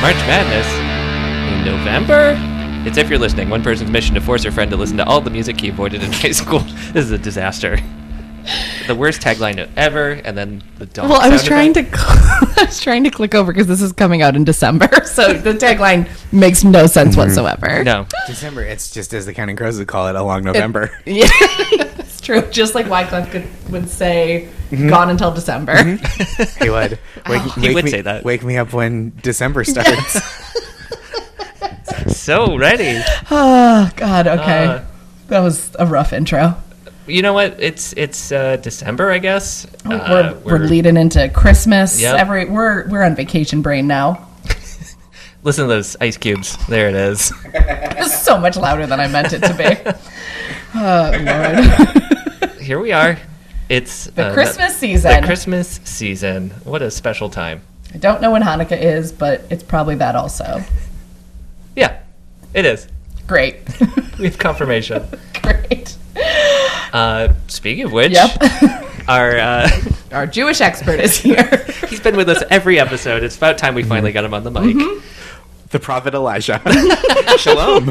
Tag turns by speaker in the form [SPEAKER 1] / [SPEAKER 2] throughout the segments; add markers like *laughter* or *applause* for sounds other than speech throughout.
[SPEAKER 1] March Madness in November? It's if you're listening, one person's mission to force her friend to listen to all the music he avoided in *laughs* high school. this is a disaster. The worst tagline ever, and then the dog.
[SPEAKER 2] Well, I was
[SPEAKER 1] sound
[SPEAKER 2] trying to,
[SPEAKER 1] effect.
[SPEAKER 2] cl- *laughs* I was trying to click over because this is coming out in December, *laughs* so the tagline makes no sense whatsoever.
[SPEAKER 1] Mm-hmm. No.
[SPEAKER 3] December. It's just as the Counting Crows would call it, a long November.
[SPEAKER 2] Yeah, it's true. Just like Wyclef could, would say,
[SPEAKER 1] Mm-hmm.
[SPEAKER 2] "Gone until December."
[SPEAKER 1] *laughs*
[SPEAKER 3] he would. *laughs* Wake,
[SPEAKER 1] He
[SPEAKER 3] wake
[SPEAKER 1] would
[SPEAKER 3] me,
[SPEAKER 1] say that.
[SPEAKER 3] Wake me up when December starts.
[SPEAKER 1] So ready.
[SPEAKER 2] *laughs* Oh God. Okay,
[SPEAKER 1] Uh.
[SPEAKER 2] that was a rough intro.
[SPEAKER 1] You know what? It's it's uh, December, I guess. Uh,
[SPEAKER 2] Oh, we're, we're leading into Christmas.
[SPEAKER 1] Yep.
[SPEAKER 2] Every we're we're on vacation brain now.
[SPEAKER 1] Listen to those ice cubes. There it is.
[SPEAKER 2] It's so much louder than I meant it to
[SPEAKER 1] *laughs*
[SPEAKER 2] be. Oh,
[SPEAKER 1] Here we are. It's uh,
[SPEAKER 2] The Christmas
[SPEAKER 1] The
[SPEAKER 2] season.
[SPEAKER 1] Christmas season. What a special time.
[SPEAKER 2] I don't know when Hanukkah is, but it's probably that also.
[SPEAKER 1] Yeah, it is.
[SPEAKER 2] Great. *laughs*
[SPEAKER 1] We have confirmation.
[SPEAKER 2] Great.
[SPEAKER 1] uh, speaking of which,
[SPEAKER 2] Yep.
[SPEAKER 1] *laughs* our uh,
[SPEAKER 2] Our Jewish expert is here.
[SPEAKER 1] he's been with us every episode. It's about time we finally got him on the mic.
[SPEAKER 2] Mm-hmm.
[SPEAKER 3] the prophet Elijah.
[SPEAKER 1] Shalom.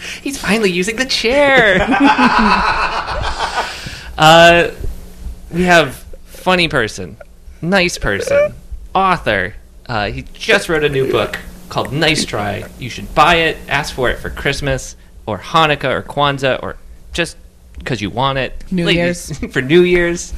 [SPEAKER 1] *laughs* he's finally using the chair. uh, we have funny person, nice person, author. Uh, he just wrote a new book called Nice Try. You should buy it. Ask for it for Christmas or Hanukkah or Kwanzaa or just because you want it.
[SPEAKER 2] New
[SPEAKER 1] *laughs* for New Year's.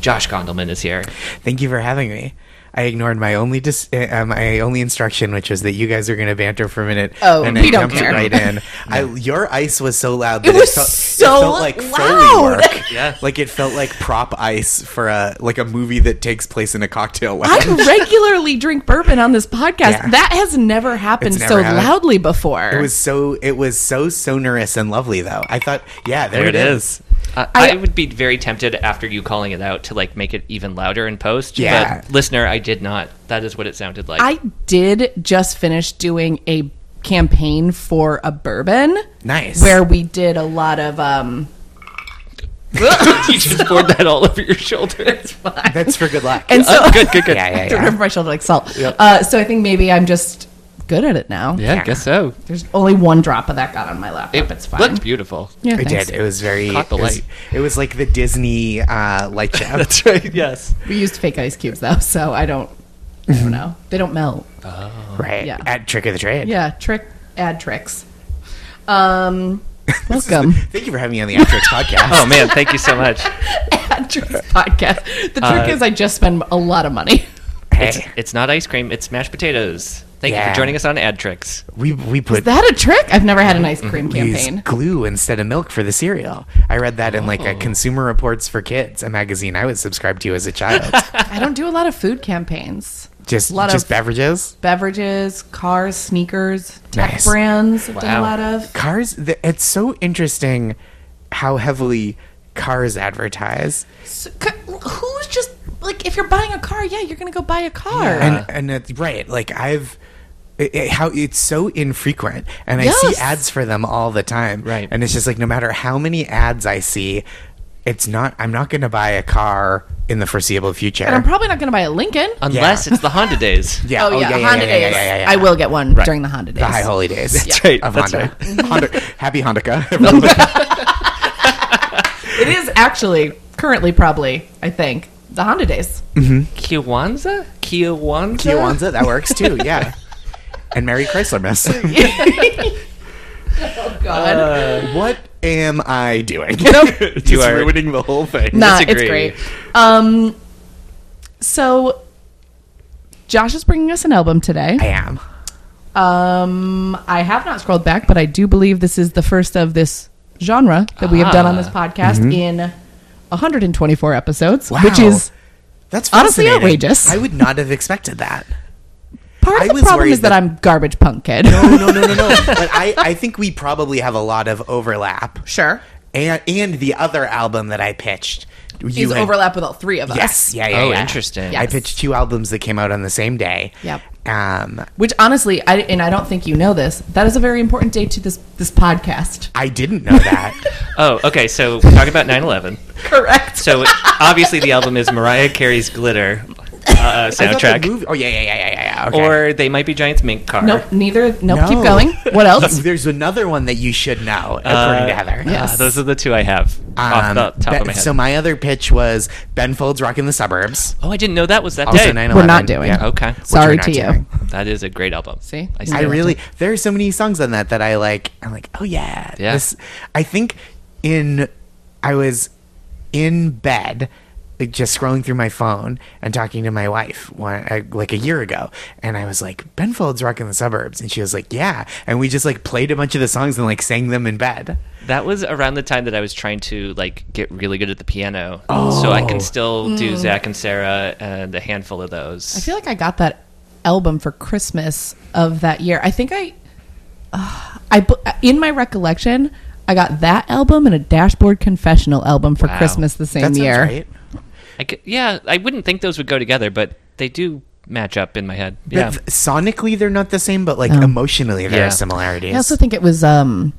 [SPEAKER 1] Josh Gondelman is here.
[SPEAKER 3] *laughs* Thank you for having me. I ignored my only dis- uh, uh, my only instruction, which was that you guys are going to banter for a minute.
[SPEAKER 2] Oh,
[SPEAKER 3] and
[SPEAKER 2] we
[SPEAKER 3] I
[SPEAKER 2] don't
[SPEAKER 3] jumped
[SPEAKER 2] care.
[SPEAKER 3] right in. I, your ice was so loud. That
[SPEAKER 2] It was
[SPEAKER 3] felt,
[SPEAKER 2] so
[SPEAKER 3] it felt like Foley
[SPEAKER 2] loud.
[SPEAKER 3] work.
[SPEAKER 1] Yeah.
[SPEAKER 3] like it felt like prop ice for a like a movie that takes place in a cocktail lounge.
[SPEAKER 2] *laughs* I regularly drink bourbon on this podcast.
[SPEAKER 3] Yeah.
[SPEAKER 2] That has never happened
[SPEAKER 3] It's never
[SPEAKER 2] so
[SPEAKER 3] happened.
[SPEAKER 2] loudly before.
[SPEAKER 3] It was so it was so sonorous and lovely though. I thought, yeah, there, it is.
[SPEAKER 1] Uh, I,
[SPEAKER 2] I-
[SPEAKER 1] would be very tempted after you calling it out to like make it even louder in post.
[SPEAKER 3] Yeah.
[SPEAKER 1] But listener, I did not. That is what it sounded like. *laughs*
[SPEAKER 2] I did just finish doing a campaign for a bourbon
[SPEAKER 3] Nice.
[SPEAKER 2] where we did a lot of um
[SPEAKER 1] you just poured that all over your shoulder.
[SPEAKER 3] that's for good luck.
[SPEAKER 2] and so
[SPEAKER 1] Oh, good, good, good.
[SPEAKER 3] *laughs* yeah, yeah,
[SPEAKER 2] I *laughs* don't
[SPEAKER 3] yeah.
[SPEAKER 2] remember my shoulder like salt. Uh, so I think maybe I'm just good at it now.
[SPEAKER 1] Yeah, I guess so.
[SPEAKER 2] There's only one drop of that got on my lap.
[SPEAKER 1] It
[SPEAKER 2] it's fine.
[SPEAKER 1] looked beautiful.
[SPEAKER 2] yeah,
[SPEAKER 3] It
[SPEAKER 2] thanks.
[SPEAKER 3] did. It was very.
[SPEAKER 1] Caught the
[SPEAKER 3] it was-
[SPEAKER 1] light.
[SPEAKER 3] It was, like the Disney uh, light *laughs* show.
[SPEAKER 1] That's right. Yes.
[SPEAKER 2] We used fake ice cubes though, so I don't. I
[SPEAKER 3] *laughs*
[SPEAKER 2] don't know. They don't melt.
[SPEAKER 3] right.
[SPEAKER 2] Yeah.
[SPEAKER 3] At Trick of the Trade.
[SPEAKER 2] Yeah, trick add tricks. Um, welcome
[SPEAKER 3] *laughs* Thank you for having me on the After *laughs* Tricks podcast.
[SPEAKER 1] Oh man, thank you so
[SPEAKER 3] *laughs*
[SPEAKER 1] much.
[SPEAKER 2] *laughs* ad tricks podcast. The
[SPEAKER 1] Uh,
[SPEAKER 2] trick is I just spend a lot of money. *laughs*
[SPEAKER 1] It's,
[SPEAKER 3] Hey,
[SPEAKER 1] it's not ice cream. It's mashed potatoes. Thank you
[SPEAKER 3] Yeah.
[SPEAKER 1] for joining us on Ad Tricks.
[SPEAKER 3] we we put
[SPEAKER 2] That a trick? I've never had an ice cream
[SPEAKER 3] we use
[SPEAKER 2] campaign.
[SPEAKER 3] glue instead of milk for the cereal. I read that in like a Consumer Reports for Kids, a magazine I was subscribed to as
[SPEAKER 2] *laughs*
[SPEAKER 3] a child.
[SPEAKER 2] I don't do a lot of food campaigns.
[SPEAKER 3] just
[SPEAKER 2] Lot of-
[SPEAKER 3] just beverages.
[SPEAKER 2] Beverages, cars, sneakers, tech
[SPEAKER 3] Nice.
[SPEAKER 2] brands. I've done
[SPEAKER 1] Wow.
[SPEAKER 2] a lot of.
[SPEAKER 3] cars th- it's so interesting how heavily cars advertise
[SPEAKER 2] So, c- who's just like if you're buying a car? Yeah, you're gonna go buy a car.
[SPEAKER 3] and and it's right like i've it, it- how it's so infrequent and i see
[SPEAKER 2] Yes.
[SPEAKER 3] ads for them all the time
[SPEAKER 1] Right.
[SPEAKER 3] and it's just like no matter how many ads i see it's not i'm not going to buy a car in the foreseeable future
[SPEAKER 2] And I'm probably not gonna buy a Lincoln.
[SPEAKER 1] Unless it's the Honda days.
[SPEAKER 3] *laughs* yeah
[SPEAKER 2] oh, yeah, Honda days. I will get one during the Honda days.
[SPEAKER 3] the high holy days *laughs*
[SPEAKER 1] That's right.
[SPEAKER 3] of
[SPEAKER 1] That's
[SPEAKER 3] honda
[SPEAKER 1] right.
[SPEAKER 3] honda happy *laughs* hanukkah everyone.
[SPEAKER 2] It is actually currently probably I think the Honda days.
[SPEAKER 1] Kiwanza? Kiwanza?
[SPEAKER 3] Kiwanza, that works too yeah *laughs* and merry
[SPEAKER 2] *laughs*
[SPEAKER 3] chryslermas
[SPEAKER 2] God,
[SPEAKER 3] Uh, What am I doing? *laughs* Just
[SPEAKER 1] You are-
[SPEAKER 3] ruining the whole thing.
[SPEAKER 2] nah,
[SPEAKER 1] disagree.
[SPEAKER 2] it's great. Um, so Josh is bringing us an album today.
[SPEAKER 3] I am.
[SPEAKER 2] Um, I have not scrolled back, but I do believe this is the first of this genre that we have done on this podcast in 124 episodes, which
[SPEAKER 3] Ah. Mm-hmm. Wow.
[SPEAKER 2] is
[SPEAKER 3] That's
[SPEAKER 2] Honestly
[SPEAKER 3] fascinating.
[SPEAKER 2] outrageous.
[SPEAKER 3] I would not have expected that.
[SPEAKER 2] part
[SPEAKER 3] I
[SPEAKER 2] of the
[SPEAKER 3] was
[SPEAKER 2] problem
[SPEAKER 3] worried
[SPEAKER 2] is that,
[SPEAKER 3] that-
[SPEAKER 2] I'm garbage punk kid.
[SPEAKER 3] No, no, no, no, no. but I, I think we probably have a lot of overlap.
[SPEAKER 2] sure,
[SPEAKER 3] And and the other album that I pitched, you
[SPEAKER 2] he's
[SPEAKER 3] had-
[SPEAKER 2] overlap with all three of us.
[SPEAKER 3] Yes, yeah, yeah.
[SPEAKER 1] Oh,
[SPEAKER 3] yeah.
[SPEAKER 1] interesting.
[SPEAKER 3] I
[SPEAKER 2] Yes.
[SPEAKER 3] pitched two albums that came out on the same day.
[SPEAKER 2] Yep.
[SPEAKER 3] Um,
[SPEAKER 2] Which honestly, I and I don't think you know this. That is a very important day to this this podcast.
[SPEAKER 3] I didn't know
[SPEAKER 1] *laughs*
[SPEAKER 3] that.
[SPEAKER 1] Oh, okay. So we're talking about 9 11.
[SPEAKER 2] Correct.
[SPEAKER 1] So obviously the album is Mariah Carey's Glitter. uh,
[SPEAKER 3] I thought the
[SPEAKER 1] soundtrack.
[SPEAKER 3] movie- oh yeah, yeah, yeah, yeah, yeah. yeah, Okay.
[SPEAKER 1] Or They Might Be Giants mink car.
[SPEAKER 2] Nope, neither. Nope,
[SPEAKER 3] No.
[SPEAKER 2] keep going. What
[SPEAKER 3] *laughs*
[SPEAKER 2] else?
[SPEAKER 3] Oh, There's another one that you should know, according to Heather.
[SPEAKER 1] Uh, Yeah,
[SPEAKER 2] Yes.
[SPEAKER 1] those are the two I have off
[SPEAKER 3] Um,
[SPEAKER 1] the top
[SPEAKER 3] that-
[SPEAKER 1] of my head.
[SPEAKER 3] So my other pitch was Ben Folds rocking the suburbs.
[SPEAKER 1] oh, I didn't know that was that
[SPEAKER 3] Also
[SPEAKER 1] day.
[SPEAKER 3] 9/11.
[SPEAKER 2] We're not doing.
[SPEAKER 3] Yeah.
[SPEAKER 1] Okay.
[SPEAKER 2] Sorry
[SPEAKER 3] Which
[SPEAKER 2] to
[SPEAKER 3] we're
[SPEAKER 2] you.
[SPEAKER 3] not doing.
[SPEAKER 1] That is a great album.
[SPEAKER 2] See?
[SPEAKER 1] I,
[SPEAKER 2] I
[SPEAKER 1] still
[SPEAKER 3] I
[SPEAKER 1] love
[SPEAKER 3] really
[SPEAKER 1] it.
[SPEAKER 3] there are so many songs on that that I like. I'm like, oh yeah,
[SPEAKER 1] Yeah.
[SPEAKER 3] This, I think in I was in bed, like just scrolling through my phone and talking to my wife one, uh, like a year ago, and I was like, Ben Folds rocking the suburbs, and she was like, yeah, and we just like played a bunch of the songs and like sang them in bed.
[SPEAKER 1] That was around the time that I was trying to like get really good at the piano, so I
[SPEAKER 3] Oh.
[SPEAKER 1] can still do Zach and Sarah and a handful of those.
[SPEAKER 2] Hmm. I feel like I got that album for Christmas of that year. I think I, uh, I bu- in my recollection, I got that album and a Dashboard Confessional album for
[SPEAKER 1] Wow.
[SPEAKER 2] Christmas the
[SPEAKER 3] That
[SPEAKER 2] same
[SPEAKER 3] sounds
[SPEAKER 2] year.
[SPEAKER 3] right.
[SPEAKER 1] I could- yeah, I wouldn't think those would go together, but they do match up in my head.
[SPEAKER 3] But
[SPEAKER 1] Yeah,
[SPEAKER 3] th- sonically they're not the same, but like emotionally there
[SPEAKER 1] Yeah.
[SPEAKER 3] are similarities.
[SPEAKER 2] I also think it was um,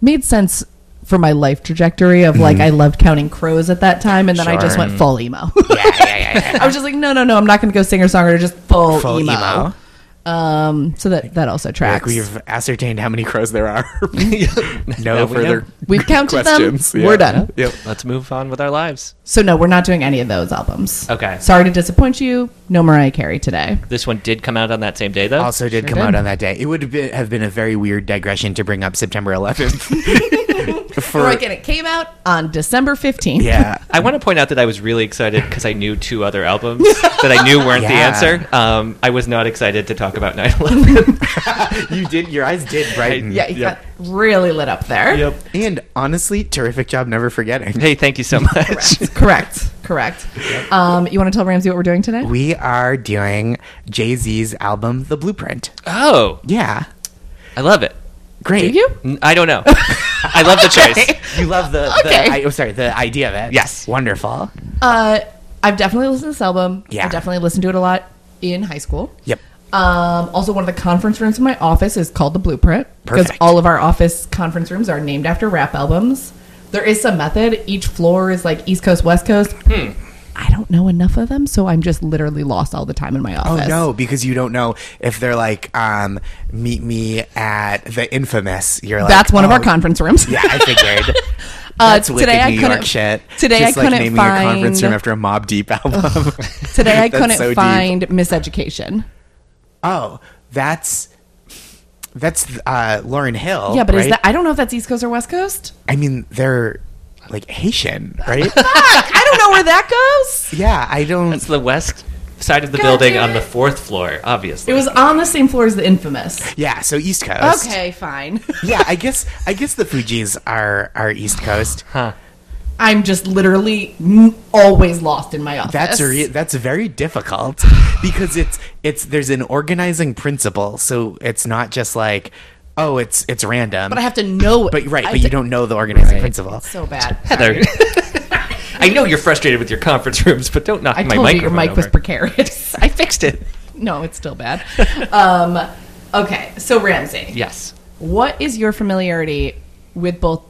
[SPEAKER 2] made sense for my life trajectory of
[SPEAKER 3] Mm-hmm.
[SPEAKER 2] like I loved counting crows at that time, and then I just
[SPEAKER 3] Sure.
[SPEAKER 2] went full emo.
[SPEAKER 3] yeah, yeah, yeah, yeah.
[SPEAKER 2] *laughs* I was just like, no, no, no, I'm not going to go singer songwriter, just full,
[SPEAKER 3] Full
[SPEAKER 2] emo.
[SPEAKER 3] emo.
[SPEAKER 2] Um, so that that also
[SPEAKER 3] Like
[SPEAKER 2] tracks.
[SPEAKER 3] we've ascertained how many crows there are. *laughs* no
[SPEAKER 1] we
[SPEAKER 3] further.
[SPEAKER 1] know.
[SPEAKER 2] We've
[SPEAKER 3] *laughs*
[SPEAKER 2] counted them.
[SPEAKER 3] questions. Yeah.
[SPEAKER 2] We're done.
[SPEAKER 3] *laughs* Yep.
[SPEAKER 1] let's move on with our lives.
[SPEAKER 2] So no, we're not doing any of those albums.
[SPEAKER 1] Okay.
[SPEAKER 2] Sorry to disappoint you. No Mariah Carey today.
[SPEAKER 1] This one did come out on that same day, though.
[SPEAKER 3] Also, did
[SPEAKER 2] Sure
[SPEAKER 3] come
[SPEAKER 2] did.
[SPEAKER 3] out on that day. It would have been, have been a very weird digression to bring up September *laughs* 11th. For
[SPEAKER 2] Right, and it came out on December 15th.
[SPEAKER 3] *laughs* yeah, *laughs*
[SPEAKER 1] I want to point out that I was really excited because I knew two other
[SPEAKER 2] *laughs*
[SPEAKER 1] albums that I knew weren't
[SPEAKER 3] Yeah.
[SPEAKER 1] the answer. Um, I was not excited to talk about
[SPEAKER 2] *laughs*
[SPEAKER 1] 9/11.
[SPEAKER 3] you did. Your eyes did brighten.
[SPEAKER 2] Yeah, it
[SPEAKER 1] Yep.
[SPEAKER 2] got really lit up there.
[SPEAKER 3] And honestly, terrific job never forgetting.
[SPEAKER 1] Hey, thank you so much.
[SPEAKER 2] Correct. Correct. Um, you want to tell Ramsey what we're doing today?
[SPEAKER 3] We are doing Jay Z's album, The Blueprint.
[SPEAKER 1] Oh,
[SPEAKER 3] Yeah,
[SPEAKER 1] I love it.
[SPEAKER 3] great.
[SPEAKER 2] Do you?
[SPEAKER 1] N- I don't know. I love
[SPEAKER 2] *laughs*
[SPEAKER 1] the choice.
[SPEAKER 3] You love the.
[SPEAKER 2] Okay.
[SPEAKER 3] the I, am sorry, the idea of it.
[SPEAKER 1] Yes.
[SPEAKER 3] Wonderful.
[SPEAKER 2] Uh, I've definitely listened to this album.
[SPEAKER 3] Yeah.
[SPEAKER 2] I definitely listened to it a lot in high school.
[SPEAKER 3] Yep.
[SPEAKER 2] Um, also, one of the conference rooms in my office is called the Blueprint because
[SPEAKER 3] Perfect.
[SPEAKER 2] all of our office conference rooms are named after rap albums. There is some method. Each floor is like East Coast, West Coast.
[SPEAKER 3] Hmm.
[SPEAKER 2] I don't know enough of them, so I'm just literally lost all the time in my
[SPEAKER 3] Oh
[SPEAKER 2] office.
[SPEAKER 3] no, because you don't know if they're like, um, meet me at the infamous. You're like,
[SPEAKER 2] That's one of
[SPEAKER 3] oh,
[SPEAKER 2] our conference rooms.
[SPEAKER 3] Yeah, I figured.
[SPEAKER 2] Uh,
[SPEAKER 3] That's wicked
[SPEAKER 2] today I
[SPEAKER 3] New York
[SPEAKER 2] couldn't-
[SPEAKER 3] shit.
[SPEAKER 2] today I
[SPEAKER 3] Just like
[SPEAKER 2] couldn't
[SPEAKER 3] naming a conference
[SPEAKER 2] find-
[SPEAKER 3] room after a
[SPEAKER 2] *laughs*
[SPEAKER 3] Mob Deep album.
[SPEAKER 2] *laughs* Today I
[SPEAKER 3] *laughs* That's
[SPEAKER 2] couldn't
[SPEAKER 3] so deep.
[SPEAKER 2] find Miseducation.
[SPEAKER 3] Oh, that's that's uh, Lauren Hill.
[SPEAKER 2] yeah, but
[SPEAKER 3] right?
[SPEAKER 2] is that I don't know if that's East Coast or West Coast.
[SPEAKER 3] I mean, they're like Haitian,
[SPEAKER 2] *laughs*
[SPEAKER 3] right?
[SPEAKER 2] I don't know where that goes.
[SPEAKER 3] yeah, I don't.
[SPEAKER 1] It's the west side of the
[SPEAKER 2] God
[SPEAKER 1] building on
[SPEAKER 2] damn
[SPEAKER 1] the
[SPEAKER 2] it.
[SPEAKER 1] fourth floor, obviously.
[SPEAKER 2] It was on the same floor as the Infamous.
[SPEAKER 3] Yeah, so East Coast.
[SPEAKER 2] Okay, fine.
[SPEAKER 3] Yeah, I guess I guess the Fugees are are East Coast.
[SPEAKER 1] Huh.
[SPEAKER 2] I'm just literally m- always lost in my office.
[SPEAKER 3] That's a re- that's very difficult because it's it's there's an organizing principle, so it's not just like oh it's it's random.
[SPEAKER 2] But I have to know it.
[SPEAKER 3] But right,
[SPEAKER 2] I
[SPEAKER 3] but you
[SPEAKER 2] have
[SPEAKER 3] don't know the organizing
[SPEAKER 2] *laughs*
[SPEAKER 3] principle.
[SPEAKER 2] to- So
[SPEAKER 3] *laughs*
[SPEAKER 2] bad.
[SPEAKER 1] Heather. *laughs* I know you're frustrated with your conference rooms, but don't knock
[SPEAKER 2] I
[SPEAKER 1] my
[SPEAKER 2] told you
[SPEAKER 1] microphone
[SPEAKER 2] your mic was
[SPEAKER 1] over.
[SPEAKER 2] precarious.
[SPEAKER 3] *laughs*
[SPEAKER 1] I fixed it.
[SPEAKER 2] no, it's still bad. Um, okay, so Ramsey,
[SPEAKER 1] Yes.
[SPEAKER 2] what is your familiarity with both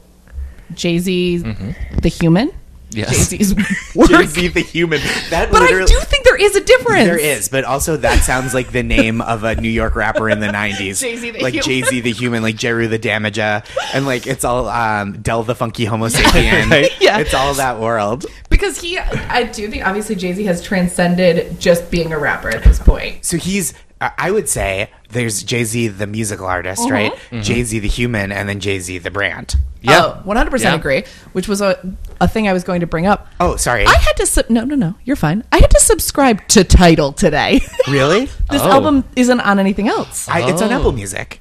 [SPEAKER 2] Jay Z, the human,
[SPEAKER 1] Yes.
[SPEAKER 2] Jay Z's work?
[SPEAKER 3] Mm-hmm. *laughs* Jay-Z the human. That
[SPEAKER 2] but I
[SPEAKER 3] literally-
[SPEAKER 2] do think there is a difference.
[SPEAKER 3] there is, but also that sounds like the name of a New York rapper in the '90s,
[SPEAKER 2] Jay-Z the
[SPEAKER 3] like
[SPEAKER 2] Human.
[SPEAKER 3] Jay Z the Human, like Jeru the Damager, and like it's all um, Del the Funky Homo Sapien.
[SPEAKER 2] Yeah.
[SPEAKER 3] it's all that world.
[SPEAKER 2] because he. I do think obviously Jay Z has transcended just being a rapper at this point.
[SPEAKER 3] So he's, I I would say, there's Jay Z the musical artist, right? Jay Z the human, and then Jay Z the brand.
[SPEAKER 1] Yeah.
[SPEAKER 2] Oh, 100%
[SPEAKER 1] Yeah.
[SPEAKER 2] agree, which was a, a thing I was going to bring up.
[SPEAKER 3] Oh, sorry.
[SPEAKER 2] I had to sub- no no no you're fine. I had to subscribe to Title today. *laughs*
[SPEAKER 3] Really?
[SPEAKER 2] this
[SPEAKER 1] Oh.
[SPEAKER 2] album isn't on anything else. Uh,
[SPEAKER 3] I, It's on
[SPEAKER 1] Oh.
[SPEAKER 3] Apple Music.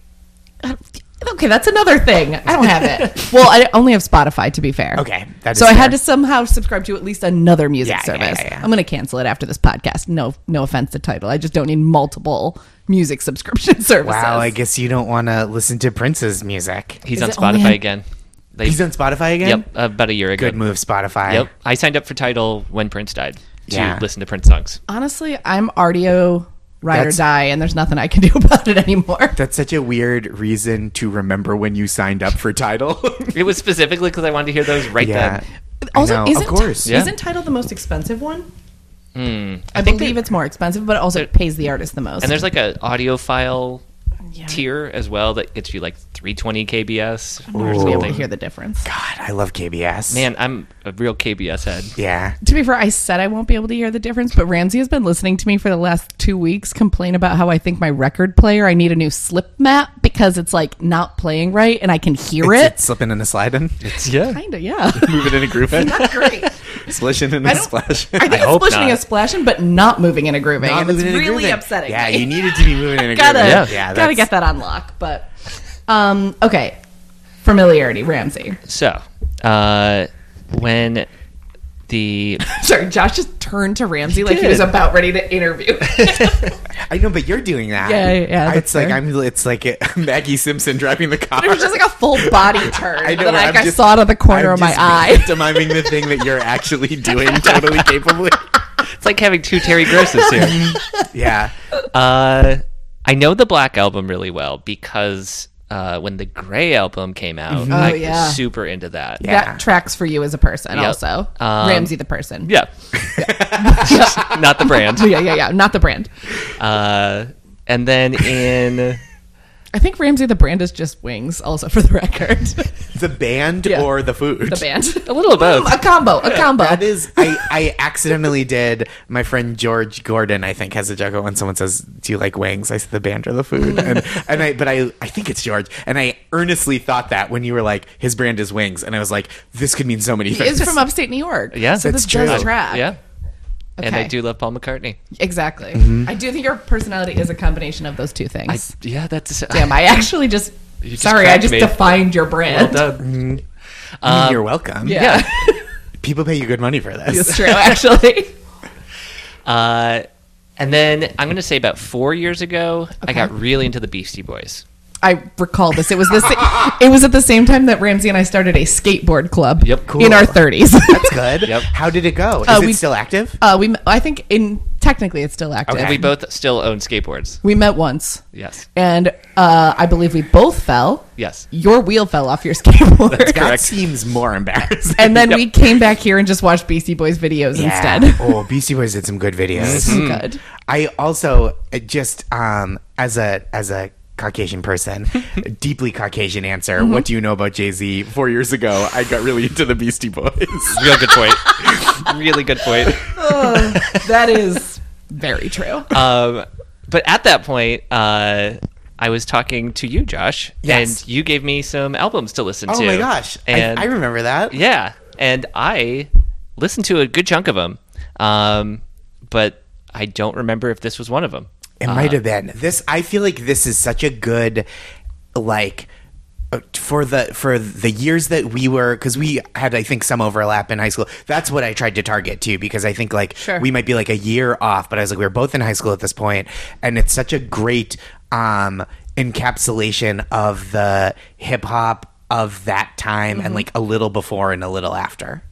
[SPEAKER 2] okay, that's another thing. I don't have
[SPEAKER 3] *laughs*
[SPEAKER 2] it. well, I only have Spotify to be fair.
[SPEAKER 3] Okay, that is
[SPEAKER 2] so I
[SPEAKER 3] fair.
[SPEAKER 2] had to somehow subscribe to at least another music
[SPEAKER 3] Yeah, yeah,
[SPEAKER 2] service.
[SPEAKER 3] yeah, yeah.
[SPEAKER 2] I'm going to cancel it after this podcast. No no offense to Title. I just don't need multiple music subscription *laughs* services.
[SPEAKER 3] Wow, I guess you don't want to listen to Prince's music.
[SPEAKER 1] He's
[SPEAKER 2] Is
[SPEAKER 1] on
[SPEAKER 2] it only
[SPEAKER 1] Spotify
[SPEAKER 2] on-
[SPEAKER 1] again. They,
[SPEAKER 3] He's on Spotify again.
[SPEAKER 1] Yep, about a year ago.
[SPEAKER 3] Good move, Spotify.
[SPEAKER 1] Yep. I signed up for Title when Prince died to
[SPEAKER 3] Yeah.
[SPEAKER 1] listen to Prince songs.
[SPEAKER 2] Honestly, I'm RDO ride
[SPEAKER 3] That's-
[SPEAKER 2] or die and there's nothing I can do *laughs* about it anymore.
[SPEAKER 3] That's such a weird reason to remember when you signed up for *laughs* Title.
[SPEAKER 1] It was specifically because I wanted to hear those right
[SPEAKER 3] yeah.
[SPEAKER 1] then.
[SPEAKER 3] I
[SPEAKER 2] Also,
[SPEAKER 3] know.
[SPEAKER 2] isn't
[SPEAKER 3] of course.
[SPEAKER 1] Yeah.
[SPEAKER 2] isn't Title the most expensive one? I,
[SPEAKER 1] think
[SPEAKER 2] believe
[SPEAKER 1] they-
[SPEAKER 2] it's more expensive, but it also pays the artist the most.
[SPEAKER 1] Hmm. And there's like a audio file
[SPEAKER 2] Yeah.
[SPEAKER 1] tier as well that gets you like 320 kbs or
[SPEAKER 2] to be able to
[SPEAKER 1] something.
[SPEAKER 2] hear the difference.
[SPEAKER 3] God, I love KBS.
[SPEAKER 1] Man, I'm a real KBS head.
[SPEAKER 3] Yeah.
[SPEAKER 2] To be fair, I said I won't be able to hear the difference, but Ramsey has been listening to me for the last two weeks complain about how I think my record player, I need a new slip mat because it's like not playing right and I can hear
[SPEAKER 3] It's,
[SPEAKER 2] it.
[SPEAKER 3] it's slipping and a sliding. It's *laughs*
[SPEAKER 1] Yeah.
[SPEAKER 2] *laughs* Kinda, yeah.
[SPEAKER 3] moving in a
[SPEAKER 2] *laughs*
[SPEAKER 3] grooving.
[SPEAKER 2] Great.
[SPEAKER 3] Splishing and
[SPEAKER 2] I
[SPEAKER 3] a
[SPEAKER 2] don't-
[SPEAKER 3] splashing. *laughs*
[SPEAKER 2] I think
[SPEAKER 1] hope
[SPEAKER 2] it's splishing
[SPEAKER 1] not.
[SPEAKER 2] and splashing, but not moving and a grooving.
[SPEAKER 3] Not
[SPEAKER 2] and it's
[SPEAKER 3] moving in a
[SPEAKER 2] really
[SPEAKER 3] grooving.
[SPEAKER 2] upsetting.
[SPEAKER 3] Yeah,
[SPEAKER 2] me.
[SPEAKER 3] you needed to be moving in a
[SPEAKER 2] gotta
[SPEAKER 3] grooving.
[SPEAKER 1] Yeah.
[SPEAKER 3] yeah
[SPEAKER 2] gotta
[SPEAKER 3] that's-
[SPEAKER 2] get that on lock. But um, okay, familiarity, Ramsey. *laughs*
[SPEAKER 1] So, uh, when the
[SPEAKER 2] Sorry, Josh just turned to Ramsey like he
[SPEAKER 1] did.
[SPEAKER 2] was about ready to interview.
[SPEAKER 3] I know, but you're doing that.
[SPEAKER 2] Yeah, yeah, yeah,
[SPEAKER 3] It's
[SPEAKER 2] that's
[SPEAKER 3] like
[SPEAKER 2] fair.
[SPEAKER 3] I'm. It's like *laughs* Maggie Simpson driving the
[SPEAKER 2] *laughs*
[SPEAKER 3] car.
[SPEAKER 2] It was just like a
[SPEAKER 3] *laughs*
[SPEAKER 2] full body turn. I
[SPEAKER 3] I know,
[SPEAKER 2] that,
[SPEAKER 3] I'm
[SPEAKER 2] like, I
[SPEAKER 3] just-
[SPEAKER 2] saw it out of the corner
[SPEAKER 3] I'm
[SPEAKER 2] of my
[SPEAKER 3] just *laughs*
[SPEAKER 2] eye.
[SPEAKER 3] Pantomiming the thing that you're
[SPEAKER 2] *laughs*
[SPEAKER 3] actually doing totally capably.
[SPEAKER 1] it's like having two Terry Grosses
[SPEAKER 3] *laughs*
[SPEAKER 1] here.
[SPEAKER 3] Yeah.
[SPEAKER 1] Uh, I know the Black album really well because uh, when the Gray album came out, I
[SPEAKER 2] Mm-hmm. Oh, yeah.
[SPEAKER 1] was super into that.
[SPEAKER 2] *laughs*
[SPEAKER 3] Yeah.
[SPEAKER 2] That tracks for you as a person,
[SPEAKER 1] Yep.
[SPEAKER 2] also.
[SPEAKER 1] Um,
[SPEAKER 2] Ramsey, the person. Oh,
[SPEAKER 1] Yeah. *laughs*
[SPEAKER 2] *laughs*
[SPEAKER 1] Not the brand.
[SPEAKER 2] yeah, yeah, yeah. Not the brand.
[SPEAKER 1] Uh, and then in
[SPEAKER 2] I think Ramsey, the brand is just wings, also for the record. *laughs*
[SPEAKER 3] The band
[SPEAKER 2] Yeah.
[SPEAKER 3] or the food.
[SPEAKER 2] the band.
[SPEAKER 1] *laughs* a little of both.
[SPEAKER 2] a combo,
[SPEAKER 3] *laughs*
[SPEAKER 2] a combo.
[SPEAKER 3] That is, I, I accidentally did. My friend George Gordon, I think, has a joke when someone says, "Do you like wings?" I said, "The band or
[SPEAKER 2] *laughs*
[SPEAKER 3] the food," and and I, but I, I think it's George, and I earnestly thought that when you were like, "His brand is wings," and I was like, "This could mean so many
[SPEAKER 2] He
[SPEAKER 3] things."
[SPEAKER 2] is from upstate New York.
[SPEAKER 1] Yeah.
[SPEAKER 2] so
[SPEAKER 1] That's
[SPEAKER 2] this does
[SPEAKER 3] true.
[SPEAKER 2] track.
[SPEAKER 1] Yeah. And I
[SPEAKER 2] Okay.
[SPEAKER 1] do love Paul McCartney.
[SPEAKER 2] Exactly. I do think your personality is a combination of those two
[SPEAKER 1] I,
[SPEAKER 2] things.
[SPEAKER 1] yeah, that's
[SPEAKER 2] *laughs*
[SPEAKER 1] *laughs*
[SPEAKER 2] Damn, I actually just.
[SPEAKER 1] just
[SPEAKER 2] sorry, I
[SPEAKER 1] cracked
[SPEAKER 2] just
[SPEAKER 1] me.
[SPEAKER 2] defined your brand.
[SPEAKER 1] done.
[SPEAKER 3] *laughs*
[SPEAKER 1] Uh,
[SPEAKER 3] Mm, You're welcome.
[SPEAKER 2] Yeah,
[SPEAKER 3] People pay you good money for this.
[SPEAKER 2] *laughs* it's
[SPEAKER 3] *laughs*
[SPEAKER 2] true, actually.
[SPEAKER 1] Uh, and then I'm going to say about four years ago, I got really into the Beastie Boys.
[SPEAKER 2] I recall this. It was this. it was at the same time that Ramsey and I started a skateboard club.
[SPEAKER 1] Yep, cool.
[SPEAKER 2] In our thirties. *laughs*
[SPEAKER 3] That's good.
[SPEAKER 1] Yep.
[SPEAKER 3] How did it go? Is
[SPEAKER 2] Uh,
[SPEAKER 3] it
[SPEAKER 2] we-
[SPEAKER 3] still active?
[SPEAKER 2] uh, we. I think in technically it's still active.
[SPEAKER 1] And we both still own skateboards.
[SPEAKER 2] We met once,
[SPEAKER 1] Yes.
[SPEAKER 2] and uh, I believe we both fell.
[SPEAKER 1] Yes.
[SPEAKER 2] Your wheel fell off your skateboard.
[SPEAKER 3] that seems more embarrassing.
[SPEAKER 2] And
[SPEAKER 1] *laughs*
[SPEAKER 2] then
[SPEAKER 1] Yep.
[SPEAKER 2] we came back here and just watched Beastie Boys videos
[SPEAKER 3] Yeah.
[SPEAKER 2] instead. Mm-hmm.
[SPEAKER 3] oh, Beastie Boys did some good videos.
[SPEAKER 2] Good.
[SPEAKER 3] I also uh, just um, as a as a
[SPEAKER 1] *laughs*
[SPEAKER 3] Caucasian person, a deeply Caucasian answer.
[SPEAKER 1] Mm-hmm.
[SPEAKER 3] What do you know about Jay Z? Four years ago, I got really into the Beastie Boys.
[SPEAKER 1] Real good point. *laughs* really good point.
[SPEAKER 2] *laughs* that is very true.
[SPEAKER 1] Um, but at that point, uh, I was talking to you, Josh,
[SPEAKER 3] Yes.
[SPEAKER 1] and you gave me some albums to listen to.
[SPEAKER 3] *laughs* oh my gosh,
[SPEAKER 1] And
[SPEAKER 3] I, I remember that.
[SPEAKER 1] Yeah, and I listened to a good chunk of them, um, but I don't remember if this was one of them.
[SPEAKER 3] It might have been this. I feel like this is such a good, like, uh, for the for the years that we were because we had I think some overlap in high school. That's what I tried to target too because I think like
[SPEAKER 2] Sure.
[SPEAKER 3] we might be like a year off, but I was like we were both in high school at this point, and it's such a great um encapsulation of the hip hop of that time and like a little before and a little after.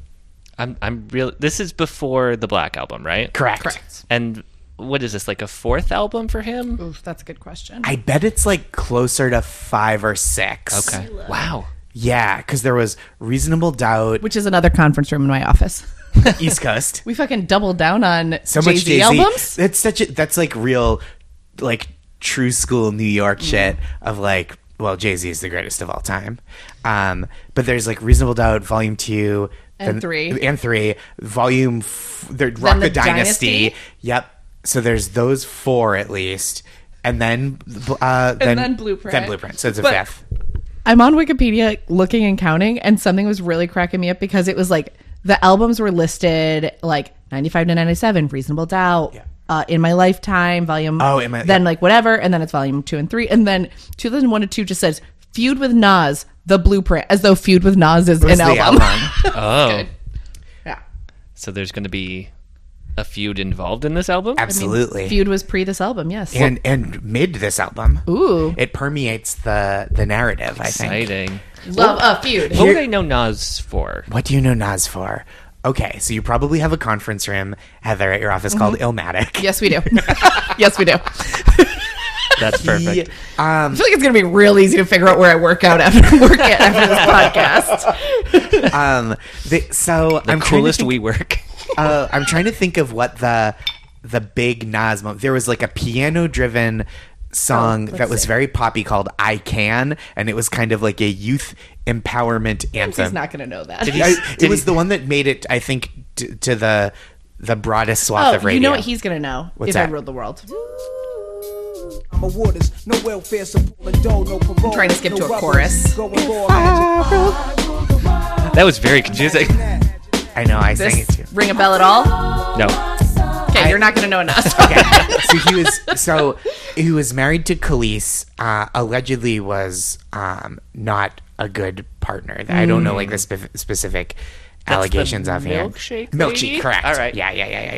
[SPEAKER 1] I'm I'm real. This is before the Black album, right?
[SPEAKER 3] Correct.
[SPEAKER 1] And what is this like a fourth album for him?
[SPEAKER 2] Oof, that's a good question.
[SPEAKER 3] I bet it's like closer to five or six.
[SPEAKER 1] Okay. Wow.
[SPEAKER 3] Yeah, because there was reasonable doubt.
[SPEAKER 2] Which is another conference room in my office.
[SPEAKER 3] East Coast.
[SPEAKER 2] *laughs* We fucking doubled down on
[SPEAKER 3] So
[SPEAKER 2] Jay-Z
[SPEAKER 3] much Jay Z
[SPEAKER 2] albums.
[SPEAKER 3] That's such a that's like real, like true school New York
[SPEAKER 2] Mm.
[SPEAKER 3] shit of like. Well, Jay Z is the greatest of all time, um, but there's like Reasonable Doubt, Volume Two,
[SPEAKER 2] And
[SPEAKER 3] then-
[SPEAKER 2] three.
[SPEAKER 3] and three, Volume f- there-
[SPEAKER 2] the
[SPEAKER 3] Rock the, Dynasty.
[SPEAKER 2] Dynasty.
[SPEAKER 3] Yep. So there's those four at least, and then uh, then,
[SPEAKER 2] then Blueprint.
[SPEAKER 3] then Blueprint. So it's a
[SPEAKER 2] But-
[SPEAKER 3] fifth.
[SPEAKER 2] I'm on Wikipedia looking and counting, and something was really cracking me up because it was like the albums were listed like 95 to 97, Reasonable Doubt, uh, In My Lifetime, Volume.
[SPEAKER 3] Oh, In My-
[SPEAKER 2] Then
[SPEAKER 3] yeah.
[SPEAKER 2] like whatever, and then it's Volume Two and Three, and then 2001 to Two just says Feud with Nas, The Blueprint, as though Feud with Nas is
[SPEAKER 3] It's
[SPEAKER 2] an
[SPEAKER 3] the
[SPEAKER 2] album.
[SPEAKER 1] Oh,
[SPEAKER 2] *laughs* yeah.
[SPEAKER 1] so there's going to be a feud involved in this album.
[SPEAKER 3] Absolutely.
[SPEAKER 2] Feud was pre this album, yes.
[SPEAKER 3] and and mid this album.
[SPEAKER 2] Ooh.
[SPEAKER 3] It permeates the the narrative. I think.
[SPEAKER 1] Exciting.
[SPEAKER 2] Love a feud.
[SPEAKER 1] What would I know Nas for?
[SPEAKER 3] What do you know Nas for? Okay, so you probably have a conference room, Heather, at your office called
[SPEAKER 2] Mm-hmm.
[SPEAKER 3] Illmatic. *laughs*
[SPEAKER 2] Yes, we do. *laughs* yes, we do. *laughs*
[SPEAKER 1] That's perfect.
[SPEAKER 3] He, um,
[SPEAKER 2] I feel like it's gonna be real easy to figure out where I work out after *laughs* work
[SPEAKER 3] *laughs*
[SPEAKER 2] at after this podcast.
[SPEAKER 3] um, the, so
[SPEAKER 1] the
[SPEAKER 3] I'm trying to
[SPEAKER 1] coolest
[SPEAKER 3] think-
[SPEAKER 1] we work.
[SPEAKER 3] *laughs* uh, I'm trying to think of what the the big Nas moment. There was like a piano driven
[SPEAKER 2] Oh,
[SPEAKER 3] song
[SPEAKER 2] let's
[SPEAKER 3] that was
[SPEAKER 2] see.
[SPEAKER 3] very poppy called "I Can," and it was kind of like a youth empowerment
[SPEAKER 2] He's
[SPEAKER 3] anthem.
[SPEAKER 2] not going to know that.
[SPEAKER 4] Did he-
[SPEAKER 3] I-
[SPEAKER 4] did
[SPEAKER 3] it was
[SPEAKER 4] he-
[SPEAKER 3] the one that made it, I think, t- to the the broadest swath
[SPEAKER 2] oh,
[SPEAKER 3] of radio.
[SPEAKER 2] you know what he's going to know
[SPEAKER 3] What's
[SPEAKER 2] if I
[SPEAKER 3] that?
[SPEAKER 2] ruled the world.
[SPEAKER 5] I'm waters, no welfare support, no no parole.
[SPEAKER 2] trying to skip
[SPEAKER 5] no
[SPEAKER 2] to a
[SPEAKER 5] rubber,
[SPEAKER 2] chorus.
[SPEAKER 5] going for a
[SPEAKER 4] That was
[SPEAKER 1] *laughs*
[SPEAKER 4] very confusing.
[SPEAKER 5] magic-
[SPEAKER 3] I know, I sang it
[SPEAKER 2] This
[SPEAKER 3] too.
[SPEAKER 2] ring a bell at all?
[SPEAKER 4] No.
[SPEAKER 2] Okay, you're not going to know enough.
[SPEAKER 3] so he was so he was married to Khalees. Uh, allegedly, was um, not a good partner. I don't know like the spe- specific allegations
[SPEAKER 4] Mm. the
[SPEAKER 3] of him.
[SPEAKER 4] milkshake lady?
[SPEAKER 3] milkshake, correct?
[SPEAKER 4] All right.
[SPEAKER 3] yeah, yeah, yeah, yeah,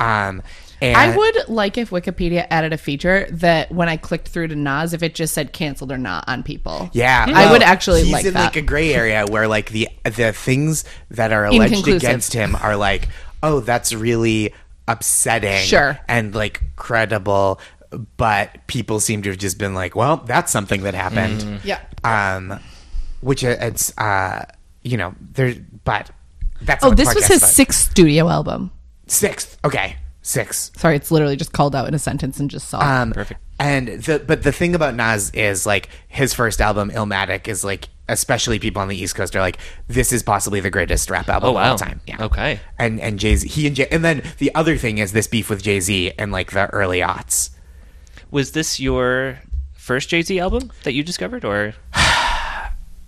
[SPEAKER 3] yeah. Um, and
[SPEAKER 2] I would like if Wikipedia added a feature that when I clicked through to Nas, if it just said canceled or not on people.
[SPEAKER 3] Yeah,
[SPEAKER 2] I would actually
[SPEAKER 3] he's
[SPEAKER 2] like
[SPEAKER 3] in
[SPEAKER 2] that.
[SPEAKER 3] like a gray area where like the the things that are alleged
[SPEAKER 2] Inconclusive.
[SPEAKER 3] against him are like, oh, that's really upsetting,
[SPEAKER 2] Sure.
[SPEAKER 3] and like credible, but people seem to have just been like, well, that's something that happened,
[SPEAKER 2] Yeah.
[SPEAKER 3] um, which uh, it's uh, you know there, but that's
[SPEAKER 2] Oh,
[SPEAKER 3] not the
[SPEAKER 2] this was
[SPEAKER 3] podcast
[SPEAKER 2] his
[SPEAKER 3] about.
[SPEAKER 2] sixth studio album.
[SPEAKER 3] sixth, okay, six.
[SPEAKER 2] Sorry, it's literally just called out in a sentence and just saw.
[SPEAKER 3] Um,
[SPEAKER 4] Perfect.
[SPEAKER 3] And the but the thing about Nas is like his first album, Illmatic, is like especially people on the East Coast are like this is possibly the greatest rap album
[SPEAKER 4] Oh,
[SPEAKER 3] of
[SPEAKER 4] wow.
[SPEAKER 3] all time. Yeah.
[SPEAKER 4] Okay.
[SPEAKER 3] And and Jay Z he and Jay and then the other thing is this beef with Jay Z and like the early aughts.
[SPEAKER 4] Was this your first Jay Z album that you discovered, or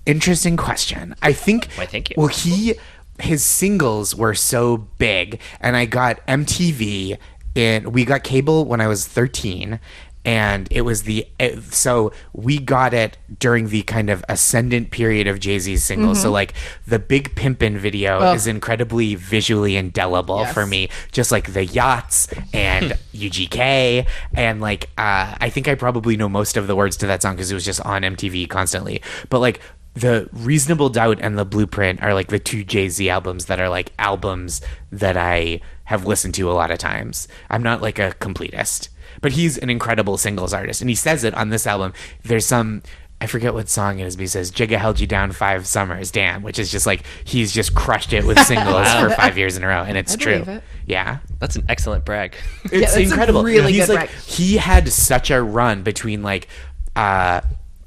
[SPEAKER 3] Interesting question. I think.
[SPEAKER 4] Why, thank you.
[SPEAKER 3] Well, he his singles were so big, and I got MTV. And we got cable when I was thirteen, and it was the it- so we got it during the kind of ascendant period of Jay Z's singles. So like the Big Pimpin' video is incredibly visually indelible
[SPEAKER 2] Yes.
[SPEAKER 3] for me, just like the yachts and UGK, and like uh, I think I probably know most of the words to that song because it was just on MTV constantly. But like the Reasonable Doubt and the Blueprint are like the two Jay Z albums that are like albums that I have listened to a lot of times. I'm not like a completist, but he's an incredible singles artist, and he says it on this album. There's some. I forget what song it is, but he says "Jigga held you down five summers, damn," which is just like he's just crushed it
[SPEAKER 2] *laughs*
[SPEAKER 3] with singles for five years in a row, and it's true.
[SPEAKER 2] believe it.
[SPEAKER 3] Yeah,
[SPEAKER 4] that's an excellent
[SPEAKER 1] *laughs*
[SPEAKER 4] brag?
[SPEAKER 3] it's
[SPEAKER 2] that's a
[SPEAKER 3] incredible.
[SPEAKER 2] really
[SPEAKER 3] He's
[SPEAKER 2] good
[SPEAKER 3] like
[SPEAKER 2] rec.
[SPEAKER 3] he had such a run between like uh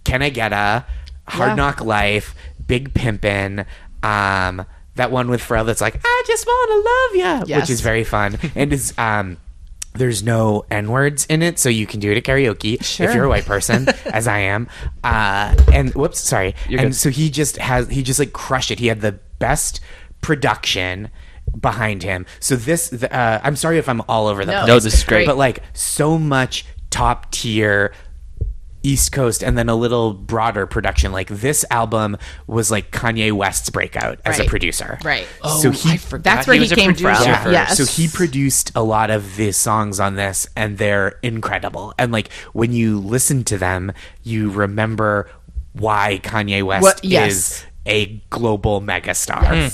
[SPEAKER 3] Can I Get a Hard
[SPEAKER 2] Yeah.
[SPEAKER 3] Knock Life, Big Pimpin', um that one with Pharrell that's like I just want to love ya,
[SPEAKER 2] Yes.
[SPEAKER 3] which is
[SPEAKER 2] *laughs*
[SPEAKER 3] very fun and is um there's no N words in it, so you can do it at karaoke
[SPEAKER 2] Sure.
[SPEAKER 3] if you're a
[SPEAKER 2] *laughs*
[SPEAKER 3] white person, as I am. Uh, and whoops, sorry. and
[SPEAKER 4] good.
[SPEAKER 3] so he just has he just like crushed it. He had the best production behind him. So this, the, uh, I'm sorry if I'm all over the
[SPEAKER 2] No,
[SPEAKER 3] place.
[SPEAKER 4] No, this is great.
[SPEAKER 3] But like so much top tier East Coast and then a little broader production. Like this album was like Kanye West's breakout as
[SPEAKER 2] Right.
[SPEAKER 3] a producer.
[SPEAKER 2] Right.
[SPEAKER 4] Oh,
[SPEAKER 3] so he
[SPEAKER 2] That's where he,
[SPEAKER 4] was a
[SPEAKER 2] came
[SPEAKER 4] producer
[SPEAKER 2] from.
[SPEAKER 4] first.
[SPEAKER 2] Yes.
[SPEAKER 3] so he produced a lot of the songs on this, and they're incredible. And like when you listen to them, you remember why Kanye West
[SPEAKER 2] What- yes. Hmm.
[SPEAKER 3] is a global megastar.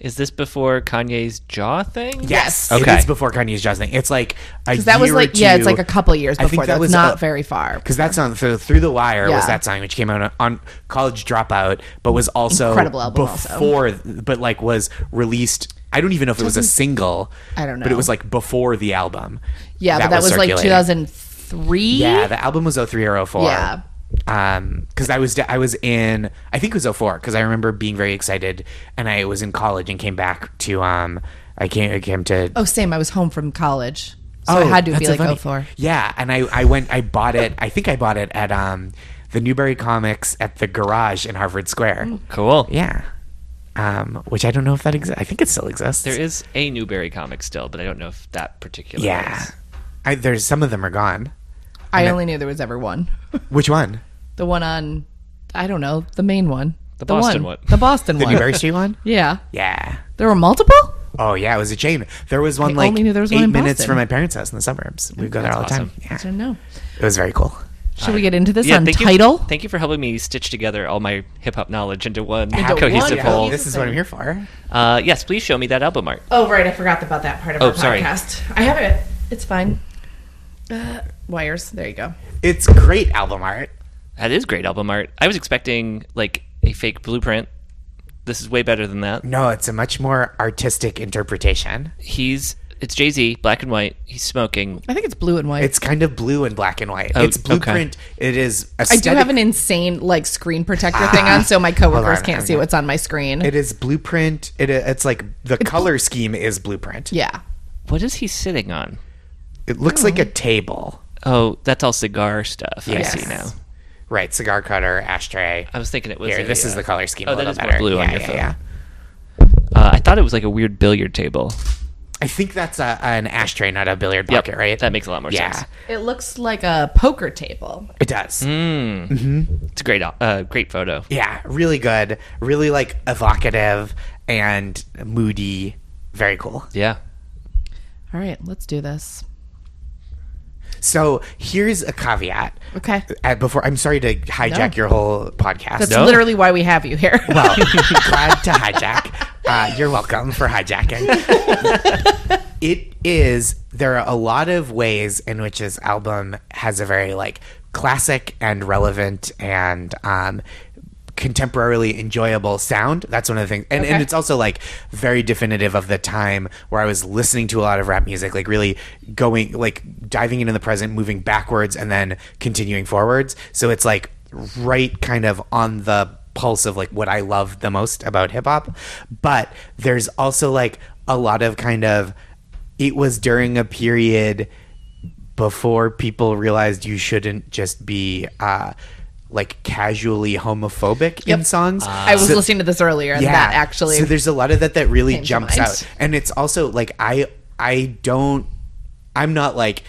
[SPEAKER 4] Is this before Kanye's jaw thing?
[SPEAKER 3] Yes.
[SPEAKER 4] Okay.
[SPEAKER 3] It is before Kanye's Jazz Thing. It's like a year
[SPEAKER 2] that was like
[SPEAKER 3] or
[SPEAKER 2] yeah,
[SPEAKER 3] two-
[SPEAKER 2] it's like a couple years
[SPEAKER 3] I think
[SPEAKER 2] before.
[SPEAKER 3] that
[SPEAKER 2] That's
[SPEAKER 3] was uh,
[SPEAKER 2] not
[SPEAKER 3] a-
[SPEAKER 2] very far.
[SPEAKER 3] because that's on through, through the wire
[SPEAKER 2] Yeah.
[SPEAKER 3] was that song which came out on, on College Dropout, but was also
[SPEAKER 2] Incredible album also.
[SPEAKER 3] before, but like was released. I don't even know if it was a single.
[SPEAKER 2] I don't
[SPEAKER 3] but
[SPEAKER 2] know.
[SPEAKER 3] it was like before the album.
[SPEAKER 2] Yeah, but that was, like
[SPEAKER 3] circulating.
[SPEAKER 2] 2003.
[SPEAKER 3] Yeah, the album was 03 or 04.
[SPEAKER 2] Yeah.
[SPEAKER 3] Um, because I was I was in I think it was 04 because I remember being very excited and I was in college and came back to um I came I came to
[SPEAKER 2] Oh, same. I was home from college, so I had to
[SPEAKER 3] that's
[SPEAKER 2] be
[SPEAKER 3] so
[SPEAKER 2] like
[SPEAKER 3] funny.
[SPEAKER 2] oh four.
[SPEAKER 3] Yeah, and I I went I bought it. I think I bought it at um the Newberry Comics at the garage in Harvard Square.
[SPEAKER 2] Mm.
[SPEAKER 4] Cool.
[SPEAKER 3] Yeah. Um, which I don't know if that exists. I think it still exists.
[SPEAKER 4] There is a Newberry comic still, but I don't know if that particular.
[SPEAKER 3] yeah.
[SPEAKER 4] is.
[SPEAKER 3] I, there's some of them are gone.
[SPEAKER 2] I only knew there was ever one.
[SPEAKER 3] Which one?
[SPEAKER 2] The one on, I don't know, the main one. The,
[SPEAKER 4] Boston one.
[SPEAKER 2] The Boston
[SPEAKER 3] The
[SPEAKER 2] one.
[SPEAKER 3] Newberry
[SPEAKER 2] *laughs*
[SPEAKER 3] Street one?
[SPEAKER 2] Yeah.
[SPEAKER 3] Yeah.
[SPEAKER 2] There were multiple?
[SPEAKER 3] Oh yeah, it was a chain. There was one
[SPEAKER 2] I
[SPEAKER 3] like
[SPEAKER 2] only knew there was one
[SPEAKER 3] eight
[SPEAKER 2] in
[SPEAKER 3] minutes
[SPEAKER 2] Boston. Mm,
[SPEAKER 3] from my parents' house in the suburbs. We would go there all the time.
[SPEAKER 4] awesome.
[SPEAKER 2] I
[SPEAKER 3] Yeah,
[SPEAKER 2] don't know.
[SPEAKER 3] it was very cool.
[SPEAKER 2] Should we get into this on
[SPEAKER 4] thank
[SPEAKER 2] title?
[SPEAKER 4] You, thank you for helping me stitch together all my hip hop knowledge into one
[SPEAKER 2] one
[SPEAKER 4] cohesive
[SPEAKER 2] Yeah.
[SPEAKER 4] whole.
[SPEAKER 3] This is what I'm here for.
[SPEAKER 4] Uh, yes, please show me that album art.
[SPEAKER 2] oh, right. I forgot about that part of
[SPEAKER 4] Oh,
[SPEAKER 2] our
[SPEAKER 4] sorry.
[SPEAKER 2] podcast. I have it. It's fine. Uh, wires. There you go.
[SPEAKER 3] It's great album art.
[SPEAKER 4] That is great album art. I was expecting like a fake blueprint This is way better than that.
[SPEAKER 3] No, it's a much more artistic interpretation.
[SPEAKER 4] He's it's Jay Z, black and white. He's smoking.
[SPEAKER 2] I think it's blue and white.
[SPEAKER 3] It's kind of blue and black and white.
[SPEAKER 4] Oh,
[SPEAKER 3] it's
[SPEAKER 4] okay.
[SPEAKER 3] blueprint. It is.
[SPEAKER 2] I do have
[SPEAKER 3] aesthetic-
[SPEAKER 2] an insane like screen protector thing on, so
[SPEAKER 3] *laughs*
[SPEAKER 2] my coworkers
[SPEAKER 3] on,
[SPEAKER 2] can't
[SPEAKER 3] I'm
[SPEAKER 2] see
[SPEAKER 3] gonna-
[SPEAKER 2] what's on my screen.
[SPEAKER 3] It is blueprint. It it's like the color scheme is blueprint.
[SPEAKER 2] yeah,
[SPEAKER 4] What is he sitting on?
[SPEAKER 3] It looks like a table.
[SPEAKER 4] Oh, that's all cigar stuff. I see
[SPEAKER 2] Yes.
[SPEAKER 4] now.
[SPEAKER 3] Right, cigar cutter, ashtray.
[SPEAKER 4] I was thinking it was.
[SPEAKER 3] Here,
[SPEAKER 4] a,
[SPEAKER 3] this is
[SPEAKER 4] uh,
[SPEAKER 3] the color scheme.
[SPEAKER 4] Oh,
[SPEAKER 3] a
[SPEAKER 4] that
[SPEAKER 3] little
[SPEAKER 4] is more
[SPEAKER 3] better.
[SPEAKER 4] blue
[SPEAKER 3] yeah,
[SPEAKER 4] on your
[SPEAKER 3] yeah,
[SPEAKER 4] phone.
[SPEAKER 3] yeah.
[SPEAKER 4] Uh, I thought it was like a weird billiard table.
[SPEAKER 3] I think that's a, an ashtray, not a billiard
[SPEAKER 4] Yep,
[SPEAKER 3] bucket, right?
[SPEAKER 4] That makes a lot more
[SPEAKER 3] yeah,
[SPEAKER 4] sense. Mm.
[SPEAKER 2] it looks like a poker table.
[SPEAKER 3] it does.
[SPEAKER 4] It's a great, uh, great photo.
[SPEAKER 3] Yeah, really good. Really like evocative and moody. Very cool.
[SPEAKER 4] Yeah.
[SPEAKER 2] All right, let's do this.
[SPEAKER 3] So here's a caveat.
[SPEAKER 2] Okay,
[SPEAKER 3] Uh, before, I'm sorry to hijack
[SPEAKER 2] No.
[SPEAKER 3] your whole podcast.
[SPEAKER 2] that's
[SPEAKER 4] No.
[SPEAKER 2] literally why we have you here.
[SPEAKER 3] Well, *laughs* glad to hijack. Uh, you're welcome for hijacking. it is, there are a lot of ways in which this album has a very like classic and relevant and um, contemporarily enjoyable sound. That's one of the things. And, and
[SPEAKER 2] Okay.
[SPEAKER 3] it's also like very definitive of the time where I was listening to a lot of rap music, like really going, like diving into the present, moving backwards, and then continuing forwards. So it's like right kind of on the pulse of like what I love the most about hip hop. But there's also like a lot of kind of, it was during a period before people realized you shouldn't just be uh, like casually homophobic in
[SPEAKER 2] Yep.
[SPEAKER 3] songs.
[SPEAKER 2] *laughs* I was
[SPEAKER 3] So-
[SPEAKER 2] listening to this earlier, and that actually
[SPEAKER 3] so there's a lot of that that really
[SPEAKER 2] to
[SPEAKER 3] jumps
[SPEAKER 2] mind.
[SPEAKER 3] out, and it's also like I I don't I'm not like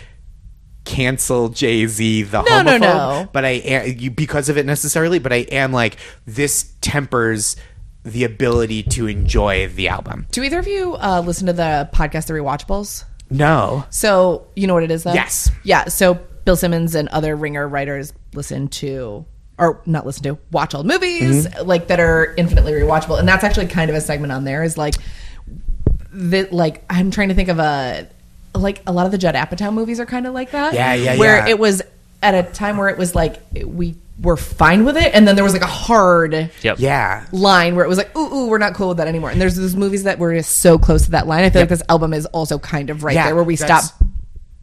[SPEAKER 3] cancel Jay Z the
[SPEAKER 2] No,
[SPEAKER 3] homophobe,
[SPEAKER 2] no, no.
[SPEAKER 3] but I am you- because of it necessarily, but I am like this tempers the ability to enjoy the album.
[SPEAKER 2] Do either of you uh, listen to the podcast The Rewatchables?
[SPEAKER 3] No,
[SPEAKER 2] So you know what it is, though.
[SPEAKER 3] Yes.
[SPEAKER 2] Yeah. So Bill Simmons and other Ringer writers listen to, or not listen to, watch old movies
[SPEAKER 3] Mm-hmm.
[SPEAKER 2] like that are infinitely rewatchable, and that's actually kind of a segment on there. Is like that. Like I'm trying to think of a like a lot of the Judd Apatow movies are kind of like that.
[SPEAKER 3] Yeah, yeah,
[SPEAKER 2] Where
[SPEAKER 3] yeah.
[SPEAKER 2] it was at a time where it was like we were fine with it, and then there was like a hard
[SPEAKER 4] Yep.
[SPEAKER 3] yeah,
[SPEAKER 2] line where it was like, ooh, ooh, we're not cool with that anymore. And there's those movies that were just so close to that line. I feel like this album is also kind of right
[SPEAKER 3] Yeah,
[SPEAKER 2] there where we stop
[SPEAKER 3] that's-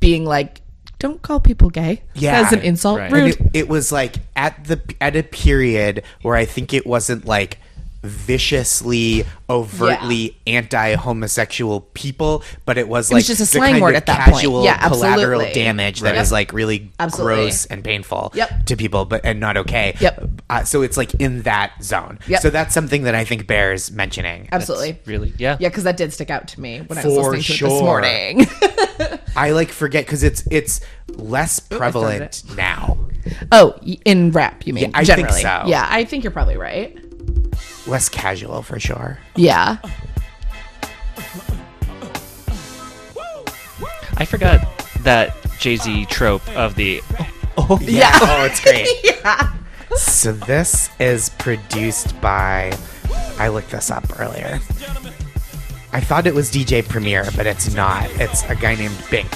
[SPEAKER 2] being like, don't call people gay.
[SPEAKER 3] Yeah.
[SPEAKER 2] That's an insult.
[SPEAKER 4] Right.
[SPEAKER 2] Rude.
[SPEAKER 3] And it, it was like at the at a period where I think it wasn't like viciously overtly anti-homosexual people but it was like
[SPEAKER 2] was just a
[SPEAKER 3] the
[SPEAKER 2] slang
[SPEAKER 3] kind
[SPEAKER 2] word
[SPEAKER 3] of
[SPEAKER 2] at that point.
[SPEAKER 3] casual
[SPEAKER 2] Yeah,
[SPEAKER 3] collateral
[SPEAKER 2] absolutely.
[SPEAKER 3] damage that is
[SPEAKER 2] Right.
[SPEAKER 3] like really
[SPEAKER 2] Absolutely.
[SPEAKER 3] gross and painful
[SPEAKER 2] Yep.
[SPEAKER 3] to people but and not okay
[SPEAKER 2] Yep.
[SPEAKER 3] uh, so it's like in that zone
[SPEAKER 2] Yep.
[SPEAKER 3] so that's something that i think bears mentioning
[SPEAKER 2] Absolutely.
[SPEAKER 4] Really? Yeah.
[SPEAKER 2] Yeah, because that did stick out to me when I was
[SPEAKER 3] For
[SPEAKER 2] listening to it
[SPEAKER 3] sure.
[SPEAKER 2] this morning. *laughs*
[SPEAKER 3] i like forget because it's it's less prevalent
[SPEAKER 2] it.
[SPEAKER 3] now
[SPEAKER 2] oh, y- in rap, you mean?
[SPEAKER 3] I think
[SPEAKER 2] generally.
[SPEAKER 3] so.
[SPEAKER 2] Yeah, I think you're probably right.
[SPEAKER 3] less casual for sure
[SPEAKER 2] Yeah.
[SPEAKER 4] I forgot that Jay Z trope of the
[SPEAKER 3] oh
[SPEAKER 2] Yeah.
[SPEAKER 3] *laughs* oh it's great
[SPEAKER 2] *laughs* yeah.
[SPEAKER 3] So this is produced by. I looked this up earlier. I thought it was DJ Premier, but it's not. It's a guy named Bink.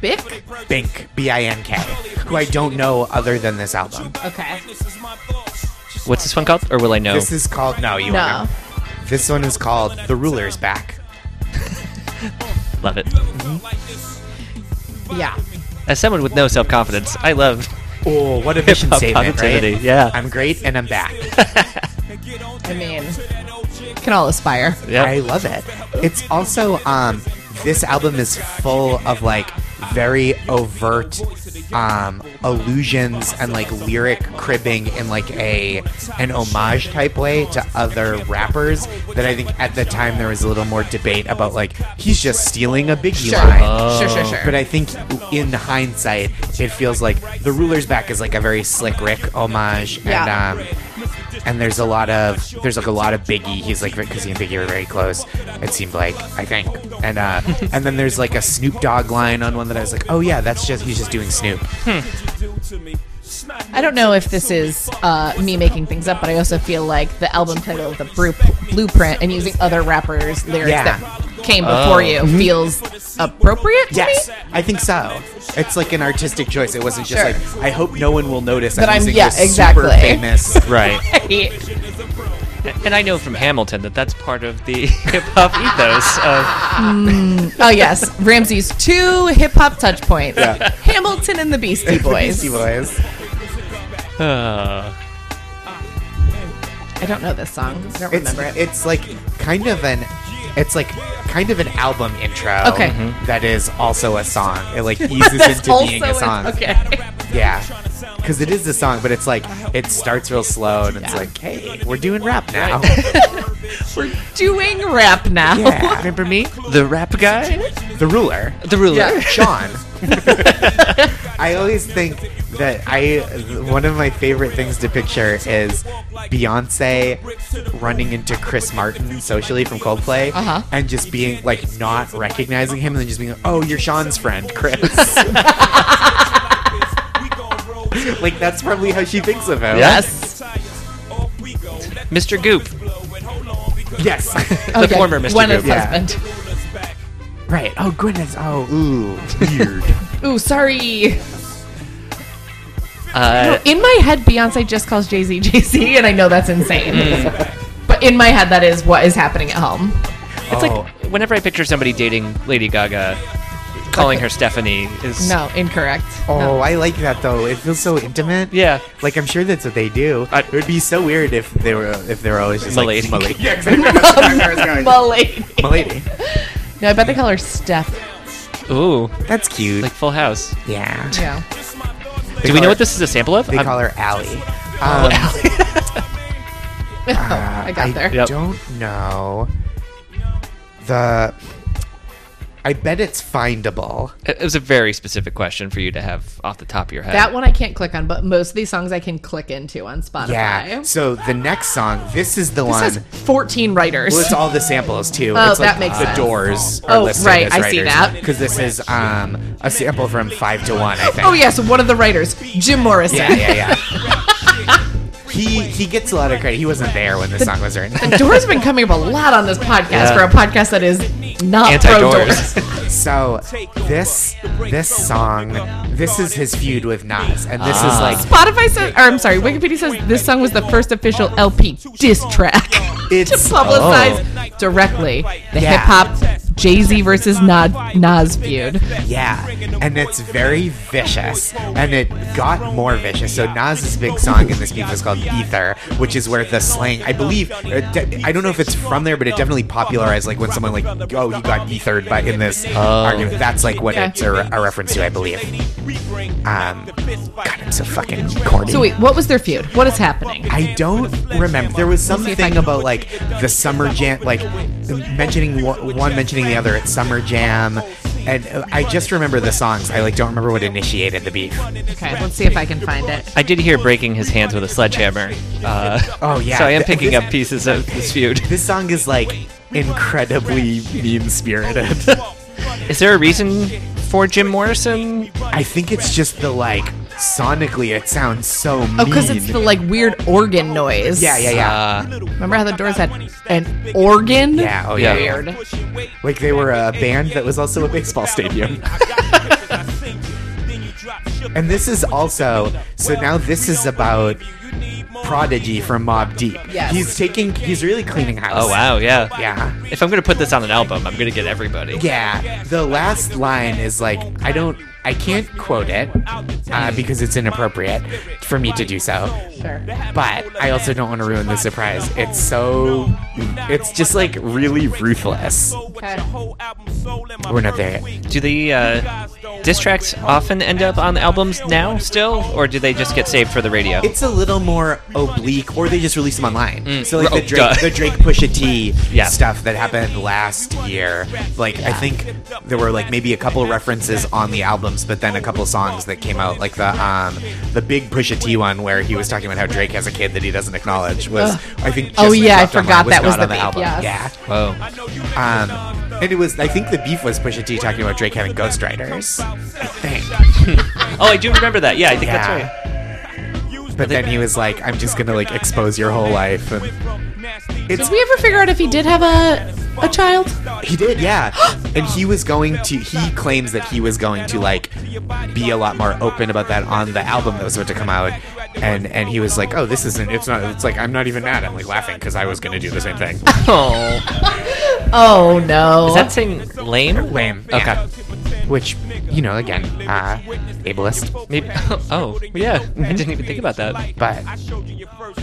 [SPEAKER 2] Bick?
[SPEAKER 3] Bink, B I N K, who I don't know other than this album.
[SPEAKER 2] Okay.
[SPEAKER 4] what's this one called? Or will I know?
[SPEAKER 3] This is called. No, you
[SPEAKER 2] No.
[SPEAKER 3] won't know. This one is called The Ruler's Back.
[SPEAKER 4] love it.
[SPEAKER 2] Yeah.
[SPEAKER 4] As someone with no self confidence, I love.
[SPEAKER 3] Oh, what a mission
[SPEAKER 4] Hip-hop
[SPEAKER 3] statement,
[SPEAKER 4] positivity,
[SPEAKER 3] right?
[SPEAKER 4] yeah.
[SPEAKER 3] I'm great and I'm back.
[SPEAKER 2] I mean, can all aspire.
[SPEAKER 4] Yep. *laughs*
[SPEAKER 3] I love it. It's also um this album is full of like very overt um allusions and like lyric cribbing in like a an homage type way to other rappers that I think at the time there was a little more debate about like he's just stealing a Biggie line.
[SPEAKER 2] Sure, sure, sure.
[SPEAKER 3] But I think in hindsight, it feels like the ruler's back is like a very slick Rick homage, and
[SPEAKER 2] Yeah.
[SPEAKER 3] um, and there's a lot of there's like a lot of Biggie. He's like because he and Biggie were very close. It seemed like I think, and
[SPEAKER 2] *laughs*
[SPEAKER 3] uh, and then there's like a Snoop Dogg line on one that I was like, oh yeah, that's just he's just doing Snoop.
[SPEAKER 2] I don't know if this is uh, me making things up, but I also feel like the album title, The Bru- Blueprint, and using other rappers' lyrics
[SPEAKER 3] Yeah. Oh. Mm-hmm.
[SPEAKER 2] that came before you feels appropriate to
[SPEAKER 3] Yes,
[SPEAKER 2] me.
[SPEAKER 3] I think so. It's like an artistic choice. It wasn't just
[SPEAKER 2] Sure.
[SPEAKER 3] like I hope no one will notice
[SPEAKER 2] That I'm-
[SPEAKER 3] using
[SPEAKER 2] yeah, *laughs*
[SPEAKER 3] this super
[SPEAKER 2] exactly.
[SPEAKER 3] famous
[SPEAKER 4] right.
[SPEAKER 2] Right.
[SPEAKER 4] And I know from Hamilton that that's part of the *laughs* hip hop ethos
[SPEAKER 2] *laughs*
[SPEAKER 4] of
[SPEAKER 2] Oh yes, Ramsey's two hip hop touch points:
[SPEAKER 3] Yeah.
[SPEAKER 2] Hamilton and the
[SPEAKER 3] *laughs*
[SPEAKER 2] Beastie Boys.
[SPEAKER 3] Beastie Boys.
[SPEAKER 4] uh,
[SPEAKER 2] I don't know this song. I don't
[SPEAKER 3] It's
[SPEAKER 2] remember *laughs* it.
[SPEAKER 3] it's like kind of an it's like kind of an album intro.
[SPEAKER 2] Okay. Mhm.
[SPEAKER 3] that is also a song. It
[SPEAKER 2] *laughs*
[SPEAKER 3] like eases
[SPEAKER 2] That's
[SPEAKER 3] into being a
[SPEAKER 2] also
[SPEAKER 3] song.
[SPEAKER 2] it. Okay. *laughs*
[SPEAKER 3] Yeah. Because it is a song, but it's like it starts real slow and it's
[SPEAKER 2] Yeah.
[SPEAKER 3] like, hey, we're doing rap now.
[SPEAKER 2] We're doing rap now. *laughs*
[SPEAKER 3] *laughs* Yeah.
[SPEAKER 4] remember me, the rap guy,
[SPEAKER 3] the ruler.
[SPEAKER 4] the ruler. *laughs*
[SPEAKER 2] Yeah. *laughs*
[SPEAKER 3] Sean. I always think that I one of my favorite things to picture is Beyonce running into Chris Martin socially from Coldplay
[SPEAKER 2] Uh-huh.
[SPEAKER 3] and just being like not recognizing him and then just being like, "Oh, you're Sean's friend,
[SPEAKER 4] *laughs*
[SPEAKER 3] Chris." *laughs* like that's probably how she thinks of him.
[SPEAKER 2] Yes.
[SPEAKER 4] Mr. Goop,
[SPEAKER 3] Yes.
[SPEAKER 4] *laughs*
[SPEAKER 3] *laughs*
[SPEAKER 4] the former Mr.
[SPEAKER 2] One
[SPEAKER 4] Goop.
[SPEAKER 2] is
[SPEAKER 3] Yeah.
[SPEAKER 2] husband.
[SPEAKER 3] right. Oh goodness. Oh, ooh, weird.
[SPEAKER 2] Ooh, sorry.
[SPEAKER 4] Uh,
[SPEAKER 2] In my head, Beyonce just calls Jay Z Jay Z, *laughs* and I know that's insane.
[SPEAKER 3] Mm.
[SPEAKER 2] But in my head, that is what is happening at home.
[SPEAKER 4] It's
[SPEAKER 3] Oh.
[SPEAKER 4] like whenever I picture somebody dating Lady Gaga, calling her Stephanie is
[SPEAKER 2] No, incorrect.
[SPEAKER 3] Oh,
[SPEAKER 2] No. *laughs*
[SPEAKER 3] I like that though. It feels so intimate.
[SPEAKER 4] Yeah.
[SPEAKER 3] Like I'm sure that's what they do.
[SPEAKER 4] I-
[SPEAKER 3] it would be so weird if they were if they were always just
[SPEAKER 4] Milady.
[SPEAKER 3] like
[SPEAKER 4] *laughs*
[SPEAKER 3] Milady. Yeah, exactly. That's where I was *laughs* going.
[SPEAKER 2] Well, like-
[SPEAKER 3] Milady.
[SPEAKER 2] No, I bet they call her Steph.
[SPEAKER 4] Ooh,
[SPEAKER 3] That's cute.
[SPEAKER 4] like Full House.
[SPEAKER 3] yeah.
[SPEAKER 2] Yeah.
[SPEAKER 3] They
[SPEAKER 4] Do we
[SPEAKER 3] call
[SPEAKER 4] know
[SPEAKER 3] her-
[SPEAKER 4] what this is a sample of?
[SPEAKER 3] They
[SPEAKER 4] I'm-
[SPEAKER 3] call her Allie.
[SPEAKER 2] Oh,
[SPEAKER 3] Um, *laughs* uh,
[SPEAKER 2] I got there.
[SPEAKER 4] Yep.
[SPEAKER 3] don't know. The. I bet it's findable.
[SPEAKER 4] It was a very specific question for you to have off the top of your head.
[SPEAKER 2] That one I can't click on, but most of these songs I can click into on Spotify.
[SPEAKER 3] Yeah. So the next song, this is the one.
[SPEAKER 2] This has 14 writers.
[SPEAKER 3] Well, it's all the samples too.
[SPEAKER 2] Oh,
[SPEAKER 3] it's like
[SPEAKER 2] that makes
[SPEAKER 3] the
[SPEAKER 2] sense.
[SPEAKER 3] Doors. Are
[SPEAKER 2] Oh,
[SPEAKER 3] listed
[SPEAKER 2] right,
[SPEAKER 3] As
[SPEAKER 2] I see that.
[SPEAKER 3] because this is um, a sample from Five to One. I think.
[SPEAKER 2] oh, yes, one of the writers, Jim Morrison.
[SPEAKER 3] Yeah, yeah, yeah. *laughs* he he gets a lot of credit. He wasn't there when this song was written.
[SPEAKER 2] Doors have been coming up a lot on this podcast
[SPEAKER 4] Yeah.
[SPEAKER 2] for a podcast that is not pro
[SPEAKER 4] Anti-doors.
[SPEAKER 2] Doors.
[SPEAKER 3] *laughs*
[SPEAKER 4] *laughs*
[SPEAKER 3] So this this song, this is his feud with Nas, and this
[SPEAKER 4] Ah.
[SPEAKER 3] is like
[SPEAKER 2] Spotify says, or I'm sorry, Wikipedia says this song was the first official LP diss track *laughs* to
[SPEAKER 3] it's oh.
[SPEAKER 2] publicize directly the
[SPEAKER 3] Yeah.
[SPEAKER 2] hip hop Jay Z versus Na- Nas feud.
[SPEAKER 3] Yeah, and it's very vicious, and it got more vicious. So Nas's big song in this beef was called "Ether," which is where the slang, I believe, uh, de- I don't know if it's from there, but it definitely popularized. Like when someone like, "Oh, he got ethered," by in this argument, that's like what
[SPEAKER 2] Yeah.
[SPEAKER 3] it's a, a reference to, I believe. Um, God, I'm so fucking corny.
[SPEAKER 2] So wait, what was their feud? What is happening?
[SPEAKER 3] I don't remember. There was
[SPEAKER 2] see if I
[SPEAKER 3] something
[SPEAKER 2] can-
[SPEAKER 3] about like the summer jam, like mentioning one, one mentioning the other at summer jam, and uh, I just remember the songs. I like don't remember what initiated the beef.
[SPEAKER 2] Okay, let's see if I can find it.
[SPEAKER 4] I did hear breaking his hands with a sledgehammer. Uh,
[SPEAKER 3] Oh, yeah.
[SPEAKER 4] So I am
[SPEAKER 3] Th-
[SPEAKER 4] picking
[SPEAKER 3] this-
[SPEAKER 4] up pieces of this feud.
[SPEAKER 3] This song is like incredibly
[SPEAKER 5] *laughs*
[SPEAKER 3] mean spirited.
[SPEAKER 4] Is there a reason for Jim Morrison?
[SPEAKER 3] *laughs* I think it's just the like sonically it sounds so mean.
[SPEAKER 2] Oh, because it's the like weird organ noise.
[SPEAKER 3] yeah, yeah, yeah.
[SPEAKER 4] Uh,
[SPEAKER 2] Remember how the Doors had an organ?
[SPEAKER 3] yeah, oh
[SPEAKER 4] Yeah.
[SPEAKER 3] yeah. yeah.
[SPEAKER 2] Weird.
[SPEAKER 3] Like they were a band that was also a baseball stadium. And this is also so now this is about Prodigy from Mob Deep.
[SPEAKER 2] Yes.
[SPEAKER 3] He's taking he's really cleaning house.
[SPEAKER 4] oh wow, yeah.
[SPEAKER 3] Yeah.
[SPEAKER 4] If I'm gonna put this on an album, I'm gonna get everybody.
[SPEAKER 3] Yeah. The last line is like I don't I can't quote it uh, because it's inappropriate for me to do so.
[SPEAKER 2] Sure.
[SPEAKER 3] But I also don't want to ruin the surprise. It's so it's just like really ruthless. We're not there yet.
[SPEAKER 4] Do the uh, diss tracks often end up on albums now, still, or do they just get saved for the radio?
[SPEAKER 3] It's a little more oblique, or they just release them online. So like
[SPEAKER 4] Oh,
[SPEAKER 3] the Drake,
[SPEAKER 4] duh.
[SPEAKER 3] the Drake Pusha T
[SPEAKER 4] *laughs* Yeah.
[SPEAKER 3] stuff that happened last year. Like I think there were like maybe a couple references on the albums, but then a couple songs that came out, like the um, the big Pusha T one where he was talking about how Drake has a kid that he doesn't acknowledge was I think. Just
[SPEAKER 2] Oh, yeah, I
[SPEAKER 3] dropped online,
[SPEAKER 2] forgot that was
[SPEAKER 3] not
[SPEAKER 2] the
[SPEAKER 3] on the
[SPEAKER 2] beef,
[SPEAKER 3] album.
[SPEAKER 2] yes.
[SPEAKER 3] Yeah.
[SPEAKER 4] Whoa.
[SPEAKER 3] Um, and it was, I think the beef was Pusha T talking about Drake having ghostwriters. I *laughs* think.
[SPEAKER 4] Oh, I do remember that. Yeah, I think that's
[SPEAKER 3] Yeah.
[SPEAKER 4] right. *laughs*
[SPEAKER 3] But then he was like, I'm just gonna like expose your whole life. And
[SPEAKER 2] Did we ever figure out if he did have a a child?
[SPEAKER 3] he did, yeah. and he was going to, he claims that he was going to like be a lot more open about that on the album that was about to come out. and and he was like, "Oh, this isn't. It's not. It's like I'm not even mad. I'm like laughing because I was gonna do the same thing."
[SPEAKER 4] Oh,
[SPEAKER 2] Oh no.
[SPEAKER 4] is that saying lame?
[SPEAKER 3] Lame.
[SPEAKER 4] Okay.
[SPEAKER 3] Which, you know, again, uh, ableist.
[SPEAKER 4] Maybe.
[SPEAKER 3] *laughs*
[SPEAKER 4] Oh, yeah. I didn't even think about that.
[SPEAKER 3] But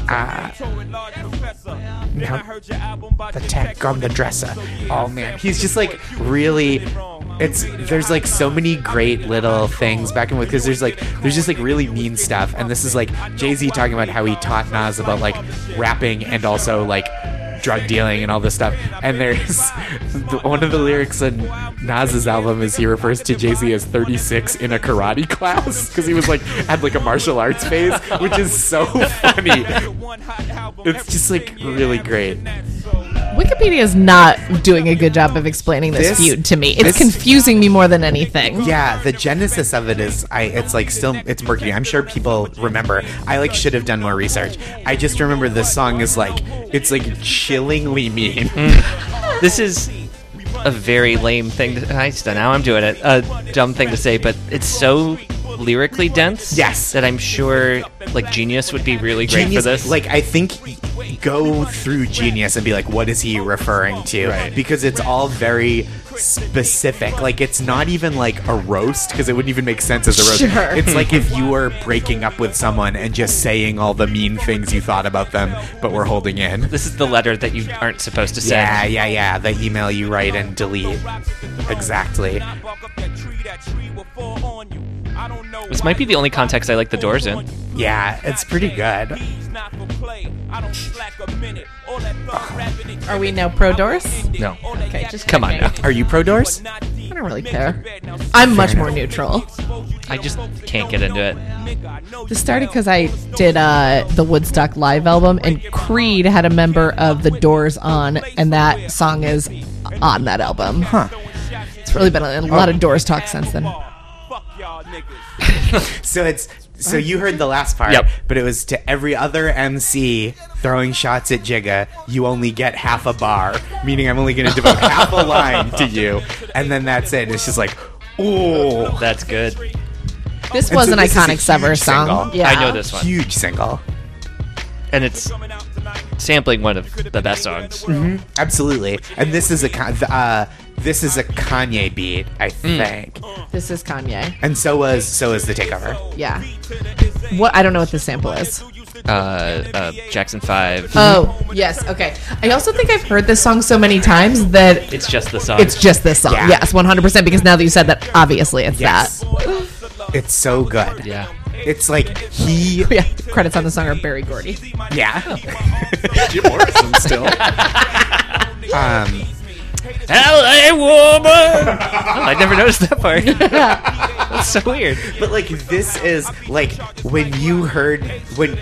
[SPEAKER 3] uh,
[SPEAKER 6] Ah.
[SPEAKER 3] the tech on the dresser. Oh man, he's just like really. It's there's like so many great little things back and forth because there's like there's just like really mean stuff, and this is like Jay Z talking about how he taught Nas about like rapping and also like drug dealing and all this stuff. And there's *laughs* the- one of the lyrics in Nas's album is he refers to Jay Z as 36 in a karate *laughs* class because he was like had like a martial arts phase, which is so *laughs* funny. It's just like really great.
[SPEAKER 2] Wikipedia is not doing a good job of explaining this,
[SPEAKER 3] This-
[SPEAKER 2] feud to me. It's
[SPEAKER 3] this-
[SPEAKER 2] confusing me more than anything.
[SPEAKER 3] Yeah, the genesis of it is I it's like still it's murky. I'm sure people remember. I like should have done more research. I just remember this song is like it's like chillingly *laughs*
[SPEAKER 4] Mm,
[SPEAKER 3] mean.
[SPEAKER 4] This is a very lame thing. To, I just now I'm doing it. A dumb thing to say, but it's so lyrically dense.
[SPEAKER 3] Yes.
[SPEAKER 4] That I'm sure, like Genius would be really great
[SPEAKER 3] Genius,
[SPEAKER 4] for this.
[SPEAKER 3] like I think go through genius and be like what is he referring to?
[SPEAKER 4] Right.
[SPEAKER 3] Because it's all very specific. Like it's not even like a roast because it wouldn't even make sense as a roast.
[SPEAKER 2] Sure.
[SPEAKER 3] It's like if you were breaking up with someone and just saying all the mean things you thought about them but were holding in.
[SPEAKER 4] this is the letter that you aren't supposed to send.
[SPEAKER 3] Yeah, yeah, yeah. The email you write and delete. Exactly.
[SPEAKER 6] This might be the only context I like the doors in.
[SPEAKER 3] Yeah, it's pretty good.
[SPEAKER 2] Are we now pro Doors?
[SPEAKER 4] No.
[SPEAKER 2] Okay, just
[SPEAKER 4] Come on now.
[SPEAKER 3] Are you pro doors?
[SPEAKER 6] I
[SPEAKER 2] don't really care. I'm much more neutral.
[SPEAKER 4] I just can't get into it.
[SPEAKER 2] This started because I did uh, the Woodstock live album, and Creed had a member of the Doors on, and that song is on that album. Huh. It's really been a, a lot
[SPEAKER 3] Oh.
[SPEAKER 2] of Doors talk since then.
[SPEAKER 6] Fuck y'all niggas.
[SPEAKER 3] So it's so you heard the last part,
[SPEAKER 4] Yep.
[SPEAKER 3] but it was to every other MC throwing shots at Jigga, you only get half a bar, meaning I'm only going to devote half a line to you, and then that's it. It's just like, ooh,
[SPEAKER 4] That's good.
[SPEAKER 2] This
[SPEAKER 3] And
[SPEAKER 2] was
[SPEAKER 3] so
[SPEAKER 2] an
[SPEAKER 3] this is a
[SPEAKER 2] iconic Sever
[SPEAKER 3] huge
[SPEAKER 2] song.
[SPEAKER 3] single.
[SPEAKER 2] Yeah,
[SPEAKER 4] I know this one,
[SPEAKER 3] huge single.
[SPEAKER 4] and it's sampling one of the best songs.
[SPEAKER 2] Mm-hmm.
[SPEAKER 3] Absolutely, and this is a Ka- uh, this is a Kanye beat, I think,
[SPEAKER 2] This is Kanye.
[SPEAKER 3] and so was so is the takeover.
[SPEAKER 2] Yeah. What I don't know what this sample is.
[SPEAKER 4] Uh, uh, Jackson Five.
[SPEAKER 2] Oh yes, okay. I also think I've heard this song so many times that
[SPEAKER 4] it's just the song.
[SPEAKER 2] it's just this song.
[SPEAKER 3] Yeah.
[SPEAKER 2] Yes, one hundred percent. Because now that you said that, obviously it's
[SPEAKER 3] Yes.
[SPEAKER 2] that.
[SPEAKER 3] It's so good.
[SPEAKER 4] yeah.
[SPEAKER 3] It's like he.
[SPEAKER 2] *laughs* Yeah, credits on the song are Barry Gordy.
[SPEAKER 3] Yeah. *laughs* Jim Morrison still. um,
[SPEAKER 4] LA woman. Oh, I never noticed that *laughs* part. That's so weird.
[SPEAKER 3] but like this is like when you heard when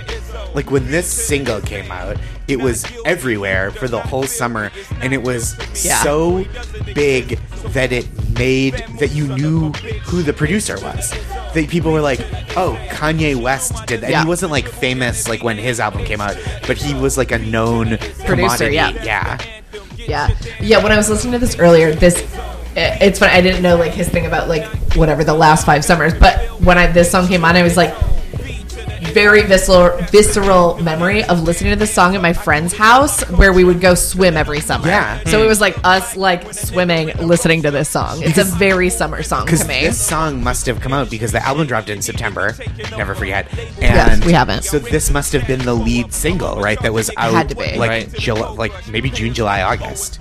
[SPEAKER 3] like when this single came out, it was everywhere for the whole summer, and it was
[SPEAKER 2] Yeah.
[SPEAKER 3] so big that it made that you knew who the producer was. That people were like, "Oh, Kanye West did that."
[SPEAKER 2] Yeah.
[SPEAKER 3] And he wasn't like famous like when his album came out, but he was like a known
[SPEAKER 2] Producer,
[SPEAKER 3] commodity.
[SPEAKER 2] yeah.
[SPEAKER 3] yeah.
[SPEAKER 2] Yeah, yeah. When I was listening to this earlier, this i- it's funny. I didn't know like his thing about like whatever the last five summers, but when I this song came on, I was like very visceral, visceral memory of listening to this song at my friend's house where we would go swim every summer.
[SPEAKER 3] Yeah.
[SPEAKER 2] So it was like us like swimming, listening to this song. It's a very summer song to
[SPEAKER 3] Because
[SPEAKER 2] me.
[SPEAKER 3] this song must have come out because the album dropped in September. Never forget. And
[SPEAKER 2] we haven't.
[SPEAKER 3] So this must have been the lead single, right? That was out
[SPEAKER 2] Had to be.
[SPEAKER 3] like
[SPEAKER 4] Right.
[SPEAKER 3] July, like maybe June, July, August.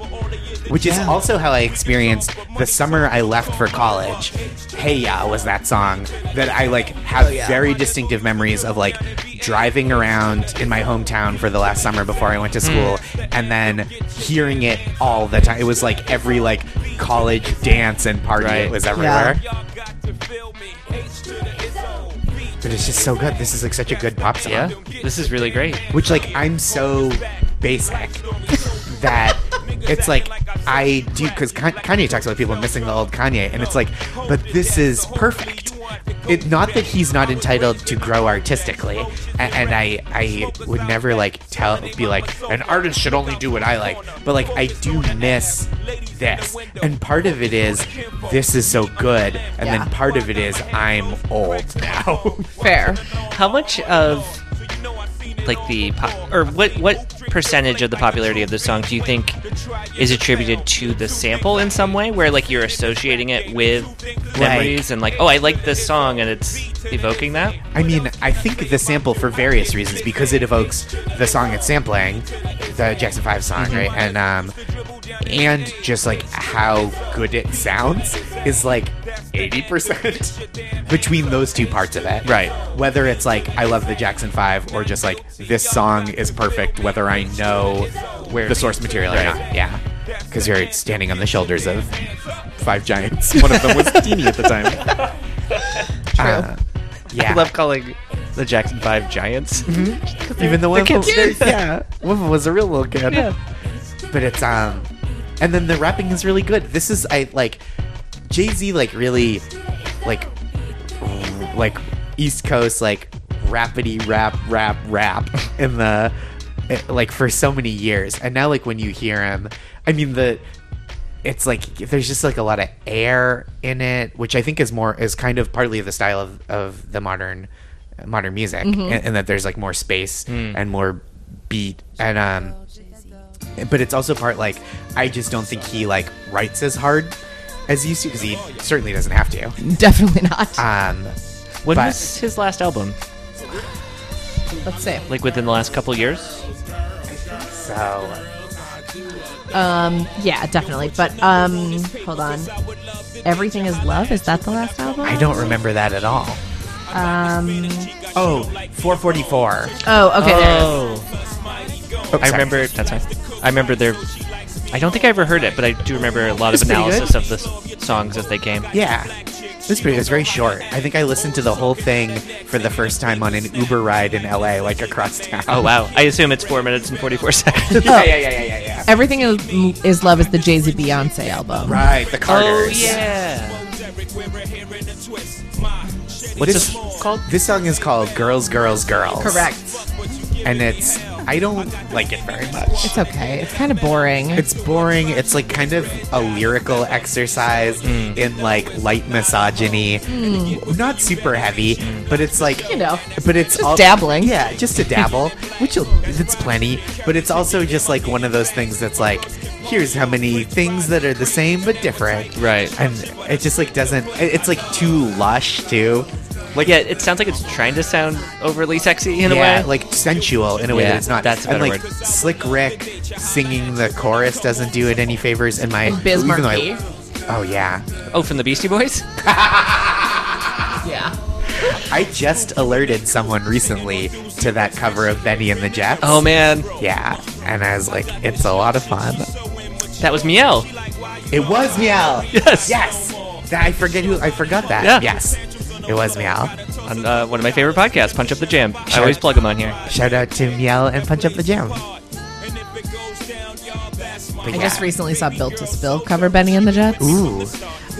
[SPEAKER 3] Which is also how I experienced the summer I left for college. Hey Ya was that song that I like
[SPEAKER 2] Oh,
[SPEAKER 3] have very distinctive memories of like driving around in my hometown for the last summer before I went
[SPEAKER 4] Hmm.
[SPEAKER 3] to school and then hearing it all the time. It was like every like college dance and party
[SPEAKER 4] Right.
[SPEAKER 3] it was everywhere. But it's just so good. This is like such a good pop song.
[SPEAKER 4] Yeah. This is really great.
[SPEAKER 3] Which like I'm so basic that it's like I do because Kanye talks about people missing the old Kanye, and it's like, but this is perfect. It not that he's not entitled to grow artistically, a- and I I would never like tell be like an artist should only do what I like, but like I do miss this. And part of it is this is so good. And
[SPEAKER 2] Yeah.
[SPEAKER 3] then part of it is I'm old *laughs* now.
[SPEAKER 2] Fair.
[SPEAKER 1] How much of like the po- or what what percentage of the popularity of the song do you think is attributed to the sample in some way where like you're associating it with memories and like oh I like this song and it's evoking that
[SPEAKER 3] I mean, I think the sample for various reasons because it evokes the song it's sampling, the Jackson Five song, right? And um, and just like how good it sounds is like eighty percent *laughs* between those two parts of it,
[SPEAKER 1] Right.
[SPEAKER 3] Whether it's like I love the Jackson Five or just like this song is perfect, whether I know where the source material or not, yeah. Because you're standing on the shoulders of five giants. One of them was teeny at the time.
[SPEAKER 2] True.
[SPEAKER 3] Uh, *laughs* yeah.
[SPEAKER 4] I love calling the Jackson Five giants.
[SPEAKER 3] Hmm? Even though Wiffle,
[SPEAKER 4] kids.
[SPEAKER 3] they're- *laughs* yeah, Wiffle was a real little kid. But it's um, and then the rapping is really good. This is I like, Jay Z like really, like, r- like East Coast like rapidy rap rap rap in the it- like for so many years, and now like when you hear him, I mean the. It's like there's just like a lot of air in it, which I think is more is kind of partly the style of, of the modern modern music, and, and that there's like more space and more beat and um but it's also part like I just don't think he like writes as hard as he used to because he certainly doesn't have to.
[SPEAKER 2] Definitely not.
[SPEAKER 3] Um,
[SPEAKER 1] when
[SPEAKER 3] But-
[SPEAKER 1] was his last album
[SPEAKER 2] Let's see.
[SPEAKER 1] like within the last couple years
[SPEAKER 3] so
[SPEAKER 2] Um, yeah, definitely. But um, hold on. Everything is love. Is that the last album?
[SPEAKER 3] I don't remember that at all.
[SPEAKER 2] Um.
[SPEAKER 3] Oh, 444.
[SPEAKER 2] Oh, okay. there it is.
[SPEAKER 1] oh I remember that's right I remember their I don't think I ever heard it but I do remember a lot of
[SPEAKER 3] It's pretty good.
[SPEAKER 1] analysis of the s- songs as they came
[SPEAKER 3] Yeah. This pretty. It's very short. I think I listened to the whole thing for the first time on an Uber ride in LA, like across town.
[SPEAKER 1] oh wow I assume it's four minutes and forty four *laughs* seconds
[SPEAKER 3] *laughs* yeah, yeah, yeah, yeah, yeah, yeah.
[SPEAKER 2] Everything is, is love is the Jay Z Beyonce album.
[SPEAKER 3] Right, the
[SPEAKER 1] oh
[SPEAKER 3] Carters.
[SPEAKER 1] yeah
[SPEAKER 3] What's
[SPEAKER 1] this called?
[SPEAKER 3] This song is called "Girls, Girls, Girls."
[SPEAKER 2] Correct.
[SPEAKER 3] And it's I don't like it very much.
[SPEAKER 2] It's okay. It's kind of boring.
[SPEAKER 3] It's boring. It's like kind of a lyrical exercise
[SPEAKER 1] Mm.
[SPEAKER 3] in like light misogyny. Not super heavy, but it's like
[SPEAKER 2] Mm. You know,
[SPEAKER 3] But it's
[SPEAKER 2] just
[SPEAKER 3] al-
[SPEAKER 2] dabbling.
[SPEAKER 3] Yeah, just a
[SPEAKER 2] *laughs*
[SPEAKER 3] dabble, which you'll, it's plenty. But it's also just like one of those things that's like, here's how many things that are the same but different.
[SPEAKER 1] Right.
[SPEAKER 3] And it just like doesn't. it- It's like too lush too.
[SPEAKER 1] Like yeah, it sounds like it's trying to sound overly sexy in
[SPEAKER 3] yeah,
[SPEAKER 1] a way.
[SPEAKER 3] like sensual in a way
[SPEAKER 1] Yeah,
[SPEAKER 3] that it's not.
[SPEAKER 1] that's a
[SPEAKER 3] and
[SPEAKER 1] better
[SPEAKER 3] like
[SPEAKER 1] word.
[SPEAKER 3] Slick Rick singing the chorus doesn't do it any favors in my.
[SPEAKER 2] Biz
[SPEAKER 3] even though I-
[SPEAKER 2] Markie.
[SPEAKER 3] oh yeah,
[SPEAKER 1] oh, from the Beastie Boys.
[SPEAKER 2] Yeah.
[SPEAKER 3] I just alerted someone recently to that cover of Benny and the Jets.
[SPEAKER 1] Oh man,
[SPEAKER 3] yeah, and I was like, it's a lot of fun.
[SPEAKER 1] that was Miel.
[SPEAKER 3] It was Meow.
[SPEAKER 1] Yes.
[SPEAKER 3] Yes. That- I forget who. I forgot that.
[SPEAKER 1] Yeah.
[SPEAKER 3] Yes. It was Meow.
[SPEAKER 1] On uh, one of my favorite podcasts, Punch Up the Jam. I
[SPEAKER 3] Sure.
[SPEAKER 1] always plug them on here.
[SPEAKER 3] Shout out to Meow and Punch Up the Jam. But
[SPEAKER 2] I
[SPEAKER 3] yeah.
[SPEAKER 2] just recently saw Built to Spill cover Benny and the Jets.
[SPEAKER 3] Ooh.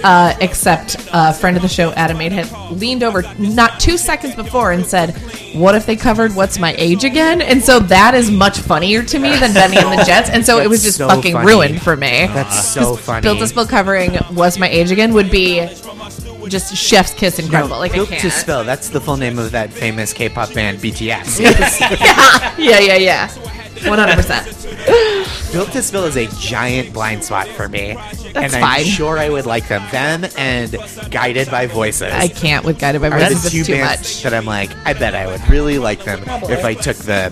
[SPEAKER 2] Uh, except a friend of the show, Adam Aid, had leaned over not two seconds before and said, What if they covered What's My Age Again? And so that is much funnier to me than Benny and
[SPEAKER 3] *laughs*
[SPEAKER 2] the Jets. And so it was just
[SPEAKER 3] That's so
[SPEAKER 2] fucking
[SPEAKER 3] funny.
[SPEAKER 2] ruined for me.
[SPEAKER 3] That's so funny.
[SPEAKER 2] Built to Spill covering Was My Age Again would be just chef's kiss incredible.
[SPEAKER 3] No,
[SPEAKER 2] like,
[SPEAKER 3] Built
[SPEAKER 2] I can't.
[SPEAKER 3] to Spill. That's the full name of that famous K-pop band BTS.
[SPEAKER 2] *laughs*
[SPEAKER 3] *laughs*
[SPEAKER 2] yeah, yeah, yeah. 100%.
[SPEAKER 3] Built to Spill is a giant blind spot for me, and I'm
[SPEAKER 2] fine.
[SPEAKER 3] sure I would like them. Them and Guided by Voices.
[SPEAKER 2] I can't with Guided by
[SPEAKER 3] are
[SPEAKER 2] Voices.
[SPEAKER 3] the two
[SPEAKER 2] It's too
[SPEAKER 3] bands
[SPEAKER 2] much.
[SPEAKER 3] that I'm like, I bet I would really like them if I took the.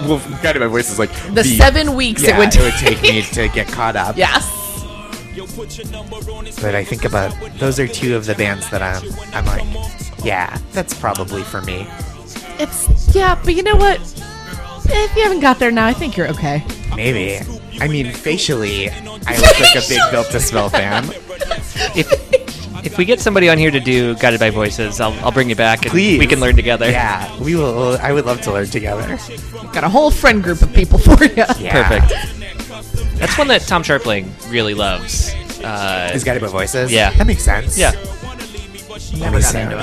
[SPEAKER 3] *laughs* Well, Guided by Voices, like
[SPEAKER 2] The seven weeks
[SPEAKER 3] Yeah,
[SPEAKER 2] it would take.
[SPEAKER 3] take me to get caught up.
[SPEAKER 2] yes.
[SPEAKER 3] But I think about those are two of the bands that I'm. I'm like, yeah, that's probably for me.
[SPEAKER 2] It's, yeah, but you know what? If you haven't got there now, I think you're okay.
[SPEAKER 3] Maybe. I mean, facially, I look like a big Built to
[SPEAKER 2] *laughs*
[SPEAKER 3] Spill fan.
[SPEAKER 1] If if we get somebody on here to do Guided by Voices, I'll, I'll bring you back and
[SPEAKER 3] Please.
[SPEAKER 1] we can learn together.
[SPEAKER 3] Yeah, we will. I would love to learn together.
[SPEAKER 2] Got a whole friend group of people *laughs* for you.
[SPEAKER 3] Yeah.
[SPEAKER 1] Perfect. That's one that Tom Sharpling really loves. Uh,
[SPEAKER 3] Is Guided by Voices?
[SPEAKER 1] Yeah.
[SPEAKER 3] That makes sense.
[SPEAKER 1] yeah,
[SPEAKER 3] Never got into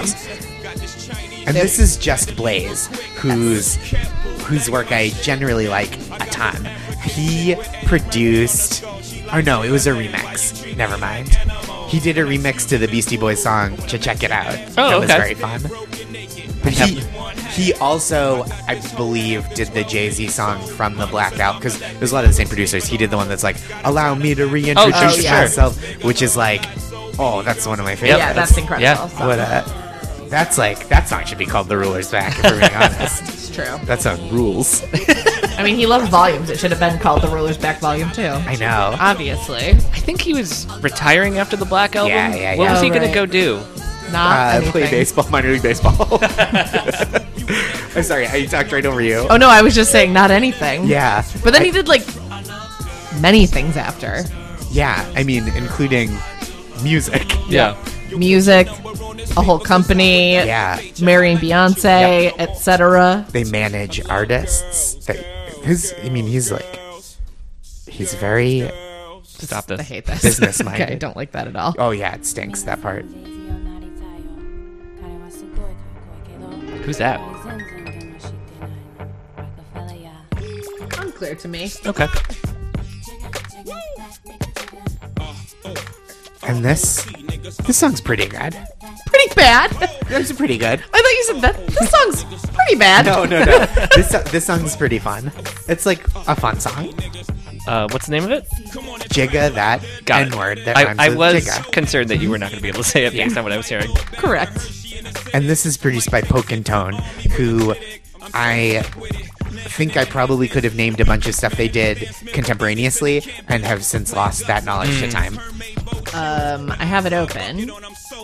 [SPEAKER 3] And this is just Blaze, whose whose work I generally like a ton. He produced Or no, it was a remix. Never mind. He did a remix to the Beastie Boys song to check it out. that was
[SPEAKER 4] Oh, okay.
[SPEAKER 3] very fun. But he, he also, I believe, did the Jay Z song from the Blackout because there's a lot of the same producers. He did the one that's like, "Allow me to reintroduce
[SPEAKER 4] Oh, sure, sure.
[SPEAKER 3] myself," which is like, oh, that's one of my favorites.
[SPEAKER 2] yeah, that's incredible.
[SPEAKER 4] yeah.
[SPEAKER 2] So,
[SPEAKER 3] What a, that's like that song should be called "The Ruler's Back." If we're being honest,
[SPEAKER 2] it's true.
[SPEAKER 3] *laughs* that song rules.
[SPEAKER 2] I mean, he loved volumes. It should have been called The Ruler's Back Volume 2.
[SPEAKER 3] I *laughs* know.
[SPEAKER 2] Obviously.
[SPEAKER 4] I think he was retiring after the Black Album.
[SPEAKER 3] Yeah, yeah,
[SPEAKER 4] What
[SPEAKER 3] yeah.
[SPEAKER 4] was he
[SPEAKER 2] Oh,
[SPEAKER 4] gonna
[SPEAKER 2] right.
[SPEAKER 4] go do?
[SPEAKER 2] Not
[SPEAKER 3] Uh,
[SPEAKER 2] anything.
[SPEAKER 3] play baseball, minor league baseball. *laughs* I'm sorry, I talked right over you.
[SPEAKER 2] Oh, no, I was just saying not anything.
[SPEAKER 3] Yeah,
[SPEAKER 2] But then he did, like, many things after.
[SPEAKER 3] yeah. I mean, including music.
[SPEAKER 4] Yeah.
[SPEAKER 2] Music, a whole company,
[SPEAKER 3] Yeah,
[SPEAKER 2] marrying Beyonce, etc.
[SPEAKER 3] they manage artists. They, his, I mean, he's like, he's very.
[SPEAKER 4] Stop
[SPEAKER 2] I
[SPEAKER 4] this.
[SPEAKER 2] hate this. *laughs*
[SPEAKER 3] Business
[SPEAKER 2] okay, I
[SPEAKER 3] minded.
[SPEAKER 2] don't like that at all.
[SPEAKER 3] Oh yeah, it stinks that part.
[SPEAKER 4] Who's that?
[SPEAKER 3] Oh.
[SPEAKER 2] Unclear to me.
[SPEAKER 4] Okay.
[SPEAKER 3] And this, this song's pretty good.
[SPEAKER 2] Pretty bad. I
[SPEAKER 3] This is pretty good.
[SPEAKER 2] thought you said that. This song's pretty bad.
[SPEAKER 3] *laughs* No, no, no. this so- this song's pretty fun. It's like a fun song.
[SPEAKER 4] Uh, what's the name of it?
[SPEAKER 3] Jigga that
[SPEAKER 4] Got it.
[SPEAKER 3] N word that rhymes
[SPEAKER 4] I, I
[SPEAKER 3] with
[SPEAKER 4] was
[SPEAKER 3] jigga.
[SPEAKER 4] concerned that you were not going to be able to say it based on what I was hearing.
[SPEAKER 2] *laughs* Correct.
[SPEAKER 3] And this is produced by Poke and Tone, who I think I probably could have named a bunch of stuff they did contemporaneously and have since lost that knowledge
[SPEAKER 4] Hmm.
[SPEAKER 3] to time.
[SPEAKER 2] Um, I have it open.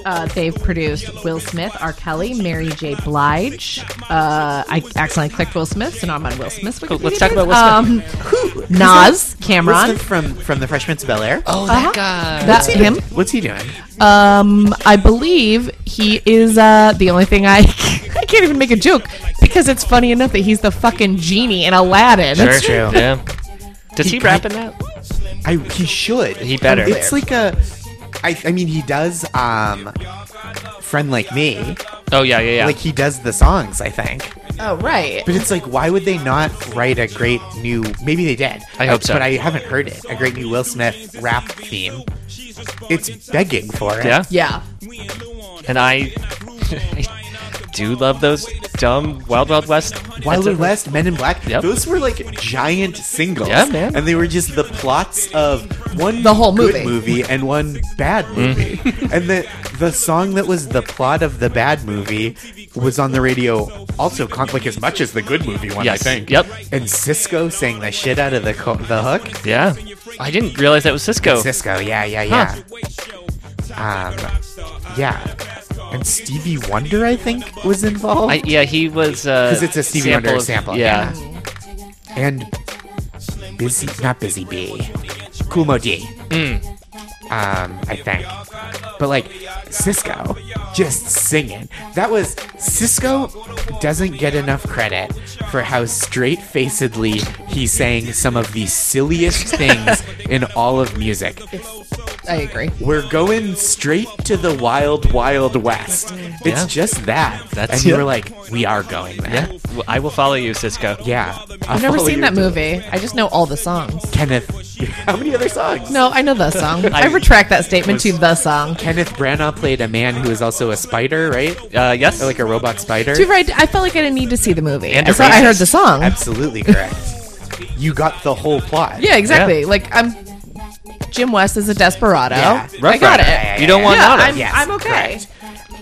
[SPEAKER 2] Uh, they've produced Will Smith, R. Kelly, Mary J. Blige. Uh, I accidentally clicked Will Smith, so now I'm on Will Smith's Wikipedia.
[SPEAKER 4] let's talk about
[SPEAKER 2] Will Smith. Um, Nas, Cameron.
[SPEAKER 3] What's the- from from the Fresh Prince of Bel Air. Oh,
[SPEAKER 2] Uh-huh. That's him.
[SPEAKER 3] what's he doing?
[SPEAKER 2] Um, I believe he is uh, the only thing I *laughs* I can't even make a joke because it's funny enough that he's the fucking genie in Aladdin.
[SPEAKER 3] That's
[SPEAKER 4] Sure.
[SPEAKER 3] true.
[SPEAKER 4] Yeah. Does he,
[SPEAKER 3] He
[SPEAKER 4] rap in
[SPEAKER 3] kind-
[SPEAKER 4] that?
[SPEAKER 3] I he should.
[SPEAKER 4] He better.
[SPEAKER 3] It's like a. I, I mean, he does. Um, friend like me.
[SPEAKER 4] Oh yeah, yeah, yeah.
[SPEAKER 3] Like he does the songs. I think.
[SPEAKER 2] Oh right.
[SPEAKER 3] But it's like, why would they not write a great new? Maybe they did.
[SPEAKER 4] I hope so.
[SPEAKER 3] But I haven't heard it. A great new Will Smith rap theme. It's begging for it.
[SPEAKER 4] yeah.
[SPEAKER 2] Yeah.
[SPEAKER 4] And I, *laughs* I do love those dumb Wild Wild West.
[SPEAKER 3] Wild
[SPEAKER 4] it's a-
[SPEAKER 3] Wild West, Men in Black.
[SPEAKER 4] Yep.
[SPEAKER 3] Those were like giant singles.
[SPEAKER 4] Yeah, man.
[SPEAKER 3] And they were just the plots of one
[SPEAKER 2] The whole
[SPEAKER 3] good
[SPEAKER 2] movie.
[SPEAKER 3] movie and one bad
[SPEAKER 4] Mm. *laughs*
[SPEAKER 3] movie. and the the song that was the plot of the bad movie was on the radio also con- like as much as the good movie one.
[SPEAKER 4] Yes.
[SPEAKER 3] I think.
[SPEAKER 4] Yep.
[SPEAKER 3] And Cisco sang the shit out of the co- the hook.
[SPEAKER 4] Yeah. I didn't realize that was
[SPEAKER 1] Oh.
[SPEAKER 4] Cisco.
[SPEAKER 3] Cisco, yeah, yeah, yeah. Um, yeah. And Stevie Wonder, I think, was involved.
[SPEAKER 4] I, yeah, he was. Because
[SPEAKER 2] uh,
[SPEAKER 3] 'Cause it's a Stevie Wonder sample,
[SPEAKER 4] Yeah.
[SPEAKER 3] and Busy, not Busy Bee, Kumo D. Um, I think. But like Cisco, just singing. That was Cisco doesn't get enough credit for how straight facedly he sang some of the silliest things in all of music.
[SPEAKER 2] I agree.
[SPEAKER 3] we're going straight to the wild, wild west. It's
[SPEAKER 4] Yeah.
[SPEAKER 3] just that.
[SPEAKER 4] That's
[SPEAKER 3] and you
[SPEAKER 4] it.
[SPEAKER 3] were like, we are going there.
[SPEAKER 4] Yeah. Well, I will follow you, Cisco.
[SPEAKER 3] Yeah.
[SPEAKER 2] I've never seen that movie. I just know all the songs.
[SPEAKER 3] Kenneth. *laughs* How many other songs?
[SPEAKER 2] No, I know the song. I, retract that statement to the song.
[SPEAKER 3] Kenneth Branagh played a man who is also a spider, right?
[SPEAKER 4] Uh, yes.
[SPEAKER 3] Like a robot spider.
[SPEAKER 2] To be right, I felt like I didn't need to see the movie.
[SPEAKER 4] And
[SPEAKER 2] I, saw, I
[SPEAKER 4] racist.
[SPEAKER 2] heard the song.
[SPEAKER 3] Absolutely correct. you got the whole plot.
[SPEAKER 2] Yeah, exactly. Like I'm. Jim West is a desperado.
[SPEAKER 3] Yeah.
[SPEAKER 2] I got it.
[SPEAKER 3] Yeah, yeah,
[SPEAKER 4] You don't
[SPEAKER 3] yeah.
[SPEAKER 4] want
[SPEAKER 2] Yeah,
[SPEAKER 4] out of
[SPEAKER 2] I'm,
[SPEAKER 3] Yes,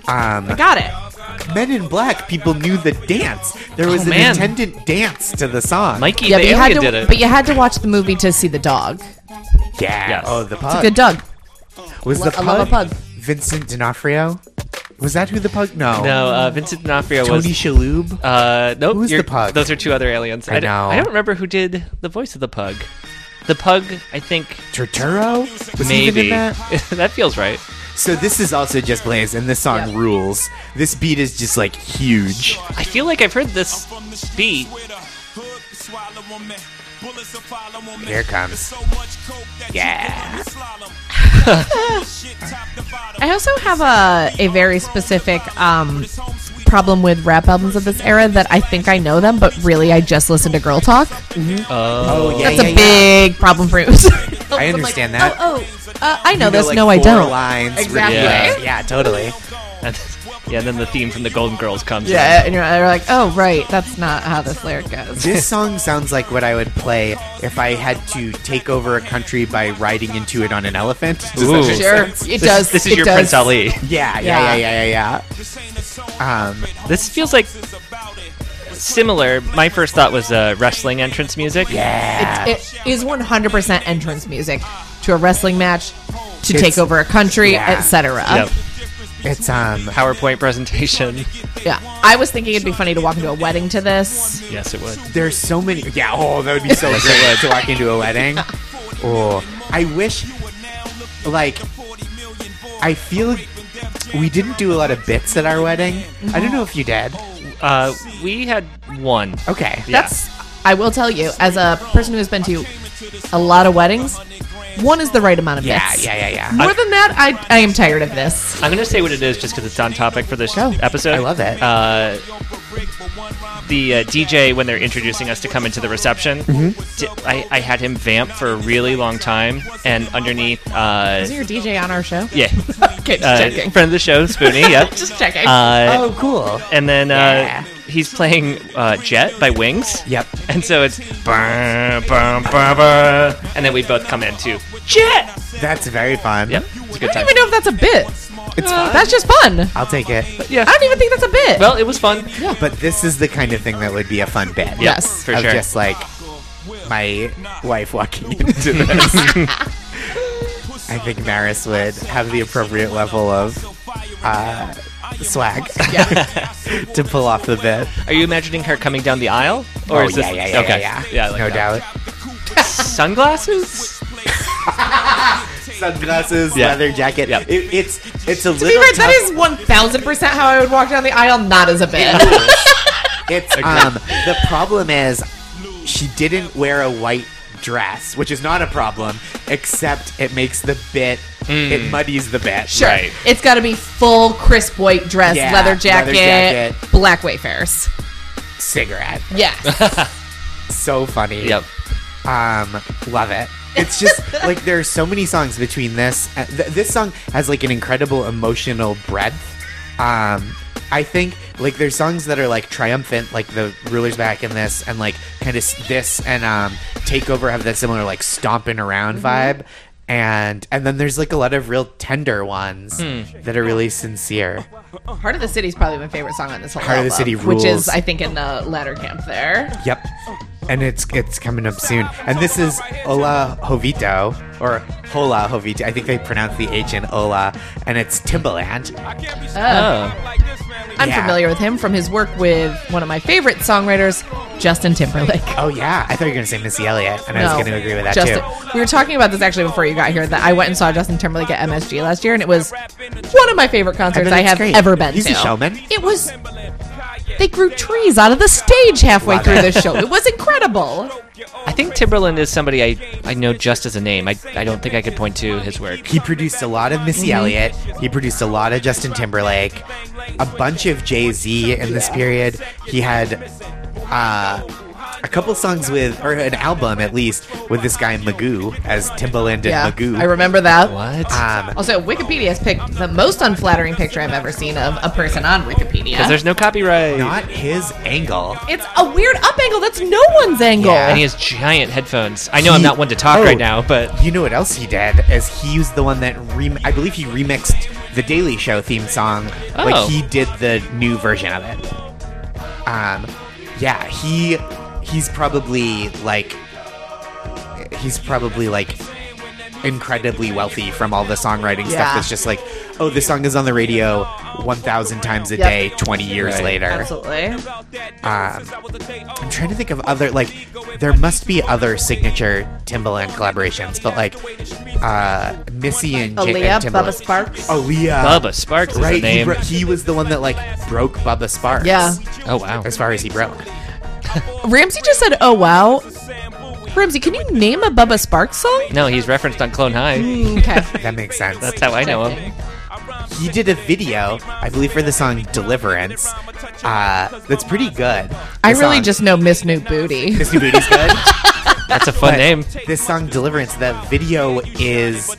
[SPEAKER 2] I'm okay.
[SPEAKER 3] Um,
[SPEAKER 2] Got it.
[SPEAKER 3] Men in Black, people knew the dance. There was
[SPEAKER 4] Oh,
[SPEAKER 3] an
[SPEAKER 4] man.
[SPEAKER 3] attendant dance to the song.
[SPEAKER 4] Mikey
[SPEAKER 2] Yeah,
[SPEAKER 4] the
[SPEAKER 2] but you, had
[SPEAKER 4] Alien
[SPEAKER 2] to,
[SPEAKER 4] did it.
[SPEAKER 2] but you had to watch the movie to see the dog.
[SPEAKER 3] yeah.
[SPEAKER 4] Yes.
[SPEAKER 3] Oh, the pug.
[SPEAKER 2] Good dog.
[SPEAKER 3] was
[SPEAKER 2] Lo-
[SPEAKER 3] the
[SPEAKER 2] I love a pug.
[SPEAKER 3] Vincent D'Onofrio? Was that who the pug?
[SPEAKER 4] no, uh, Vincent D'Onofrio was.
[SPEAKER 3] Tony Shalhoub.
[SPEAKER 4] Uh, nope.
[SPEAKER 3] Who's
[SPEAKER 4] you're-
[SPEAKER 3] the pug?
[SPEAKER 4] Those are two other aliens.
[SPEAKER 3] I
[SPEAKER 4] don't-
[SPEAKER 3] know.
[SPEAKER 4] I don't remember who did the voice of the pug. The pug, I think,
[SPEAKER 3] Turturro was he even
[SPEAKER 4] maybe.
[SPEAKER 3] in that?
[SPEAKER 4] *laughs* that feels right.
[SPEAKER 3] So this is also just Blaze, and this song
[SPEAKER 2] Yeah.
[SPEAKER 3] rules. This beat is just like huge.
[SPEAKER 4] I feel like I've heard this beat.
[SPEAKER 3] Here it comes.
[SPEAKER 4] *laughs*
[SPEAKER 3] Yeah.
[SPEAKER 2] I also have a, a very specific um, problem with rap albums of this era that I think I know them, but really I just listen to Girl Talk.
[SPEAKER 4] uh,
[SPEAKER 3] Oh
[SPEAKER 2] *laughs*
[SPEAKER 3] yeah,
[SPEAKER 2] That's a big problem for me. films. I'm like,
[SPEAKER 3] understand that.
[SPEAKER 2] Oh, oh, uh, I know
[SPEAKER 3] You know,
[SPEAKER 2] this.
[SPEAKER 3] like,
[SPEAKER 2] no, I
[SPEAKER 3] four
[SPEAKER 2] don't.
[SPEAKER 3] Lines,
[SPEAKER 2] Exactly.
[SPEAKER 3] ridiculous. Yeah. totally.
[SPEAKER 1] And, yeah, and then the theme from the Golden Girls comes. in.
[SPEAKER 2] Yeah, and you're, you're like, oh, right, that's not how this lyric goes.
[SPEAKER 3] This song sounds like what I would play if I had to take over a country by riding into it on an elephant. Does that
[SPEAKER 1] Ooh.
[SPEAKER 3] make
[SPEAKER 2] Sure,
[SPEAKER 3] sense?
[SPEAKER 2] it
[SPEAKER 1] This,
[SPEAKER 2] does.
[SPEAKER 1] this is
[SPEAKER 2] it
[SPEAKER 1] your
[SPEAKER 2] does.
[SPEAKER 1] Prince Ali.
[SPEAKER 2] Yeah.
[SPEAKER 3] Yeah, yeah, yeah, yeah, yeah, yeah. Um,
[SPEAKER 1] This feels like similar. My first thought was uh, wrestling entrance music.
[SPEAKER 3] yeah.
[SPEAKER 2] It is 100% entrance music to a wrestling match, to take
[SPEAKER 3] It's-
[SPEAKER 2] over a country,
[SPEAKER 3] yeah.
[SPEAKER 2] etc.
[SPEAKER 1] Yep.
[SPEAKER 3] it's um,
[SPEAKER 1] PowerPoint presentation.
[SPEAKER 2] Yeah, I was thinking it'd be funny to walk into a wedding to this.
[SPEAKER 1] Yes, it would.
[SPEAKER 3] There's so many. Yeah, oh, that would be so great to walk into a wedding. Oh, I wish. Like, I feel we didn't do a lot of bits at our wedding. I don't know if you did.
[SPEAKER 1] Uh, we had one.
[SPEAKER 3] Okay.
[SPEAKER 1] Yeah.
[SPEAKER 2] That's I will tell you, as a person who has been to a lot of weddings, one is the right amount of
[SPEAKER 3] Yeah,
[SPEAKER 2] bits.
[SPEAKER 3] yeah, yeah, yeah.
[SPEAKER 2] More than that, I I am tired of this.
[SPEAKER 1] I'm gonna say what it is just because it's on topic for this
[SPEAKER 2] Go.
[SPEAKER 1] episode.
[SPEAKER 3] I love it.
[SPEAKER 1] Uh, the uh, DJ when they're introducing us to come into the reception, di- I, I had him vamp for a really long time, and underneath, uh,
[SPEAKER 2] Is your DJ on our show?
[SPEAKER 1] yeah,
[SPEAKER 2] *laughs* okay, just
[SPEAKER 1] uh,
[SPEAKER 2] checking.
[SPEAKER 1] friend of the show, Spoonie. *laughs* Yep.
[SPEAKER 2] just checking.
[SPEAKER 1] Uh,
[SPEAKER 3] oh, cool.
[SPEAKER 1] And then uh,
[SPEAKER 3] Yeah.
[SPEAKER 1] he's playing uh, Jet by Wings.
[SPEAKER 3] Yep.
[SPEAKER 1] And so it's bah, bah, bah, bah, and then we both come in too. Jet.
[SPEAKER 3] That's very fun.
[SPEAKER 1] Yep. It's a
[SPEAKER 2] I
[SPEAKER 1] good
[SPEAKER 2] don't
[SPEAKER 1] time.
[SPEAKER 2] even know if that's a bit.
[SPEAKER 3] It's
[SPEAKER 2] Uh,
[SPEAKER 3] fun.
[SPEAKER 2] that's just fun.
[SPEAKER 3] I'll take it.
[SPEAKER 2] I don't even think that's a bit.
[SPEAKER 1] Well, it was fun.
[SPEAKER 3] But this is the kind of thing that would be a fun bit.
[SPEAKER 1] Yeah,
[SPEAKER 2] Yes.
[SPEAKER 1] for
[SPEAKER 3] of
[SPEAKER 1] sure.
[SPEAKER 3] just like my wife walking
[SPEAKER 1] *laughs*
[SPEAKER 3] into this. I think Maris would have the appropriate level of uh, swag *laughs* to pull off the bit.
[SPEAKER 1] Are you imagining her coming down the aisle?
[SPEAKER 3] oh, yeah, yeah, yeah,
[SPEAKER 1] okay.
[SPEAKER 3] yeah, yeah.
[SPEAKER 1] yeah like
[SPEAKER 3] no
[SPEAKER 1] that.
[SPEAKER 3] doubt.
[SPEAKER 1] Sunglasses?
[SPEAKER 3] Sunglasses,
[SPEAKER 1] Yeah.
[SPEAKER 3] leather jacket.
[SPEAKER 1] Yep.
[SPEAKER 3] It, it's it's a
[SPEAKER 2] to be
[SPEAKER 3] little
[SPEAKER 2] right,
[SPEAKER 3] tough.
[SPEAKER 2] that is one thousand percent how I would walk down the aisle, not as a bit.
[SPEAKER 3] It's um the problem is she didn't wear a white dress, which is not a problem, except it makes the bit it muddies the
[SPEAKER 2] *laughs*
[SPEAKER 3] bit.
[SPEAKER 2] Sure.
[SPEAKER 1] Right.
[SPEAKER 2] It's got to be full crisp white dress,
[SPEAKER 3] Yeah,
[SPEAKER 2] leather, jacket,
[SPEAKER 3] leather jacket.
[SPEAKER 2] black wayfarers.
[SPEAKER 3] Cigarette.
[SPEAKER 2] Yes.
[SPEAKER 3] So funny.
[SPEAKER 1] Yep.
[SPEAKER 3] Um love it. It's just like there are so many songs between this uh, th- this song has like an incredible emotional breadth. Um I think like there's songs that are like triumphant, like the rulers back in this, and like kind of this and um takeover have that similar like stomping around vibe, and and then there's like a lot of real tender ones that are really sincere.
[SPEAKER 2] Heart of the City is probably my favorite song on this whole
[SPEAKER 3] Heart of the
[SPEAKER 2] album,
[SPEAKER 3] City
[SPEAKER 2] which is
[SPEAKER 3] rules.
[SPEAKER 2] I think in the latter camp there.
[SPEAKER 3] Yep, and it's it's coming up soon. And this is Hola Jovito or Hola Jovito. I think they pronounce the H in Hola, and it's Timbaland.
[SPEAKER 2] I'm
[SPEAKER 3] Yeah.
[SPEAKER 2] familiar with him from his work with one of my favorite songwriters, Justin Timberlake.
[SPEAKER 3] Oh yeah, I thought you were gonna say Missy Elliott, and *laughs* I was gonna agree with that
[SPEAKER 2] Justin,
[SPEAKER 3] too.
[SPEAKER 2] We were talking about this actually before you got here. That I went and saw Justin Timberlake at MSG last year, and it was one of my favorite concerts
[SPEAKER 3] bet
[SPEAKER 2] I,
[SPEAKER 3] it's
[SPEAKER 2] have
[SPEAKER 3] great.
[SPEAKER 2] ever been
[SPEAKER 3] He's
[SPEAKER 2] to.
[SPEAKER 3] a showman.
[SPEAKER 2] It was. They grew trees out of the stage halfway
[SPEAKER 3] Love
[SPEAKER 2] through the
[SPEAKER 3] it.
[SPEAKER 2] show. It was incredible.
[SPEAKER 1] I think Timberland is somebody I, I know just as a name. I, I don't think I could point to his work.
[SPEAKER 3] He produced a lot of Missy
[SPEAKER 2] Mm-hmm.
[SPEAKER 3] Elliott. He produced a lot of Justin Timberlake, a bunch of Jay Z in this period. He had uh, a couple songs with, or an album at least, with this guy Magoo as Timbaland and
[SPEAKER 2] Yeah,
[SPEAKER 3] Magoo.
[SPEAKER 2] I remember that.
[SPEAKER 1] What?
[SPEAKER 3] Um,
[SPEAKER 2] Also, Wikipedia has picked the most unflattering picture I've ever seen of a person on Wikipedia.
[SPEAKER 1] There's no copyright.
[SPEAKER 3] not his angle.
[SPEAKER 2] it's a weird up angle. That's no one's angle.
[SPEAKER 3] Yeah.
[SPEAKER 1] and he has giant headphones. I know I'm
[SPEAKER 3] He-
[SPEAKER 1] not one to talk
[SPEAKER 3] oh.
[SPEAKER 1] right now, but
[SPEAKER 3] You know what else he did? Is he used the one that rem- I believe he remixed the Daily Show theme song.
[SPEAKER 1] Oh.
[SPEAKER 3] Like he did the new version of it. Um, yeah, he he's probably like he's probably like incredibly wealthy from all the songwriting
[SPEAKER 2] Yeah.
[SPEAKER 3] stuff. That's just like, oh, this song is on the radio one thousand times a
[SPEAKER 2] Yep.
[SPEAKER 3] day, twenty years
[SPEAKER 1] Right.
[SPEAKER 3] later.
[SPEAKER 2] Absolutely.
[SPEAKER 3] Um, I'm trying to think of other like there must be other signature Timbaland collaborations, but like uh Missy and J-
[SPEAKER 2] Aaliyah,
[SPEAKER 3] and Timbaland.
[SPEAKER 2] Bubba Sparks.
[SPEAKER 3] Oh. Aaliyah,
[SPEAKER 1] Bubba Sparks is
[SPEAKER 3] right?
[SPEAKER 1] the
[SPEAKER 3] He,
[SPEAKER 1] name.
[SPEAKER 3] bro- he was the one that like broke Bubba Sparks.
[SPEAKER 2] Yeah.
[SPEAKER 1] oh wow.
[SPEAKER 3] as far as he broke.
[SPEAKER 2] Ramsey just said, "Oh wow." Ramsey, can you name a Bubba Sparks song? Mm,
[SPEAKER 1] No, he's referenced on Clone High.
[SPEAKER 3] *laughs*
[SPEAKER 2] Okay.
[SPEAKER 3] That makes sense.
[SPEAKER 1] That's how I know him.
[SPEAKER 3] he did a video, I believe, for the song Deliverance. Uh, that's pretty good.
[SPEAKER 2] I
[SPEAKER 3] The
[SPEAKER 2] really
[SPEAKER 3] song-
[SPEAKER 2] just know Miss New Booty.
[SPEAKER 3] Miss New Booty's good.
[SPEAKER 4] That's a fun
[SPEAKER 3] But
[SPEAKER 4] name.
[SPEAKER 3] This song Deliverance, the video is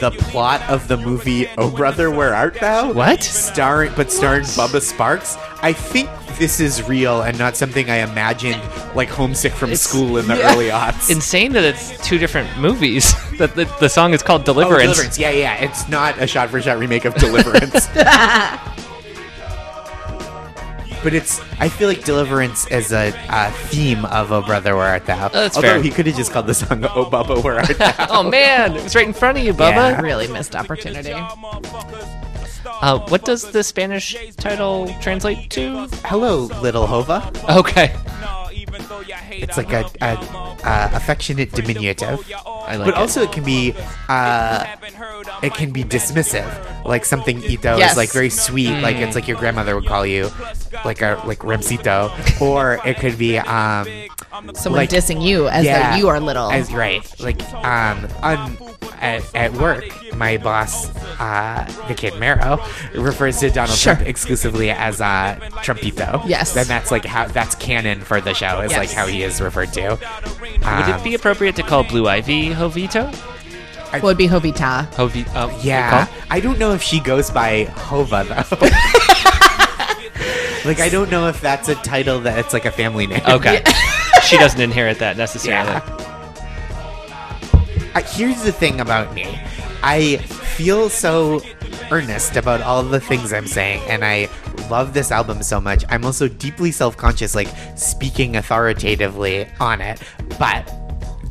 [SPEAKER 3] the plot of the movie Oh Brother Where Art Thou?
[SPEAKER 4] What?
[SPEAKER 3] Starring but starring Bubba Sparks. I think this is real and not something I imagined like homesick from
[SPEAKER 4] It's-
[SPEAKER 3] school
[SPEAKER 4] *laughs*
[SPEAKER 3] in the early aughts.
[SPEAKER 4] Insane that it's two
[SPEAKER 1] *laughs*
[SPEAKER 4] different movies. that the, the song is called
[SPEAKER 3] Oh,
[SPEAKER 4] Deliverance.
[SPEAKER 3] Deliverance. Yeah, yeah. It's not a shot for shot remake of
[SPEAKER 4] *laughs*
[SPEAKER 3] Deliverance. But it's, I feel like Deliverance is a, a theme of Oh Brother Where Art Thou.
[SPEAKER 4] that's
[SPEAKER 3] Although
[SPEAKER 4] fair.
[SPEAKER 3] he could have just called the song Oh Bubba Where
[SPEAKER 4] *laughs*
[SPEAKER 3] Art Thou.
[SPEAKER 4] Oh man, it was right in front of you, Bubba.
[SPEAKER 3] Yeah.
[SPEAKER 2] Really missed opportunity.
[SPEAKER 4] Uh, what does the Spanish title translate to?
[SPEAKER 3] Hello, little Hova.
[SPEAKER 4] Okay,
[SPEAKER 3] It's like a, a, a affectionate diminutive,
[SPEAKER 4] I like
[SPEAKER 3] but
[SPEAKER 4] it.
[SPEAKER 3] also it can be uh, it can be dismissive. Like something Ito
[SPEAKER 2] Yes. Mm.
[SPEAKER 3] is like very sweet, like it's like your grandmother would call you, like a like Remcito, or it could be um
[SPEAKER 2] Someone
[SPEAKER 3] Like-
[SPEAKER 2] dissing you as
[SPEAKER 3] yeah,
[SPEAKER 2] though you are little.
[SPEAKER 3] as right like um on at, at work my boss uh the kid Mero refers to Donald
[SPEAKER 2] Sure.
[SPEAKER 3] Trump exclusively as uh Trumpito.
[SPEAKER 2] Yes.
[SPEAKER 3] and that's like how that's canon for the show is like
[SPEAKER 2] Yes.
[SPEAKER 3] how he is referred to.
[SPEAKER 1] Would
[SPEAKER 3] Um,
[SPEAKER 1] it be appropriate to call Blue Ivy Jovito?
[SPEAKER 2] well, it'd be Jovita.
[SPEAKER 4] Hovi- oh, good
[SPEAKER 3] Yeah,
[SPEAKER 4] call.
[SPEAKER 3] I don't know if she goes by Hova though. like I don't know if that's a title that it's like a family name.
[SPEAKER 1] Okay.
[SPEAKER 4] *laughs*
[SPEAKER 1] she doesn't inherit that necessarily.
[SPEAKER 3] Uh, here's the thing about me. I feel so earnest about all the things I'm saying, and I love this album so much. I'm also deeply self conscious, like speaking authoritatively on it, but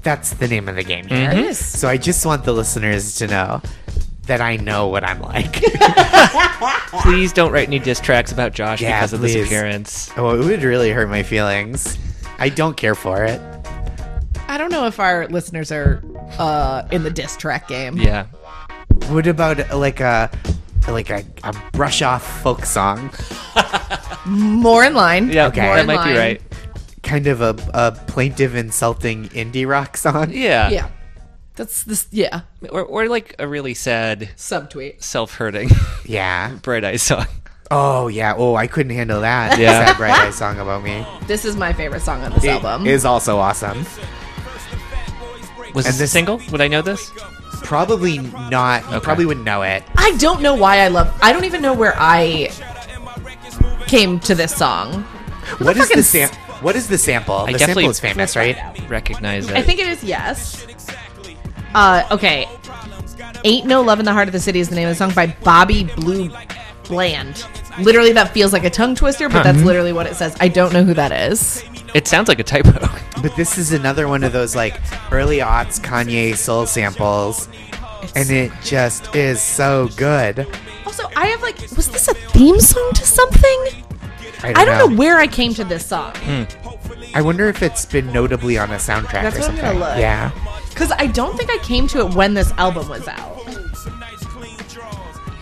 [SPEAKER 3] that's the name of the game here.
[SPEAKER 2] It is.
[SPEAKER 3] So I just want the listeners to know that I know what I'm like. *laughs*
[SPEAKER 4] Please don't write any diss tracks about Josh
[SPEAKER 3] Yeah,
[SPEAKER 4] because of
[SPEAKER 3] please.
[SPEAKER 4] this appearance.
[SPEAKER 3] oh, it would really hurt my feelings. I don't care for it.
[SPEAKER 2] I don't know if our listeners are uh, in the diss track game.
[SPEAKER 4] Yeah.
[SPEAKER 3] What about uh, like a like a, a brush off folk song?
[SPEAKER 2] More in line.
[SPEAKER 4] Yeah,
[SPEAKER 3] Okay.
[SPEAKER 4] that might
[SPEAKER 2] Borderline.
[SPEAKER 4] be right.
[SPEAKER 3] kind of a, a plaintive, insulting indie rock song.
[SPEAKER 4] Yeah.
[SPEAKER 2] Yeah. That's this. Yeah.
[SPEAKER 4] Or, or like a really sad,
[SPEAKER 2] Subtweet.
[SPEAKER 4] self hurting
[SPEAKER 3] Yeah.
[SPEAKER 4] *laughs* Bright Eyes song.
[SPEAKER 3] Oh yeah. Oh, I couldn't handle that.
[SPEAKER 4] Yeah.
[SPEAKER 3] Sad bright eyes song about me
[SPEAKER 2] This is my favorite song on this album.
[SPEAKER 3] is also awesome.
[SPEAKER 4] Was
[SPEAKER 3] And
[SPEAKER 4] this a
[SPEAKER 3] this-
[SPEAKER 4] single? Would I know this?
[SPEAKER 3] Probably not. You probably wouldn't know it.
[SPEAKER 2] I don't know why I love. I don't even know where I came to this song.
[SPEAKER 3] What is
[SPEAKER 2] fucking
[SPEAKER 3] the
[SPEAKER 2] s-
[SPEAKER 3] sam? What is the sample? The
[SPEAKER 4] definitely-
[SPEAKER 3] sample is famous, right?
[SPEAKER 4] Recognize it.
[SPEAKER 2] I think it is yes. Uh, okay. Ain't No Love in the Heart of the City is the name of the song by Bobby Blue Bland. Literally, that feels like a tongue twister, but that's literally what it says. I don't know who that is.
[SPEAKER 4] it sounds like a typo. *laughs*
[SPEAKER 3] But this is another one of those like early aughts Kanye soul samples, and it just is so good.
[SPEAKER 2] Also, I have like, was this a theme song to something?
[SPEAKER 3] I don't,
[SPEAKER 2] I don't know where I came to this song
[SPEAKER 3] I wonder if it's been notably on a soundtrack
[SPEAKER 2] That's
[SPEAKER 3] or
[SPEAKER 2] what I'm gonna
[SPEAKER 3] something.
[SPEAKER 2] look.
[SPEAKER 3] Yeah.
[SPEAKER 2] because I don't think I came to it when this album was out.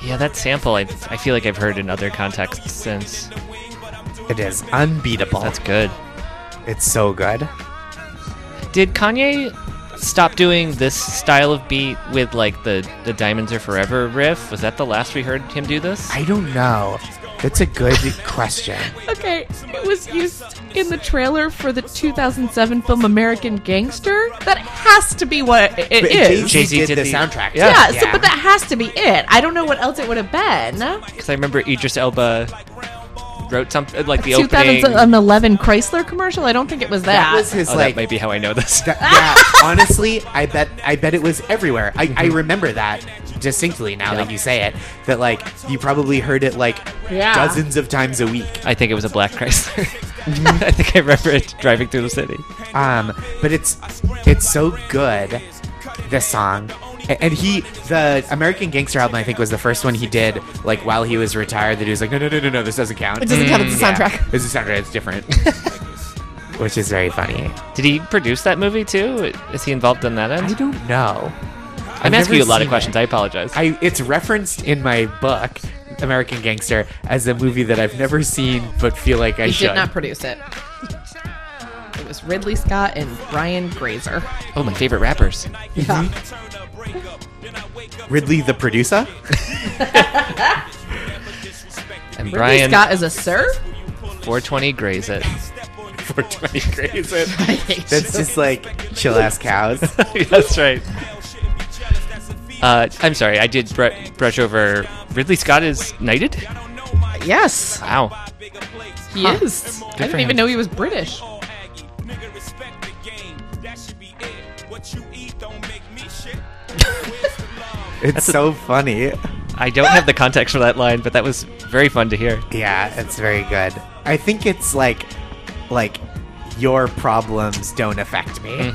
[SPEAKER 1] Yeah, that sample I, I feel like I've heard in other contexts since.
[SPEAKER 3] It is unbeatable.
[SPEAKER 1] That's good.
[SPEAKER 3] it's so good.
[SPEAKER 1] Did Kanye stop doing this style of beat with like the the Diamonds Are Forever riff? Was that the last we heard him do this?
[SPEAKER 3] I don't know. That's a good question.
[SPEAKER 2] Okay, it was used in the trailer for the 2007 film American Gangster. That has to be what it is.
[SPEAKER 1] Jay-Z did the-
[SPEAKER 3] soundtrack.
[SPEAKER 1] Yeah.
[SPEAKER 2] Yeah, so but that has to be it. I don't know what else it would have been.
[SPEAKER 1] Because I remember Idris Elba wrote something uh, like the opening.
[SPEAKER 2] 2011 Chrysler commercial. I don't think it was that.
[SPEAKER 3] That was his
[SPEAKER 1] Oh,
[SPEAKER 3] um, like.
[SPEAKER 1] that might be how I know this.
[SPEAKER 3] that- *laughs* yeah, honestly, I bet I bet it was everywhere. I,
[SPEAKER 1] Mm-hmm.
[SPEAKER 3] I remember that distinctly now that you say it. That like you probably heard it like
[SPEAKER 2] Yeah.
[SPEAKER 3] dozens of times a week.
[SPEAKER 1] *laughs* I think it was a black Chrysler. *laughs*
[SPEAKER 3] Mm-hmm.
[SPEAKER 1] I think I remember it driving through the city.
[SPEAKER 3] Um, but it's it's so good. This song, A- and he the American Gangster album I think was the first one he did like while he was retired. That he was like, no, no, no, no, no, this doesn't count. Mm,
[SPEAKER 2] it doesn't count as a
[SPEAKER 3] Yeah.
[SPEAKER 2] soundtrack.
[SPEAKER 3] This is soundtrack.
[SPEAKER 2] *laughs*
[SPEAKER 3] It's different. Which is very funny.
[SPEAKER 1] Did he produce that movie too? Is he involved on that
[SPEAKER 3] I
[SPEAKER 1] end?
[SPEAKER 3] don't know.
[SPEAKER 1] I'm asking you a lot of questions. I
[SPEAKER 3] I,
[SPEAKER 1] apologize.
[SPEAKER 3] I it's referenced in my book, American Gangster, as a movie that I've never seen but feel like I
[SPEAKER 2] He
[SPEAKER 3] should.
[SPEAKER 2] did not produce it. It was Ridley Scott and Brian Grazer.
[SPEAKER 1] oh, my favorite rappers.
[SPEAKER 3] Ridley the
[SPEAKER 2] *laughs*
[SPEAKER 3] producer?
[SPEAKER 1] And
[SPEAKER 2] Ridley
[SPEAKER 1] Brian
[SPEAKER 2] Scott is a sir.
[SPEAKER 3] *laughs*
[SPEAKER 1] 420 Graze It. 420 grays in.
[SPEAKER 3] That's just like chill ass cows.
[SPEAKER 1] *laughs* That's right. Uh, I'm sorry, I did br- brush over. Ridley Scott is knighted?
[SPEAKER 2] Yes,
[SPEAKER 1] Wow.
[SPEAKER 2] he is. I didn't
[SPEAKER 1] for
[SPEAKER 2] even
[SPEAKER 1] him.
[SPEAKER 2] know he was British.
[SPEAKER 3] It's so funny.
[SPEAKER 1] I don't have the context for that line, but that was very fun to hear.
[SPEAKER 3] Yeah, it's very good. I think it's like, like, your problems don't affect me.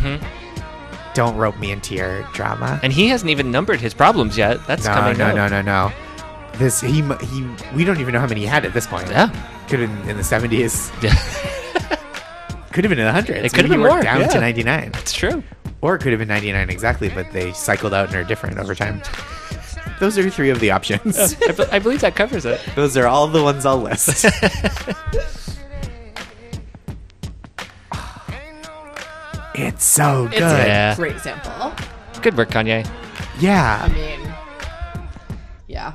[SPEAKER 3] Don't rope me into your drama.
[SPEAKER 1] Mm-hmm. And he hasn't even numbered his problems yet. That's
[SPEAKER 3] No,
[SPEAKER 1] coming
[SPEAKER 3] no,
[SPEAKER 1] up.
[SPEAKER 3] no, no, no. This he mu- he. We don't even know how many he had at this point.
[SPEAKER 1] Yeah.
[SPEAKER 3] could have been in the seventies.
[SPEAKER 1] Yeah.
[SPEAKER 3] *laughs* could have been in the hundreds.
[SPEAKER 1] It could have
[SPEAKER 3] Maybe
[SPEAKER 1] been
[SPEAKER 3] we're
[SPEAKER 1] more,
[SPEAKER 3] Down to
[SPEAKER 1] yeah.
[SPEAKER 3] ninety nine,
[SPEAKER 1] It's true.
[SPEAKER 3] or it could have been ninety nine exactly, but they cycled out and are different over time. Those are three of the options.
[SPEAKER 1] I, be- I believe that covers it.
[SPEAKER 3] Those are all the ones I'll list. it's so good.
[SPEAKER 2] It's
[SPEAKER 1] Yeah.
[SPEAKER 2] a great sample.
[SPEAKER 1] Good work, Kanye.
[SPEAKER 2] I
[SPEAKER 3] yeah.
[SPEAKER 2] mean, yeah.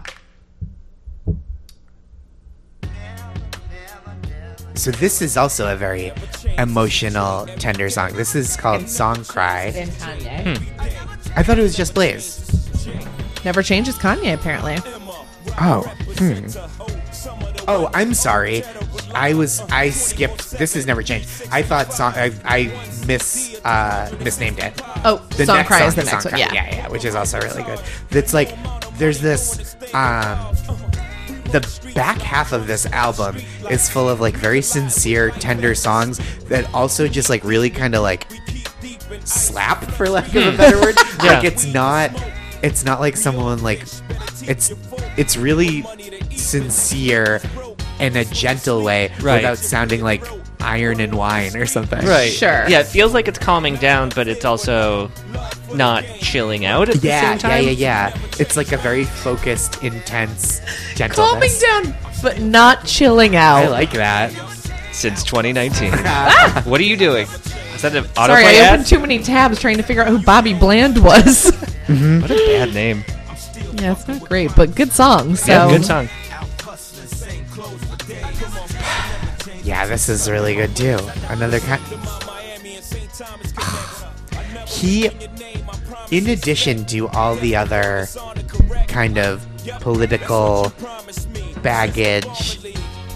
[SPEAKER 3] So this is also a very emotional, tender song. This is called "Song Cry."
[SPEAKER 2] And Kanye
[SPEAKER 3] I thought it was just Blaze.
[SPEAKER 2] never changes. Kanye apparently.
[SPEAKER 3] Oh. hmm. Oh, I'm sorry. I was I skipped. This has never changed. I thought song. I, I mis uh, misnamed it.
[SPEAKER 2] Oh, song
[SPEAKER 3] next
[SPEAKER 2] cry is the next
[SPEAKER 3] Song
[SPEAKER 2] one. Yeah.
[SPEAKER 3] Cry. yeah, which is also really good. It's like there's this um the back half of this album is full of like very sincere, tender songs that also just like really kind of like slap for lack
[SPEAKER 2] Hmm.
[SPEAKER 3] of a
[SPEAKER 2] *laughs*
[SPEAKER 3] better word. Like it's not it's not like someone like it's it's really sincere in a gentle way
[SPEAKER 1] Right.
[SPEAKER 3] without sounding like iron and wine or something.
[SPEAKER 2] Sure.
[SPEAKER 1] Yeah, it feels like it's calming down, but it's also not chilling out at the
[SPEAKER 3] Yeah,
[SPEAKER 1] same
[SPEAKER 3] yeah,
[SPEAKER 1] time.
[SPEAKER 3] yeah, yeah. It's like a very focused, intense,
[SPEAKER 2] Calming
[SPEAKER 3] gentleness.
[SPEAKER 2] down, but not chilling out.
[SPEAKER 3] I like that.
[SPEAKER 1] Since
[SPEAKER 3] *laughs*
[SPEAKER 1] 2019.
[SPEAKER 3] Ah!
[SPEAKER 1] what are you doing? Is that an autoplay
[SPEAKER 2] Sorry, I
[SPEAKER 1] ad?
[SPEAKER 2] opened too many tabs trying to figure out who Bobby Bland was. *laughs*
[SPEAKER 1] What a bad name.
[SPEAKER 2] yeah, it's not great, but good song. So
[SPEAKER 1] Yeah, good song.
[SPEAKER 3] Yeah, this is really good too. Another kind. *sighs* he, in addition to all the other kind of political baggage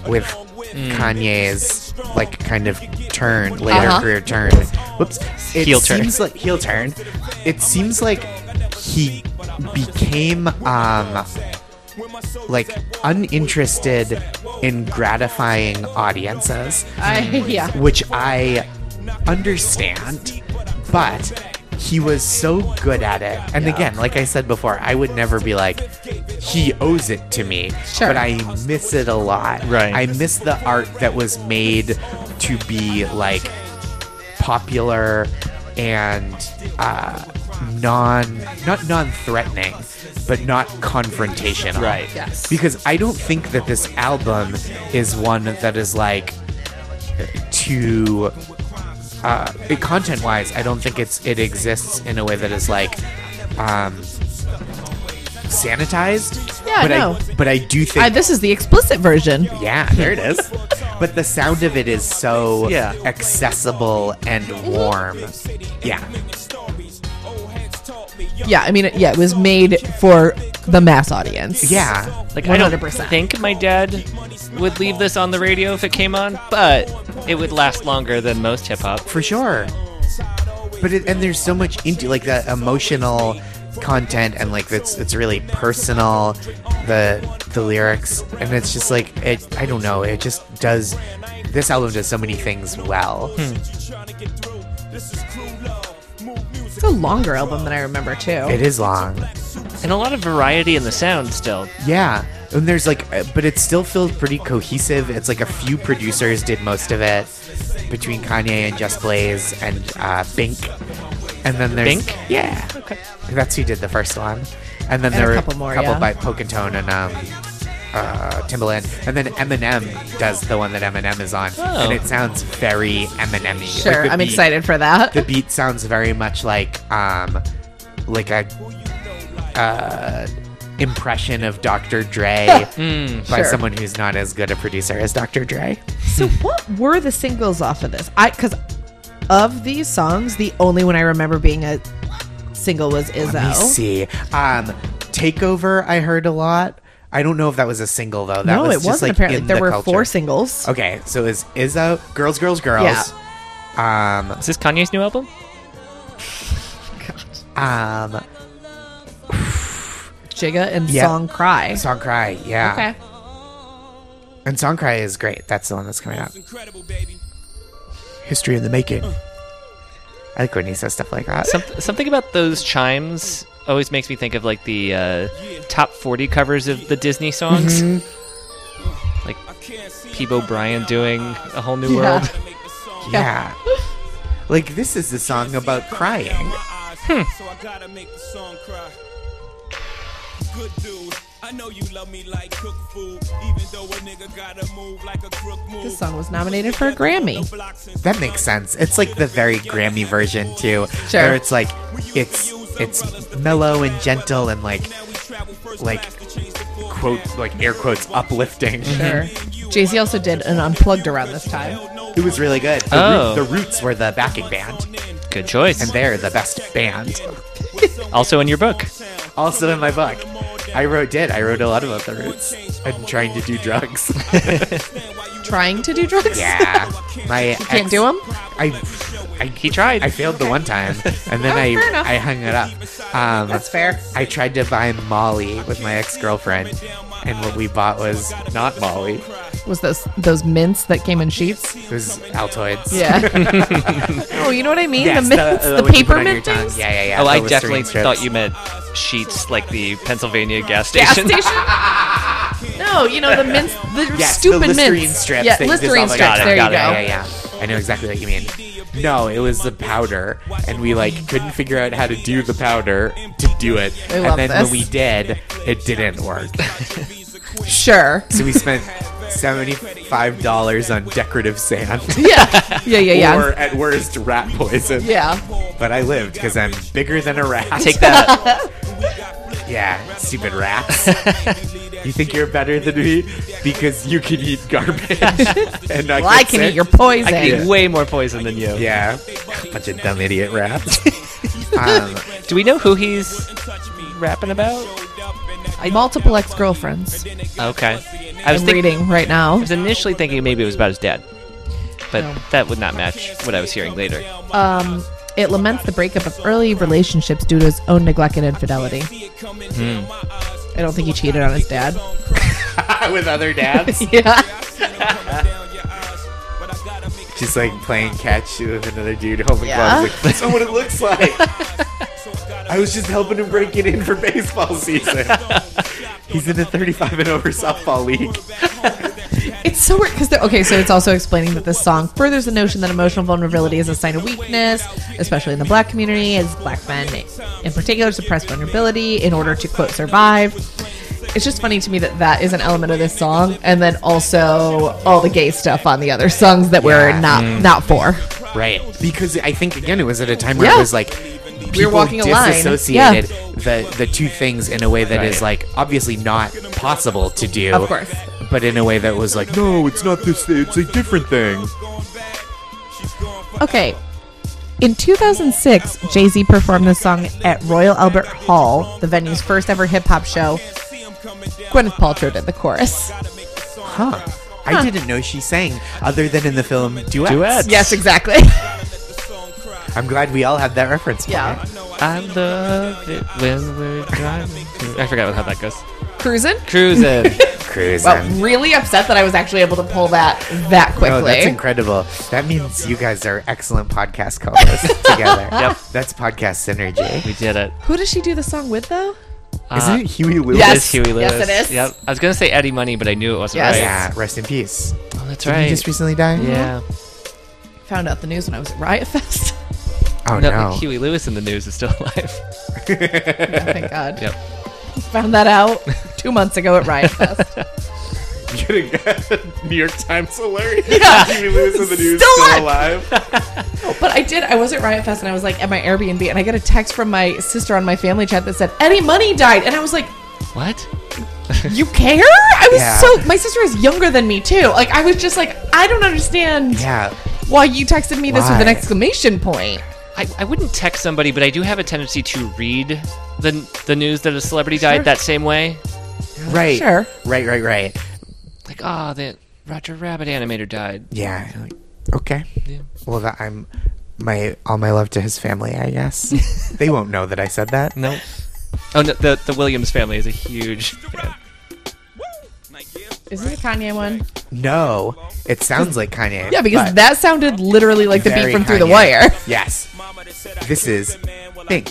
[SPEAKER 3] with
[SPEAKER 1] Mm.
[SPEAKER 3] Kanye's like kind of turn later
[SPEAKER 2] Uh-huh.
[SPEAKER 3] career turn. Whoops, it
[SPEAKER 1] Heel turn.
[SPEAKER 3] Seems like heel turn. It seems like he became um like uninterested in gratifying audiences
[SPEAKER 2] I, yeah.
[SPEAKER 3] which I understand, but he was so good at it. And again, like I said before, I would never be like, he owes it to me.
[SPEAKER 2] Sure.
[SPEAKER 3] But I miss it a lot.
[SPEAKER 1] Right.
[SPEAKER 3] I miss the art that was made to be like popular and uh, non, not non threatening, but not confrontational.
[SPEAKER 1] Right.
[SPEAKER 2] Yes.
[SPEAKER 3] Because I don't think that this album is one that is like to uh, content wise, I don't think it's it exists in a way that is like um, sanitized.
[SPEAKER 2] Yeah,
[SPEAKER 3] but
[SPEAKER 2] no.
[SPEAKER 3] I but I do think
[SPEAKER 2] Uh, this is the explicit version.
[SPEAKER 3] yeah, there it is. *laughs* but the sound of it is so
[SPEAKER 1] Yeah.
[SPEAKER 3] accessible and warm. Yeah,
[SPEAKER 2] *laughs* Yeah, I mean, yeah, it was made for the mass audience.
[SPEAKER 3] yeah.
[SPEAKER 1] Like, I don't
[SPEAKER 2] 100%.
[SPEAKER 1] think my dad would leave this on the radio if it came on, but it would last longer than most hip hop.
[SPEAKER 3] for sure. But it, and there's so much into like that emotional content and like it's it's really personal the the lyrics and it's just like it I don't know it just does this album does so many things well
[SPEAKER 2] It's a longer album than I remember, too.
[SPEAKER 3] it is long
[SPEAKER 1] And a lot of variety in the sound still.
[SPEAKER 3] yeah and there's like uh, but it still feels pretty cohesive it's like a few producers did most of it between Kanye and Just Blaze and uh, Bink and then there's
[SPEAKER 1] Bink?
[SPEAKER 3] yeah
[SPEAKER 1] Okay.
[SPEAKER 3] That's who did the first one, and then
[SPEAKER 2] And
[SPEAKER 3] there
[SPEAKER 2] a
[SPEAKER 3] were
[SPEAKER 2] couple more, yeah.
[SPEAKER 3] by Poke and Tone and um, uh, Timbaland, and then Eminem does the one that Eminem is on,
[SPEAKER 1] Oh.
[SPEAKER 3] and it sounds very Eminem. -y.
[SPEAKER 2] Sure,
[SPEAKER 3] Like, the
[SPEAKER 2] I'm
[SPEAKER 3] beat-
[SPEAKER 2] excited for that.
[SPEAKER 3] The beat sounds very much like um, like a uh, impression of Dr.
[SPEAKER 2] *laughs*
[SPEAKER 3] Dre by
[SPEAKER 2] Hmm,
[SPEAKER 7] Sure.
[SPEAKER 3] someone who's not as good a producer as Dr. Dre.
[SPEAKER 2] *laughs* So what were the singles off of this? I because of these songs, the only one I remember being a single was
[SPEAKER 3] Let me
[SPEAKER 2] Izzo.
[SPEAKER 3] see. Um, Takeover, I heard a lot. I don't know if that was a single though. That
[SPEAKER 2] No,
[SPEAKER 3] was
[SPEAKER 2] it
[SPEAKER 3] just,
[SPEAKER 2] wasn't.
[SPEAKER 3] like,
[SPEAKER 2] apparently,
[SPEAKER 3] in
[SPEAKER 2] there
[SPEAKER 3] the
[SPEAKER 2] were
[SPEAKER 3] culture. Oh,
[SPEAKER 2] four singles.
[SPEAKER 3] Okay, so is Izzo, Girls, Girls, Girls.
[SPEAKER 2] Yeah.
[SPEAKER 3] Um,
[SPEAKER 1] Is this Kanye's new album?
[SPEAKER 3] um,
[SPEAKER 2] Jigga and
[SPEAKER 3] Yeah.
[SPEAKER 2] Song Cry.
[SPEAKER 3] Song Cry, yeah. And Song Cry is great. That's the one that's coming out. History in the making. I like when he says stuff like that.
[SPEAKER 1] Some, something about those chimes always makes me think of like the uh, top 40 covers of the Disney songs. Like Peebo O'Brien doing
[SPEAKER 3] uh,
[SPEAKER 1] A Whole New
[SPEAKER 7] Yeah.
[SPEAKER 1] World.
[SPEAKER 3] yeah. Like this is the song *laughs* about crying. Hmm.
[SPEAKER 6] Good dude, I know you love me like cook food, even though a nigga gotta move like a crook move.
[SPEAKER 2] This song was nominated for a Grammy.
[SPEAKER 3] That makes sense. It's like the very Grammy version too.
[SPEAKER 2] Sure.
[SPEAKER 3] Where it's like it's it's mellow and gentle and like like quote like air quotes uplifting.
[SPEAKER 2] Sure. Jay Z also did an unplugged around this time.
[SPEAKER 3] It was really good. The, Roo-
[SPEAKER 1] Oh.
[SPEAKER 3] the Roots were the backing band,
[SPEAKER 1] Good choice.
[SPEAKER 3] and they're the best band.
[SPEAKER 1] also in your book.
[SPEAKER 3] Also in my book, I wrote did I wrote a lot about the Roots and trying to do drugs.
[SPEAKER 2] Trying to do drugs.
[SPEAKER 3] yeah, my you
[SPEAKER 2] Can't do them.
[SPEAKER 3] I I
[SPEAKER 1] He tried.
[SPEAKER 3] I failed the one time, and then I
[SPEAKER 2] Oh, fair enough.
[SPEAKER 3] I hung it up. Um,
[SPEAKER 2] That's fair.
[SPEAKER 3] I tried to buy Molly with my ex girlfriend, and what we bought was not Molly.
[SPEAKER 2] *laughs* Was those those mints that came in sheets?
[SPEAKER 3] It was Altoids. *laughs*
[SPEAKER 2] Yeah. *laughs* oh, you know what I mean?
[SPEAKER 3] Yes,
[SPEAKER 2] the mints, the,
[SPEAKER 3] one you put
[SPEAKER 2] paper
[SPEAKER 3] on your
[SPEAKER 2] mint
[SPEAKER 3] tongue.
[SPEAKER 2] things.
[SPEAKER 3] Yeah, yeah, yeah.
[SPEAKER 1] oh, I
[SPEAKER 3] the Listerine
[SPEAKER 1] definitely
[SPEAKER 3] strips.
[SPEAKER 1] thought you meant sheets like the Pennsylvania gas
[SPEAKER 2] Gas
[SPEAKER 1] station.
[SPEAKER 2] station. no, you know the mints, the
[SPEAKER 3] Yes,
[SPEAKER 2] stupid
[SPEAKER 3] the Listerine
[SPEAKER 2] mints.
[SPEAKER 3] strips.
[SPEAKER 2] yeah,
[SPEAKER 3] that you
[SPEAKER 2] Listerine
[SPEAKER 3] dissolve in-
[SPEAKER 2] strips.
[SPEAKER 1] Got it,
[SPEAKER 2] there
[SPEAKER 1] got
[SPEAKER 2] you
[SPEAKER 1] it.
[SPEAKER 2] go.
[SPEAKER 3] Yeah, yeah, yeah. I know exactly what you mean. No, it was the powder, and we like couldn't figure out how to do the powder to do it, and
[SPEAKER 2] love
[SPEAKER 3] then
[SPEAKER 2] this.
[SPEAKER 3] when we did, it didn't work.
[SPEAKER 2] Sure. *laughs*
[SPEAKER 3] so we spent seventy-five dollars on decorative sand.
[SPEAKER 2] Yeah. Yeah. Yeah. Yeah.
[SPEAKER 3] or at worst rat poison.
[SPEAKER 2] yeah.
[SPEAKER 3] But I lived because I'm bigger than a
[SPEAKER 1] *laughs*
[SPEAKER 3] rat.
[SPEAKER 1] Take that.
[SPEAKER 3] *laughs* yeah, stupid rats. you think you're better than me because you can eat
[SPEAKER 2] *laughs*
[SPEAKER 3] garbage *laughs* and not
[SPEAKER 2] Well, I
[SPEAKER 3] get
[SPEAKER 2] can
[SPEAKER 3] sick?
[SPEAKER 2] eat your poison.
[SPEAKER 1] I eat way more poison than you.
[SPEAKER 3] yeah, bunch of dumb
[SPEAKER 2] *laughs*
[SPEAKER 3] idiot rats. um,
[SPEAKER 1] Do we know who he's rapping about?
[SPEAKER 2] Multiple ex girlfriends.
[SPEAKER 1] Okay. I was
[SPEAKER 2] I'm
[SPEAKER 1] thinking.
[SPEAKER 2] reading right now.
[SPEAKER 1] I was initially thinking maybe it was about his dad, but
[SPEAKER 2] No.
[SPEAKER 1] that would not match what I was hearing later.
[SPEAKER 2] Um, it laments the breakup of early relationships due to his own neglect and infidelity.
[SPEAKER 3] Hmm.
[SPEAKER 2] I don't think he cheated on his dad. *laughs*
[SPEAKER 3] with other dads,
[SPEAKER 2] Yeah.
[SPEAKER 3] just like playing catch with another dude holding
[SPEAKER 2] Yeah. *laughs*
[SPEAKER 3] gloves. Like, That's not what it looks like. I was just helping him break it in for baseball
[SPEAKER 2] *laughs*
[SPEAKER 3] season. He's in the 35 and over softball league.
[SPEAKER 2] It's so weird because okay, so it's also explaining that this song furthers the notion that emotional vulnerability is a sign of weakness, especially in the black community, as black men in particular suppress vulnerability in order to quote survive. It's just funny to me that that is an element of this song, and then also all the gay stuff on the other songs that we're
[SPEAKER 3] Yeah.
[SPEAKER 2] not not for.
[SPEAKER 3] Right. Because I think again it was at a time where
[SPEAKER 2] Yeah.
[SPEAKER 3] it was like
[SPEAKER 2] We were
[SPEAKER 3] people
[SPEAKER 2] walking a line.
[SPEAKER 3] disassociated the the two things in a way that is
[SPEAKER 1] Right.
[SPEAKER 3] like obviously not possible to do.
[SPEAKER 2] Of course.
[SPEAKER 3] But in a way that was like no, it's not this thing, it's a different thing.
[SPEAKER 2] Okay. In 2006, Jay Z performed this song at Royal Albert Hall, the venue's first ever hip hop show. Gwyneth Paltrow did the chorus.
[SPEAKER 3] Huh. I didn't know she sang other than in the film Duets.
[SPEAKER 1] Duets.
[SPEAKER 2] Yes, exactly. *laughs*
[SPEAKER 3] I'm glad we all had that reference. point.
[SPEAKER 2] Yeah.
[SPEAKER 1] I love it when we're driving. I forgot how that goes.
[SPEAKER 2] Cruisin'?
[SPEAKER 1] Cruising.
[SPEAKER 3] Cruising.
[SPEAKER 2] Well, really upset that I was actually able to pull that that quickly.
[SPEAKER 3] Oh, Oh. that's incredible. That means you guys are excellent podcast
[SPEAKER 2] *laughs*
[SPEAKER 3] co-hosts together.
[SPEAKER 1] Yep.
[SPEAKER 3] That's podcast synergy.
[SPEAKER 1] *laughs* we did it.
[SPEAKER 2] Who does she do the song with, though?
[SPEAKER 1] Uh,
[SPEAKER 3] Isn't it Huey Lewis?
[SPEAKER 1] It
[SPEAKER 2] Yes.
[SPEAKER 1] is Huey
[SPEAKER 2] Yes,
[SPEAKER 1] Lewis.
[SPEAKER 2] it is.
[SPEAKER 1] Yep. I was gonna say Eddie Money, but I knew it wasn't
[SPEAKER 2] Yes.
[SPEAKER 1] right.
[SPEAKER 3] Yeah, rest in peace.
[SPEAKER 1] Oh, that's
[SPEAKER 3] Did
[SPEAKER 1] right.
[SPEAKER 3] he just recently die?
[SPEAKER 1] yeah.
[SPEAKER 2] Found out the news when I was at Riot Fest. *laughs*
[SPEAKER 3] Oh
[SPEAKER 1] No,
[SPEAKER 3] no.
[SPEAKER 1] Huey Lewis in the news is still *laughs* alive.
[SPEAKER 2] oh,
[SPEAKER 3] *laughs*
[SPEAKER 2] thank God.
[SPEAKER 1] Yep.
[SPEAKER 2] Found that out two months ago at Riot
[SPEAKER 3] *laughs*
[SPEAKER 2] Fest.
[SPEAKER 3] getting a *laughs* New York Times alert. Huey Lewis in the news
[SPEAKER 2] Still
[SPEAKER 3] still,
[SPEAKER 2] alive.
[SPEAKER 3] alive.
[SPEAKER 2] But I did. I was at Riot Fest and I
[SPEAKER 3] *laughs*
[SPEAKER 2] was like at my Airbnb and I got a text from my sister on my family chat that said Eddie Money died and I was like,
[SPEAKER 1] What?
[SPEAKER 2] You care? I was
[SPEAKER 3] Yeah.
[SPEAKER 2] so. My sister is younger than me too. Like I was just like I don't understand
[SPEAKER 3] Yeah.
[SPEAKER 2] why you texted me this with an
[SPEAKER 3] Why?
[SPEAKER 2] exclamation point.
[SPEAKER 1] I, I wouldn't text somebody, but I do have a tendency to read the the news that a celebrity died that same way.
[SPEAKER 3] Right.
[SPEAKER 2] Sure.
[SPEAKER 3] Right, right, right.
[SPEAKER 1] Like, ah, the Roger Rabbit animator died.
[SPEAKER 3] Yeah. like, Okay. Well, that I'm my all my love to his family.
[SPEAKER 2] *laughs*
[SPEAKER 3] I guess they won't know that I said that.
[SPEAKER 1] No. Oh, no, the the Williams family is a huge fan.
[SPEAKER 2] Is this a Kanye one?
[SPEAKER 3] No, it sounds like Kanye.
[SPEAKER 2] Yeah, because
[SPEAKER 3] but
[SPEAKER 2] that sounded literally like the beat
[SPEAKER 3] very
[SPEAKER 2] from Through the
[SPEAKER 3] Kanye.
[SPEAKER 2] Wire.
[SPEAKER 3] Yes. This is Think.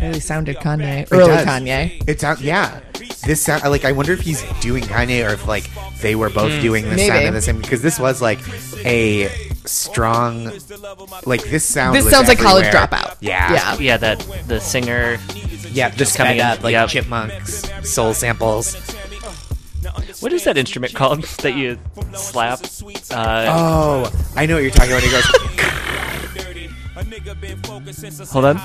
[SPEAKER 2] Really sounded Kanye.
[SPEAKER 3] It
[SPEAKER 2] Early
[SPEAKER 3] does.
[SPEAKER 2] Kanye.
[SPEAKER 3] It sounds yeah. This sound like I wonder if he's doing Kanye or if like they were both doing this sound
[SPEAKER 2] Hmm. Maybe.
[SPEAKER 3] at the same because this was like a strong like this sound.
[SPEAKER 2] This
[SPEAKER 3] was
[SPEAKER 2] sounds like College
[SPEAKER 3] everywhere.
[SPEAKER 2] Dropout.
[SPEAKER 3] Yeah.
[SPEAKER 2] Yeah.
[SPEAKER 1] oh, Yeah, that the singer.
[SPEAKER 3] Yeah. Just
[SPEAKER 1] coming
[SPEAKER 3] coming
[SPEAKER 1] in.
[SPEAKER 3] up like
[SPEAKER 1] Yep.
[SPEAKER 3] chipmunks soul samples.
[SPEAKER 1] What is that instrument called that you slap? Uh,
[SPEAKER 3] Oh, I know what you're talking about. He goes.
[SPEAKER 1] Hold on.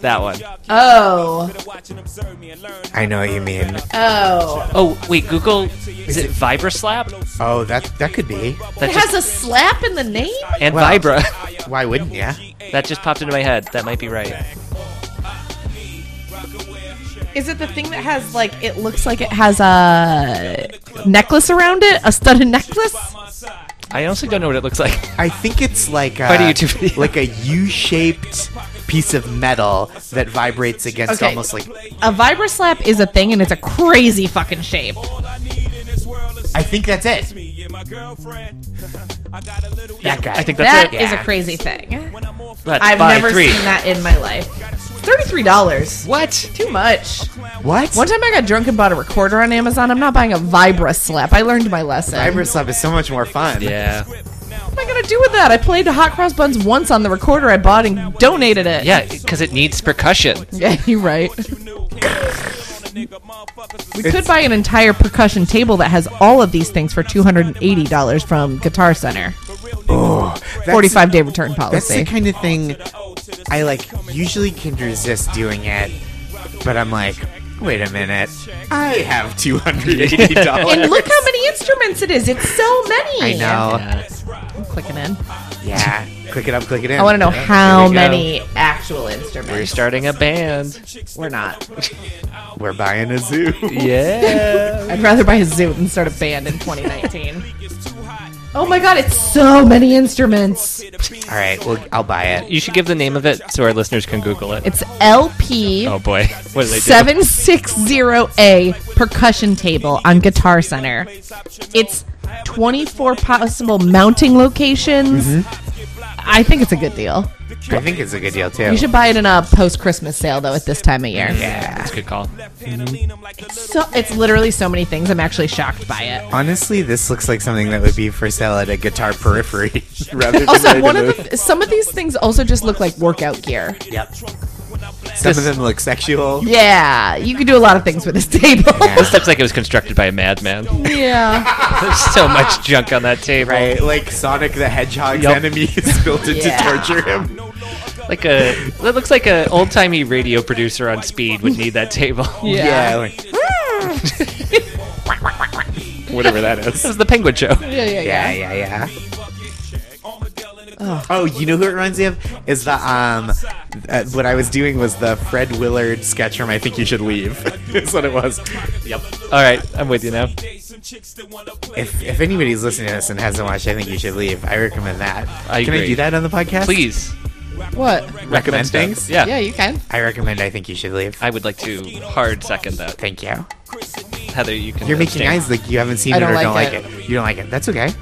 [SPEAKER 1] That one. Uh.
[SPEAKER 2] Oh.
[SPEAKER 3] I know what you mean.
[SPEAKER 2] Oh.
[SPEAKER 1] Oh, wait, Google. Is it Vibra Slap?
[SPEAKER 3] Oh, that that could be.
[SPEAKER 1] That
[SPEAKER 2] It
[SPEAKER 1] just,
[SPEAKER 2] has a slap in the name?
[SPEAKER 1] and
[SPEAKER 3] Wow.
[SPEAKER 1] Vibra.
[SPEAKER 3] Why wouldn't ya?
[SPEAKER 1] that just popped into my head. That might be right.
[SPEAKER 2] Is it the thing that has like it looks like it has a necklace around it? A studded necklace?
[SPEAKER 1] I honestly don't know what it looks like.
[SPEAKER 3] I think it's like a,
[SPEAKER 1] Find a YouTube video.
[SPEAKER 3] like a U-shaped piece of metal that vibrates against
[SPEAKER 2] Okay.
[SPEAKER 3] almost like
[SPEAKER 2] A vibra slap is a thing and it's a crazy fucking shape.
[SPEAKER 3] I think that's it.
[SPEAKER 6] *laughs*
[SPEAKER 3] That guy.
[SPEAKER 1] I think that's
[SPEAKER 2] That
[SPEAKER 1] it.
[SPEAKER 2] is
[SPEAKER 3] Yeah.
[SPEAKER 2] a crazy thing.
[SPEAKER 1] Let's
[SPEAKER 2] I've
[SPEAKER 1] buy
[SPEAKER 2] never
[SPEAKER 1] three.
[SPEAKER 2] seen that in my life. Thirty-three dollars.
[SPEAKER 1] What?
[SPEAKER 2] Too much.
[SPEAKER 3] what?
[SPEAKER 2] One time I got drunk and bought a recorder on Amazon. I'm not buying a vibra slap. I learned my lesson.
[SPEAKER 3] Vibra slap is so much more fun.
[SPEAKER 1] Yeah.
[SPEAKER 2] What am I gonna do with that? I played hot cross buns once on the recorder I bought and donated it.
[SPEAKER 1] Yeah, because it needs percussion.
[SPEAKER 2] *laughs* Yeah, you're right. we could
[SPEAKER 3] It's-
[SPEAKER 2] buy an entire percussion table that has all of these things for two hundred and eighty dollars from Guitar Center.
[SPEAKER 3] Oh, that's-
[SPEAKER 2] Forty-five day return
[SPEAKER 3] That's the
[SPEAKER 2] policy.
[SPEAKER 3] kind of thing I like. Usually can resist doing it, but I'm like, wait a minute, I have
[SPEAKER 2] *laughs*
[SPEAKER 3] two hundred eighty dollars.
[SPEAKER 2] And look how many instruments it is. It's so many.
[SPEAKER 3] I know.
[SPEAKER 2] I'm clicking in.
[SPEAKER 3] Yeah. click it up. Click it in.
[SPEAKER 2] I want to know
[SPEAKER 3] Yeah.
[SPEAKER 2] how
[SPEAKER 1] we go.
[SPEAKER 2] many actual
[SPEAKER 1] We're
[SPEAKER 2] instruments.
[SPEAKER 1] starting a band.
[SPEAKER 2] We're not.
[SPEAKER 3] We're buying a zoo.
[SPEAKER 1] Yeah.
[SPEAKER 2] I'd rather buy a zoo than start a band in 2019. oh my god, it's so many instruments.
[SPEAKER 3] All right. Well, I'll buy it.
[SPEAKER 1] you should give the name of it so our listeners can Google it.
[SPEAKER 2] It's LP
[SPEAKER 1] Oh boy. What did they do?
[SPEAKER 2] 760A percussion table on Guitar Center. It's 24 possible mounting locations.
[SPEAKER 1] Mm-hmm.
[SPEAKER 2] I think it's a good deal.
[SPEAKER 3] I think it's a good deal too.
[SPEAKER 2] You should buy it in a post Christmas sale though at this time of year.
[SPEAKER 3] yeah.
[SPEAKER 1] That's a good call.
[SPEAKER 2] So it's literally so many things. I'm actually shocked by
[SPEAKER 1] *laughs*
[SPEAKER 2] it.
[SPEAKER 3] Honestly, this looks like something that would be for sale at a guitar periphery *laughs* rather than
[SPEAKER 2] Also,
[SPEAKER 3] like
[SPEAKER 2] one
[SPEAKER 3] a-
[SPEAKER 2] of the some of these things also just look like workout gear.
[SPEAKER 3] some of them look sexual.
[SPEAKER 2] Yeah, you could do a lot of things with this table. *laughs*
[SPEAKER 1] This looks like it was constructed by a madman. *laughs*
[SPEAKER 2] yeah.
[SPEAKER 1] There's so much junk on that table.
[SPEAKER 3] Right, like Sonic the Hedgehog's
[SPEAKER 1] Yup.
[SPEAKER 3] enemy is built in
[SPEAKER 2] Yeah.
[SPEAKER 3] to torture him.
[SPEAKER 1] Like a that looks like a old timey radio producer on speed would need that
[SPEAKER 3] *laughs*
[SPEAKER 1] table.
[SPEAKER 3] Yeah, like,
[SPEAKER 2] Hmm.
[SPEAKER 3] whatever that is.
[SPEAKER 1] This is the penguin show.
[SPEAKER 2] Yeah, yeah,
[SPEAKER 3] Yeah,
[SPEAKER 2] yeah.
[SPEAKER 3] yeah, yeah. Oh. you know who it reminds me of is the um, uh, what I was doing was the Fred Willard sketch from I Think You Should Leave. *laughs* is what it was.
[SPEAKER 1] Alright, I'm with you now.
[SPEAKER 3] If if anybody's listening to this and hasn't watched, I think you should leave. I recommend that.
[SPEAKER 1] I
[SPEAKER 3] Can I
[SPEAKER 1] agree.
[SPEAKER 3] do that on the podcast?
[SPEAKER 1] Please
[SPEAKER 2] What?
[SPEAKER 3] recommend
[SPEAKER 1] stuff.
[SPEAKER 3] things.
[SPEAKER 1] Yeah.
[SPEAKER 2] Yeah, you can.
[SPEAKER 3] I recommend. I think you should leave.
[SPEAKER 1] I would like to hard second that.
[SPEAKER 3] Thank you.
[SPEAKER 1] Heather, you can
[SPEAKER 3] You're making
[SPEAKER 1] abstain.
[SPEAKER 3] eyes like you haven't seen
[SPEAKER 2] I
[SPEAKER 3] it or
[SPEAKER 2] don't
[SPEAKER 3] don't like
[SPEAKER 2] like
[SPEAKER 3] it. You don't like it. That's okay.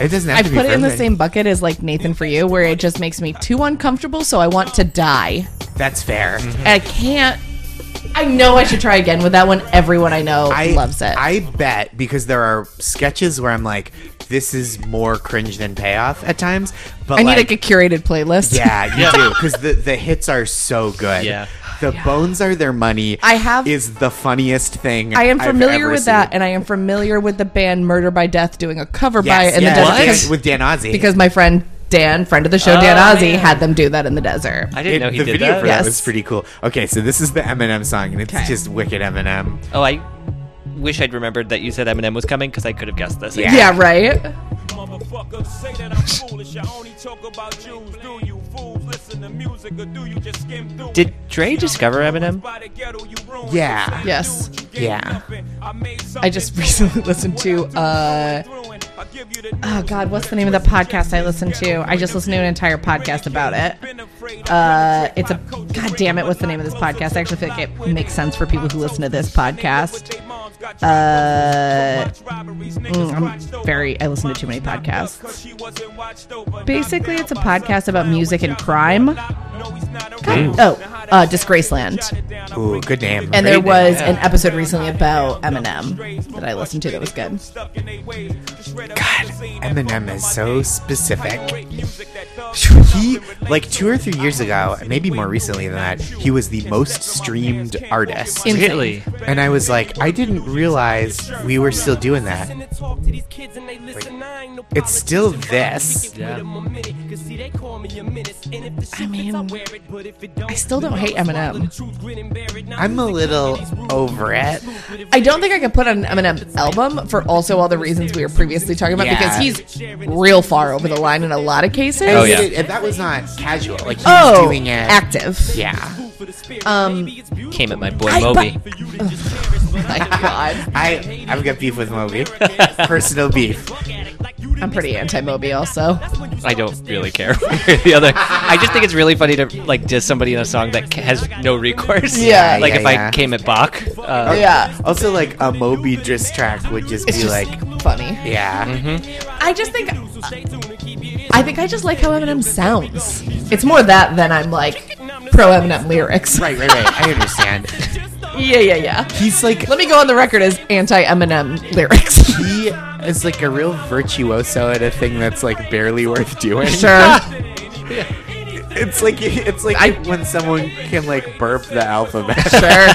[SPEAKER 3] It doesn't have
[SPEAKER 2] I
[SPEAKER 3] to be
[SPEAKER 2] put it in the
[SPEAKER 3] perfect.
[SPEAKER 2] same bucket as like Nathan for you, where it just makes me too uncomfortable, so I want to die.
[SPEAKER 3] That's fair.
[SPEAKER 1] Mm-hmm.
[SPEAKER 2] And I can't. I know I should try again with that one. Everyone I know
[SPEAKER 3] I
[SPEAKER 2] loves it.
[SPEAKER 3] I bet because there are sketches where I'm like, this is more cringe than payoff at times. But
[SPEAKER 2] I need
[SPEAKER 3] like,
[SPEAKER 2] like a curated playlist.
[SPEAKER 3] yeah, you do because the the hits are so good.
[SPEAKER 1] Yeah.
[SPEAKER 3] the bones are their money.
[SPEAKER 2] I have-
[SPEAKER 3] is the funniest thing.
[SPEAKER 2] *laughs* I am
[SPEAKER 3] I've
[SPEAKER 2] familiar
[SPEAKER 3] ever
[SPEAKER 2] with that,
[SPEAKER 3] seen.
[SPEAKER 2] and I am familiar with the band Murder by Death doing a cover by
[SPEAKER 3] Yes,
[SPEAKER 2] it in
[SPEAKER 3] yes,
[SPEAKER 2] the
[SPEAKER 3] with
[SPEAKER 2] desert
[SPEAKER 3] Dan-
[SPEAKER 2] because,
[SPEAKER 3] with Dan Ozzie.
[SPEAKER 2] because my friend Dan, friend of the show, Dan
[SPEAKER 3] Oh,
[SPEAKER 2] Ozzie, had them do that in the desert.
[SPEAKER 1] I didn't
[SPEAKER 3] It-
[SPEAKER 1] know he
[SPEAKER 3] the
[SPEAKER 1] did
[SPEAKER 3] video
[SPEAKER 1] that.
[SPEAKER 3] for
[SPEAKER 2] Yes.
[SPEAKER 3] that was pretty cool. Okay, so this is the Eminem song, and it's just wicked Eminem.
[SPEAKER 1] Oh, I wish I'd remembered that you said Eminem was coming because I could have guessed this.
[SPEAKER 3] Yeah.
[SPEAKER 2] yeah, right?
[SPEAKER 6] Motherfuckers say that I'm foolish. I only talk about Jews. Do you fools listen to music or do you just skim through?
[SPEAKER 1] Did
[SPEAKER 6] it?
[SPEAKER 1] Dre discover Eminem?
[SPEAKER 6] By the ghetto, you ruined
[SPEAKER 3] Yeah.
[SPEAKER 6] the same
[SPEAKER 2] Yes.
[SPEAKER 6] dude, you gave
[SPEAKER 3] Yeah.
[SPEAKER 6] nothing. I made
[SPEAKER 2] I
[SPEAKER 6] something
[SPEAKER 2] just recently listened to, uh,
[SPEAKER 6] oh
[SPEAKER 2] Oh, God, what's the name of the podcast I listen to? I just listened to an entire podcast about it. Uh, it's a god damn it. What's the name of this podcast? I actually feel like it makes sense for people who listen to this podcast. Uh, mm, I'm very. I listen to too many podcasts.
[SPEAKER 6] Basically, it's a podcast about music and crime. God,
[SPEAKER 2] Oh, uh, Disgraceland.
[SPEAKER 3] Ooh, good name.
[SPEAKER 2] And there
[SPEAKER 1] Great
[SPEAKER 2] was
[SPEAKER 1] name,
[SPEAKER 2] an episode recently about Eminem that I listened to that was good.
[SPEAKER 6] God,
[SPEAKER 3] Eminem is so specific. He, like two or three years ago, maybe more recently than that, he was the most streamed artist.
[SPEAKER 2] In-
[SPEAKER 1] Really?
[SPEAKER 3] and I was like, I didn't realize we were still doing that.
[SPEAKER 8] Like,
[SPEAKER 3] It's still this.
[SPEAKER 1] Yeah.
[SPEAKER 8] I mean,
[SPEAKER 2] I still don't hate Eminem.
[SPEAKER 3] I'm a little over it.
[SPEAKER 2] I don't think I could put on an Eminem album for also all the reasons we were previously talking about
[SPEAKER 3] Yeah.
[SPEAKER 2] because he's real far over the line in a lot of cases.
[SPEAKER 1] Oh, yeah.
[SPEAKER 3] And it- and that was not casual. Like he was
[SPEAKER 2] Oh,
[SPEAKER 3] doing it.
[SPEAKER 2] active.
[SPEAKER 3] yeah.
[SPEAKER 2] Um,
[SPEAKER 1] Came
[SPEAKER 6] *laughs*
[SPEAKER 1] at my *laughs* boy
[SPEAKER 2] I-
[SPEAKER 1] Moby.
[SPEAKER 2] *laughs* my God.
[SPEAKER 3] I I've got beef with Moby. *laughs*
[SPEAKER 1] *laughs*
[SPEAKER 3] Personal beef.
[SPEAKER 2] I'm pretty anti Moby also.
[SPEAKER 1] I don't really care *laughs* one way or the other. I just think it's really funny to like diss somebody in a song that ca- has no recourse.
[SPEAKER 2] Yeah.
[SPEAKER 1] Like
[SPEAKER 3] Yeah,
[SPEAKER 1] if
[SPEAKER 3] yeah.
[SPEAKER 1] I came at Bach. Uh,
[SPEAKER 2] Yeah.
[SPEAKER 3] Also, like a Moby diss track would just
[SPEAKER 2] It's
[SPEAKER 3] be
[SPEAKER 2] just Mm-hmm.
[SPEAKER 3] like,
[SPEAKER 2] funny.
[SPEAKER 3] yeah.
[SPEAKER 2] I just think I think I just like how Eminem sounds. It's more that than I'm like pro Eminem lyrics.
[SPEAKER 3] Right, right, right. I understand.
[SPEAKER 2] *laughs* Yeah, yeah, yeah.
[SPEAKER 3] He's like
[SPEAKER 2] Let me go on the record as anti Eminem lyrics. *laughs*
[SPEAKER 3] he is like a real virtuoso at a thing that's like barely worth doing. *laughs*
[SPEAKER 2] sure.
[SPEAKER 3] It's like it's like when someone can like burp the alphabet.
[SPEAKER 2] Sure.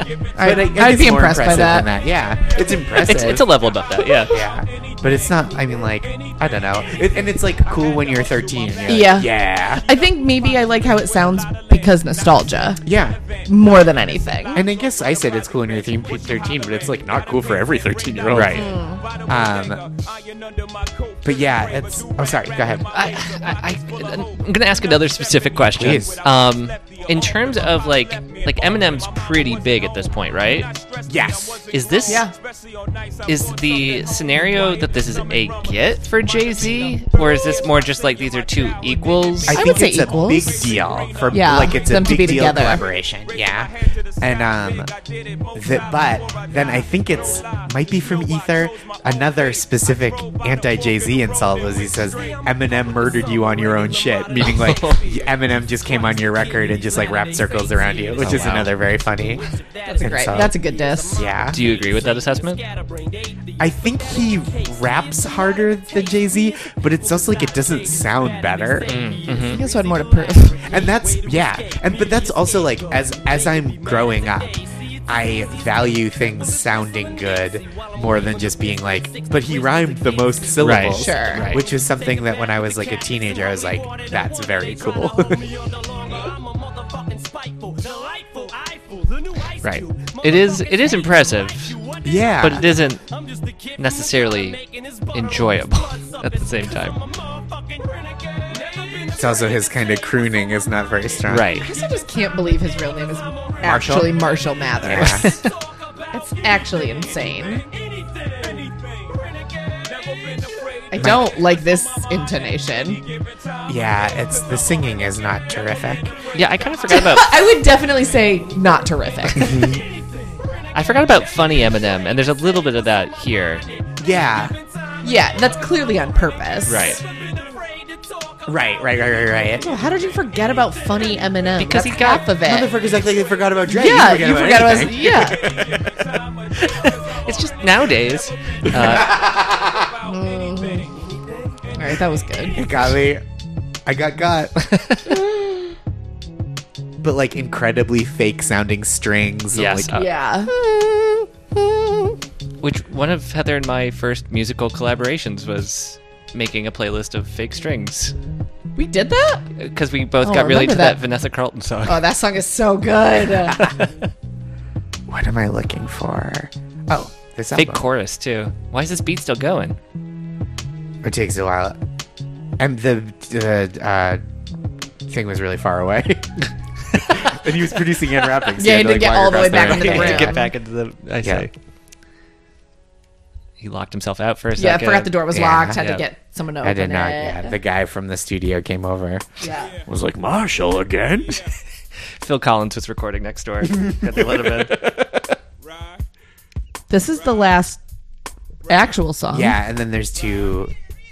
[SPEAKER 3] *laughs* But I, I think
[SPEAKER 2] I'd
[SPEAKER 3] it's
[SPEAKER 2] be
[SPEAKER 3] more
[SPEAKER 2] impressed by
[SPEAKER 3] impressive
[SPEAKER 2] that.
[SPEAKER 3] than Yeah, it's impressive.
[SPEAKER 1] it's, it's a level above that. Yeah.
[SPEAKER 3] yeah, but it's not. I mean, like I don't know. It, and it's like cool when you're 13. and you're like,
[SPEAKER 2] Yeah.
[SPEAKER 3] yeah,
[SPEAKER 2] I think maybe I like how it sounds because nostalgia
[SPEAKER 3] yeah.
[SPEAKER 2] more than anything.
[SPEAKER 3] And I guess I said it's cool when you're 13, but it's like not cool for every 13 year old,
[SPEAKER 1] Right.
[SPEAKER 6] uh,
[SPEAKER 3] Um, but yeah, it's. I'm sorry. Go ahead.
[SPEAKER 1] I, I, I, I'm going to ask another specific question.
[SPEAKER 3] Please.
[SPEAKER 1] Um, in terms of like, like Eminem's pretty big at this point, right?
[SPEAKER 3] Yes.
[SPEAKER 1] Is this
[SPEAKER 2] Yeah.
[SPEAKER 1] is the scenario that this is a get for Jay Z, or is this more just like these are two equals?
[SPEAKER 2] I would say
[SPEAKER 3] it's
[SPEAKER 2] equals.
[SPEAKER 3] a big deal for
[SPEAKER 2] Yeah,
[SPEAKER 3] like it's
[SPEAKER 2] them
[SPEAKER 3] a
[SPEAKER 2] to
[SPEAKER 3] big
[SPEAKER 2] be
[SPEAKER 3] deal
[SPEAKER 2] together.
[SPEAKER 3] collaboration. Yeah, and um, the, but then I think it's might be from Ether. Another specific anti Jay Z insult was he says Eminem murdered you on your own shit, meaning like
[SPEAKER 2] *laughs* Oh.
[SPEAKER 3] Eminem just came on your record and just like wrapped circles around you, which is another very funny.
[SPEAKER 2] Oh, That's a great.
[SPEAKER 3] insult.
[SPEAKER 2] That's a good diss.
[SPEAKER 3] yeah.
[SPEAKER 1] Do you agree with that assessment?
[SPEAKER 3] I think he raps harder than Jay Z, but it's also like it doesn't sound better.
[SPEAKER 2] I guess what more to prove.
[SPEAKER 3] and that's yeah and but that's also like as as i'm growing up i value things sounding good more than just being like but he rhymed the most syllables
[SPEAKER 2] Sure. Right.
[SPEAKER 3] which is something that when i was like a teenager i was like that's very cool
[SPEAKER 1] *laughs*
[SPEAKER 3] *laughs*
[SPEAKER 1] Right. It is. It is impressive,
[SPEAKER 3] yeah
[SPEAKER 1] but it isn't necessarily enjoyable
[SPEAKER 3] *laughs*
[SPEAKER 1] at the same time.
[SPEAKER 3] it's also his kind of crooning is not very strong
[SPEAKER 1] Right.
[SPEAKER 2] I also just can't believe his real name is actually Marshall Mathers.
[SPEAKER 3] Yeah.
[SPEAKER 2] *laughs* It's actually insane. I don't like this intonation.
[SPEAKER 3] yeah it's the singing is not terrific
[SPEAKER 1] Yeah, I kind of forgot about.
[SPEAKER 2] *laughs* I would definitely say not terrific.
[SPEAKER 1] I forgot about funny Eminem, and there's a little bit of that here.
[SPEAKER 3] yeah
[SPEAKER 2] yeah, that's clearly on purpose.
[SPEAKER 3] *laughs* right right right right right
[SPEAKER 2] Well, Oh, how did you forget about funny Eminem?
[SPEAKER 1] Because
[SPEAKER 2] That's
[SPEAKER 1] he got
[SPEAKER 2] half of it.
[SPEAKER 3] motherfuckers act like they forgot about Drake
[SPEAKER 2] Yeah, you forgot about. us. Yeah.
[SPEAKER 1] It's just nowadays. *laughs*
[SPEAKER 3] *laughs*
[SPEAKER 2] All right, that was good.
[SPEAKER 3] got me. I got got. *laughs* but like incredibly fake sounding strings. and,
[SPEAKER 1] Yes.
[SPEAKER 3] like-
[SPEAKER 1] Uh,
[SPEAKER 2] Yeah.
[SPEAKER 1] Which one of Heather and my first musical collaborations was making a playlist of fake strings
[SPEAKER 2] We did that?
[SPEAKER 1] because we both
[SPEAKER 2] Oh, I
[SPEAKER 1] got really
[SPEAKER 2] remember
[SPEAKER 1] into that.
[SPEAKER 2] that.
[SPEAKER 1] Vanessa Carlton song.
[SPEAKER 2] Oh, that song is so good.
[SPEAKER 3] What am I looking for? Oh, this
[SPEAKER 1] fake
[SPEAKER 3] album.
[SPEAKER 1] chorus too. Why is this beat still going?
[SPEAKER 3] It takes a while. And the the uh, thing was really far away. *laughs* and he was producing and rapping. So
[SPEAKER 2] Yeah,
[SPEAKER 3] he
[SPEAKER 2] he didn't get
[SPEAKER 3] had to, like,
[SPEAKER 2] all
[SPEAKER 3] walk
[SPEAKER 2] the way
[SPEAKER 3] across
[SPEAKER 2] back
[SPEAKER 3] room.
[SPEAKER 2] into
[SPEAKER 1] He
[SPEAKER 2] the
[SPEAKER 1] had to
[SPEAKER 2] room.
[SPEAKER 1] get back into the. I
[SPEAKER 3] Yeah.
[SPEAKER 1] say. He locked himself out for a
[SPEAKER 2] yeah, I
[SPEAKER 1] second.
[SPEAKER 2] forgot the door was
[SPEAKER 3] Yeah,
[SPEAKER 2] locked. Had
[SPEAKER 1] yeah.
[SPEAKER 2] to get someone to
[SPEAKER 3] I
[SPEAKER 2] open
[SPEAKER 3] did not.
[SPEAKER 2] it.
[SPEAKER 3] Yeah, the guy from the studio came over.
[SPEAKER 2] Yeah.
[SPEAKER 3] Was like Marshall again.
[SPEAKER 1] Phil Collins was recording next *laughs* door. Got the little *laughs* bit.
[SPEAKER 9] This is the last actual song.
[SPEAKER 3] yeah, and then there's two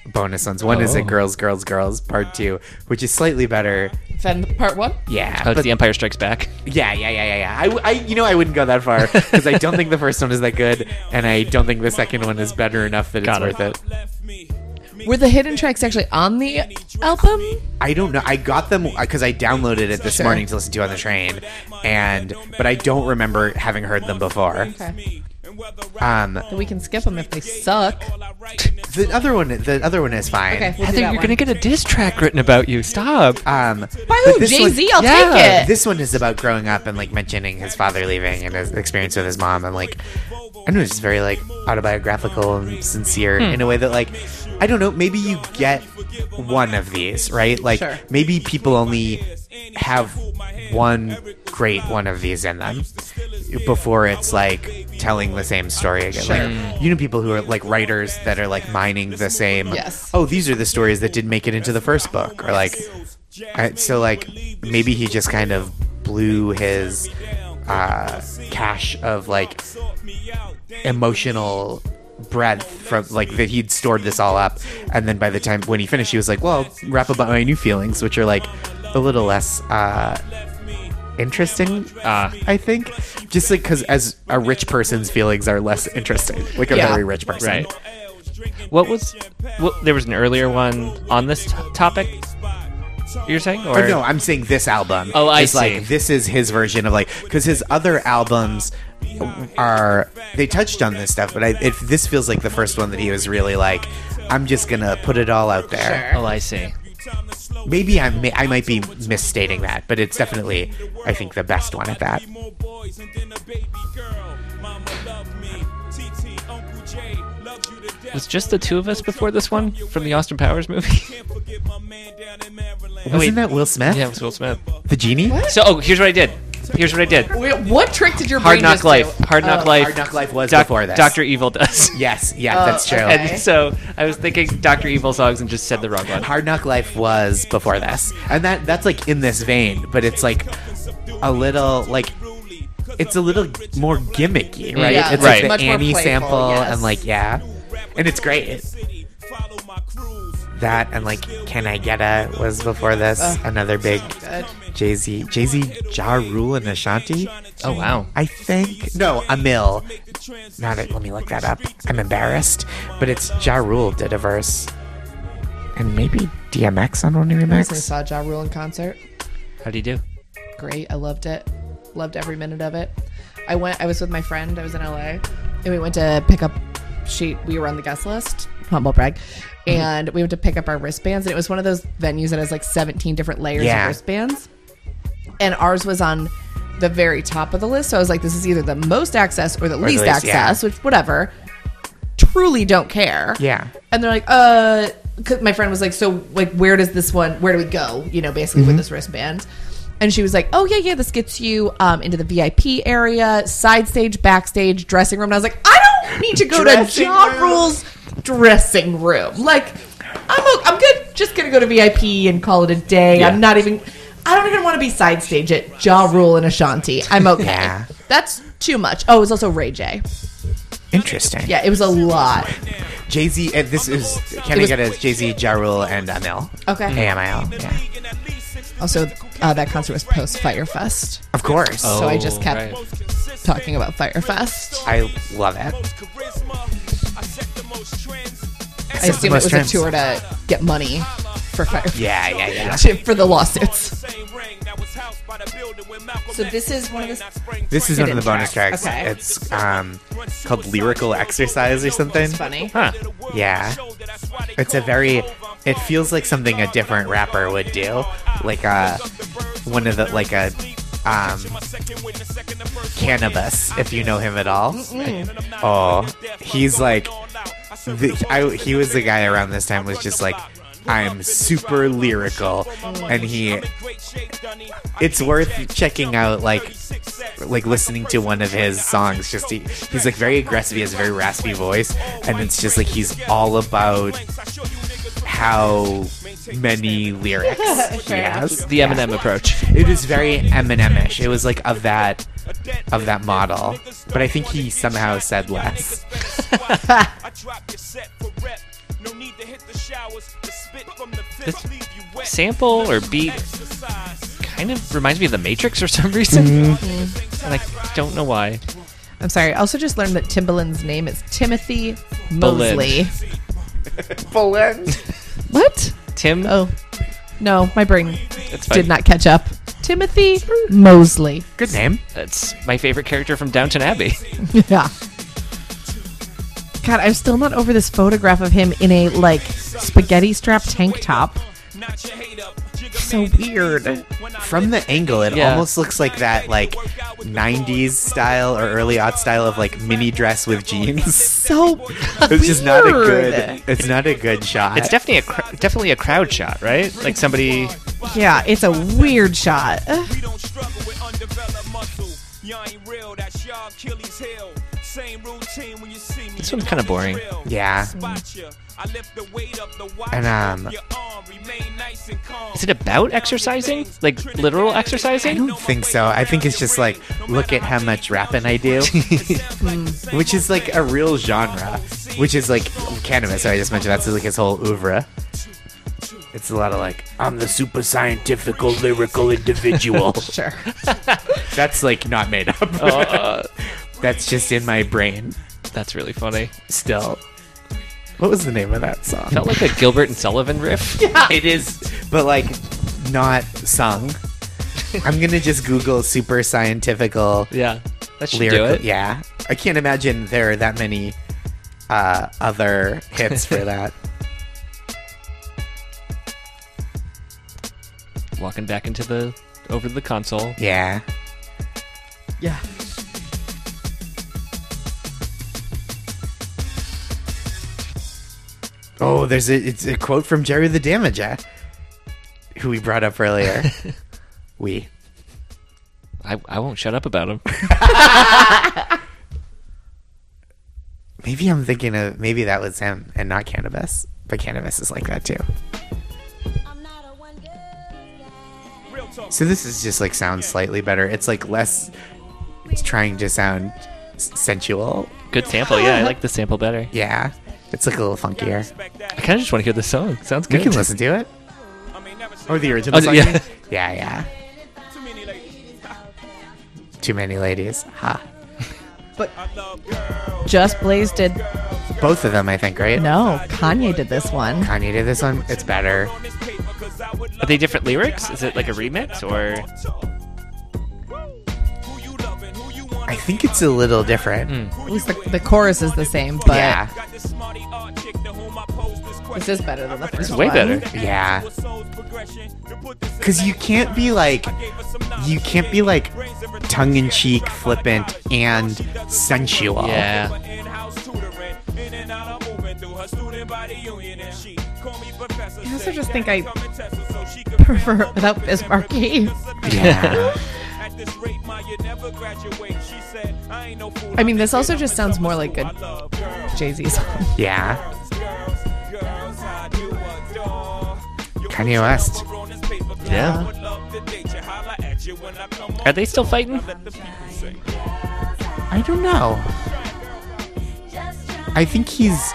[SPEAKER 3] bonus ones. One
[SPEAKER 1] Oh.
[SPEAKER 3] is a girls, girls, girls part two, which is slightly better.
[SPEAKER 2] Then part one.
[SPEAKER 3] Yeah,
[SPEAKER 1] Oh, it's
[SPEAKER 3] but
[SPEAKER 1] The Empire Strikes Back.
[SPEAKER 3] yeah, yeah, yeah, yeah, yeah. I, w- I- you know, I wouldn't go
[SPEAKER 2] *laughs*
[SPEAKER 3] that far because I don't think the first one is that good, and I don't think the second one is better enough that
[SPEAKER 1] Got
[SPEAKER 3] it's
[SPEAKER 1] it.
[SPEAKER 3] worth it.
[SPEAKER 2] Were the hidden tracks actually on the album?
[SPEAKER 3] I don't know. I got them because I downloaded it this
[SPEAKER 2] Sure.
[SPEAKER 3] morning to listen to on the train, and but I don't remember having heard them before.
[SPEAKER 2] Okay.
[SPEAKER 3] Um,
[SPEAKER 2] We can skip them if they suck.
[SPEAKER 3] the other one, the other one is fine.
[SPEAKER 2] Okay, we'll
[SPEAKER 1] I think
[SPEAKER 2] do that
[SPEAKER 1] you're gonna
[SPEAKER 2] one.
[SPEAKER 1] get a diss track written about you. Stop.
[SPEAKER 3] Um,
[SPEAKER 2] By
[SPEAKER 3] but
[SPEAKER 2] who?
[SPEAKER 3] this
[SPEAKER 2] Jay
[SPEAKER 3] one-
[SPEAKER 2] Z. I'll
[SPEAKER 1] Yeah.
[SPEAKER 2] take it.
[SPEAKER 3] This one is about growing up and like mentioning his father leaving and his experience with his mom and like I don't know it's just very like autobiographical and sincere in a way that like I don't know maybe you get one of these right like
[SPEAKER 2] Sure.
[SPEAKER 3] maybe people only have one great one of these in them before it's like telling the same story again like you know people who are like writers that are like mining the same
[SPEAKER 2] Yes.
[SPEAKER 3] oh these are the stories that didn't make it into the first book or like I, so like maybe he just kind of blew his uh, cache of like emotional breadth from like that he'd stored this all up and then by the time when he finished he was like well I'll rap about my new feelings which are like a little less uh interesting
[SPEAKER 2] Ah.
[SPEAKER 3] uh i think just like because as a rich person's feelings are less interesting like a
[SPEAKER 2] Yeah.
[SPEAKER 3] very rich person
[SPEAKER 1] Right. What was? What, there was an earlier one on this t- topic. You're saying, or
[SPEAKER 3] Or
[SPEAKER 2] Oh,
[SPEAKER 3] no, I'm saying this album.
[SPEAKER 1] Oh, I
[SPEAKER 3] is
[SPEAKER 1] see.
[SPEAKER 3] Like this is his version of like because his other albums are they touched on this stuff, but I, it, this feels like the first one that he was really like, I'm just gonna put it all out there.
[SPEAKER 1] Oh, I see.
[SPEAKER 3] Maybe I may, I might be misstating that, but it's definitely I think the best one at that.
[SPEAKER 1] Was just the two of us before this one from the Austin Powers movie? *laughs*
[SPEAKER 3] Wasn't that Will Smith?
[SPEAKER 1] Oh, yeah, it was Will Smith.
[SPEAKER 3] The genie.
[SPEAKER 1] So, oh, here's what I did. Here's what I did.
[SPEAKER 2] Wait, what trick did your
[SPEAKER 1] Hard
[SPEAKER 2] brain
[SPEAKER 1] Knock
[SPEAKER 2] just
[SPEAKER 1] Life.
[SPEAKER 2] do?
[SPEAKER 1] Hard Knock
[SPEAKER 2] Oh.
[SPEAKER 1] Life.
[SPEAKER 3] Hard Knock Life was
[SPEAKER 1] Doc-
[SPEAKER 3] before this.
[SPEAKER 1] Doctor E. Evil does. *laughs*
[SPEAKER 3] Yes, yeah, that's true.
[SPEAKER 2] okay.
[SPEAKER 1] And so I was thinking Doctor Evil songs and just said the wrong one.
[SPEAKER 3] Hard Knock Life was before this, and that that's like in this vein, but it's like
[SPEAKER 1] Uh,
[SPEAKER 3] a little like it's a little more gimmicky, right?
[SPEAKER 2] Yeah,
[SPEAKER 3] it's
[SPEAKER 1] Right.
[SPEAKER 3] like the
[SPEAKER 2] much more
[SPEAKER 3] Annie
[SPEAKER 2] playful,
[SPEAKER 3] sample
[SPEAKER 2] yes.
[SPEAKER 3] and like yeah, and it's great. That and like Can I Get A was before this. Another big Jay Z, Jay Z, Ja Rule and Ashanti.
[SPEAKER 1] Oh wow.
[SPEAKER 3] I think no, Amil. Now that let me look that up. I'm embarrassed, but it's Ja Rule did a verse, and maybe DMX on one
[SPEAKER 2] I recently
[SPEAKER 3] remix.
[SPEAKER 2] saw Ja Rule in concert.
[SPEAKER 1] How do you do?
[SPEAKER 2] Great. I loved it. Loved every minute of it. I went. I was with my friend. I was in LA, and we went to pick up. She. We were on the guest list. Humble brag.
[SPEAKER 3] Mm-hmm.
[SPEAKER 2] And we went to pick up our wristbands, and it was one of those venues that has like 17 different layers
[SPEAKER 3] Yeah.
[SPEAKER 2] of wristbands. And ours was on the very top of the list, so I was like, "This is either the most access or the least,
[SPEAKER 3] least, yeah.
[SPEAKER 2] access, which whatever." Truly don't care.
[SPEAKER 3] Yeah.
[SPEAKER 2] And they're like, uh, 'cause my friend was like, so like, where does this one? Where do we go? You know, basically
[SPEAKER 3] Mm-hmm.
[SPEAKER 2] with this wristband. And she was like, oh yeah, yeah, this gets you um, into the VIP area, side stage, backstage, dressing room. And I was like, I don't need to go to
[SPEAKER 3] Dressing
[SPEAKER 2] Ja
[SPEAKER 3] room.
[SPEAKER 2] Rule's dressing room. Like, I'm o- I'm good. Just gonna go to VIP and call it a day. I'm not even. I don't even want to be side stage at Ja Rule and Ashanti. I'm okay.
[SPEAKER 3] Yeah.
[SPEAKER 2] That's too much. Oh, it was also Ray J.
[SPEAKER 3] Interesting.
[SPEAKER 2] Yeah, it was a lot.
[SPEAKER 3] Jay Z. Uh, this is
[SPEAKER 2] It
[SPEAKER 3] can I
[SPEAKER 2] was-
[SPEAKER 3] get a Jay Z, Ja Rule, and Amil.
[SPEAKER 2] Okay.
[SPEAKER 3] AMIL. Yeah.
[SPEAKER 2] Also, uh, that concert was post Firefest,
[SPEAKER 3] Of course.
[SPEAKER 2] so I
[SPEAKER 1] Oh,
[SPEAKER 2] just kept
[SPEAKER 1] right.
[SPEAKER 2] talking about Firefest.
[SPEAKER 3] I love it.
[SPEAKER 2] I assume it
[SPEAKER 3] most
[SPEAKER 2] was
[SPEAKER 3] trends.
[SPEAKER 2] a tour to get money *laughs* for Firefest
[SPEAKER 9] *laughs*
[SPEAKER 3] Yeah, yeah, yeah.
[SPEAKER 2] for the lawsuits. So this is one of the-
[SPEAKER 3] This is
[SPEAKER 2] It
[SPEAKER 3] one of the
[SPEAKER 2] didn't
[SPEAKER 3] bonus
[SPEAKER 2] track.
[SPEAKER 3] tracks.
[SPEAKER 2] Okay.
[SPEAKER 3] It's um, called Lyrical Exercise or something.
[SPEAKER 2] funny.
[SPEAKER 1] Huh.
[SPEAKER 3] Yeah. It's a very. It feels like something a different rapper would do, like a one of the like a um, cannabis, if you know him at all. Oh, he's like the, I, he was the guy around this time was just like I'm super lyrical, and he. It's worth checking out like like listening to one of his songs just he, he's like very aggressive he has a very raspy voice and it's just like he's all about how
[SPEAKER 2] *laughs*
[SPEAKER 3] many lyrics he has
[SPEAKER 1] The Eminem approach.
[SPEAKER 3] it is very Eminem-ish. It was like of that of that model, but I think he somehow
[SPEAKER 1] *laughs*
[SPEAKER 3] said less.
[SPEAKER 1] Sample or beat kind of reminds me of The Matrix for some *laughs* reason. And I don't know why.
[SPEAKER 9] I'm sorry. I also just learned that Timbaland's name is Timothy Mosley. What?
[SPEAKER 1] Tim,
[SPEAKER 9] Oh, no, my brain
[SPEAKER 1] that's fine.
[SPEAKER 9] did not catch up. Timothy Mosley. *laughs*
[SPEAKER 3] Good name.
[SPEAKER 1] That's my favorite character from Downton Abbey.
[SPEAKER 9] Yeah. God, I'm still not over this photograph of him in a like spaghetti strap tank top.
[SPEAKER 3] So weird. From the angle, it
[SPEAKER 1] Yeah.
[SPEAKER 3] almost looks like that like '90s style or early aught style of like mini dress with jeans.
[SPEAKER 9] So
[SPEAKER 3] *laughs* It's just not a good. It's not a good shot.
[SPEAKER 1] It's definitely a cr- definitely a crowd shot, right? Like somebody
[SPEAKER 9] yeah, it's a weird shot. Ugh.
[SPEAKER 6] We don't struggle with undeveloped muscle. Y'all ain't real, that's y'all Achilles heel. Same routine when you see me.
[SPEAKER 1] This one's kinda boring.
[SPEAKER 3] Yeah.
[SPEAKER 6] Spot ya. I lift the weight up the watch.
[SPEAKER 3] And, um,
[SPEAKER 6] Your arm remain nice and calm.
[SPEAKER 1] Is it about exercising? Like literal
[SPEAKER 3] I
[SPEAKER 1] exercising?
[SPEAKER 3] don't think so. I think it's just like, look at how much rapping I *laughs* do,
[SPEAKER 1] *laughs*
[SPEAKER 3] Hmm. which is like a real genre, which is like cannabis. So I just mentioned that's like his whole oeuvre. It's a lot of like, I'm the super scientifical lyrical individual. sure, *laughs* that's like not made up.
[SPEAKER 1] Oh.
[SPEAKER 3] that's just in my brain
[SPEAKER 1] Uh, That's really funny.
[SPEAKER 3] still. What was the name of that
[SPEAKER 1] *laughs*
[SPEAKER 3] song?
[SPEAKER 1] Felt like a Gilbert and Sullivan
[SPEAKER 3] *laughs*
[SPEAKER 1] riff.
[SPEAKER 3] it is, but like not sung. I'm gonna just Google super scientifical
[SPEAKER 1] Yeah. That should
[SPEAKER 3] lyrical.
[SPEAKER 1] do it.
[SPEAKER 3] Yeah, I can't imagine there are that many uh, other
[SPEAKER 1] *laughs*
[SPEAKER 3] hits for that.
[SPEAKER 1] Walking back into the over to the console.
[SPEAKER 3] Yeah, yeah. Oh, there's a it's a quote from Jerry the Damager, who we brought up
[SPEAKER 1] *laughs*
[SPEAKER 3] earlier. we.
[SPEAKER 1] I, I won't shut up about him.
[SPEAKER 3] Maybe I'm thinking of maybe that was him and not cannabis, but cannabis is like that too. So this is just like sounds slightly better. It's like less. It's trying to sound s- sensual.
[SPEAKER 1] Good sample. Yeah, I like the sample better.
[SPEAKER 3] Yeah, it's like a little funkier.
[SPEAKER 1] I kind of just want to hear the song. Sounds
[SPEAKER 3] We
[SPEAKER 1] good.
[SPEAKER 3] can listen to it or the original.
[SPEAKER 1] Oh,
[SPEAKER 3] song.
[SPEAKER 1] yeah.
[SPEAKER 3] *laughs* yeah, yeah. Too many ladies. Ha.
[SPEAKER 9] Just Blaze did
[SPEAKER 3] Both of them, I think, right?
[SPEAKER 9] no. Kanye did this one.
[SPEAKER 3] Kanye did this one. It's better.
[SPEAKER 1] Are they different lyrics? Is it like a remix or
[SPEAKER 3] I think it's a little different.
[SPEAKER 9] At least the, the chorus is the same, but
[SPEAKER 3] yeah.
[SPEAKER 9] this is better than the first.
[SPEAKER 1] it's way
[SPEAKER 9] one.
[SPEAKER 1] better?
[SPEAKER 3] Yeah. Because you can't be like, you can't be like tongue in cheek, flippant, and sensual.
[SPEAKER 1] Yeah.
[SPEAKER 9] I also just think
[SPEAKER 3] *laughs*
[SPEAKER 9] I prefer without Bismarck.
[SPEAKER 1] Hmm.
[SPEAKER 3] Yeah. *laughs*
[SPEAKER 9] I mean, this also just sounds more like a Jay Z song.
[SPEAKER 3] yeah. Kanye West.
[SPEAKER 1] Yeah. Are they still fighting?
[SPEAKER 3] I don't know. I think he's,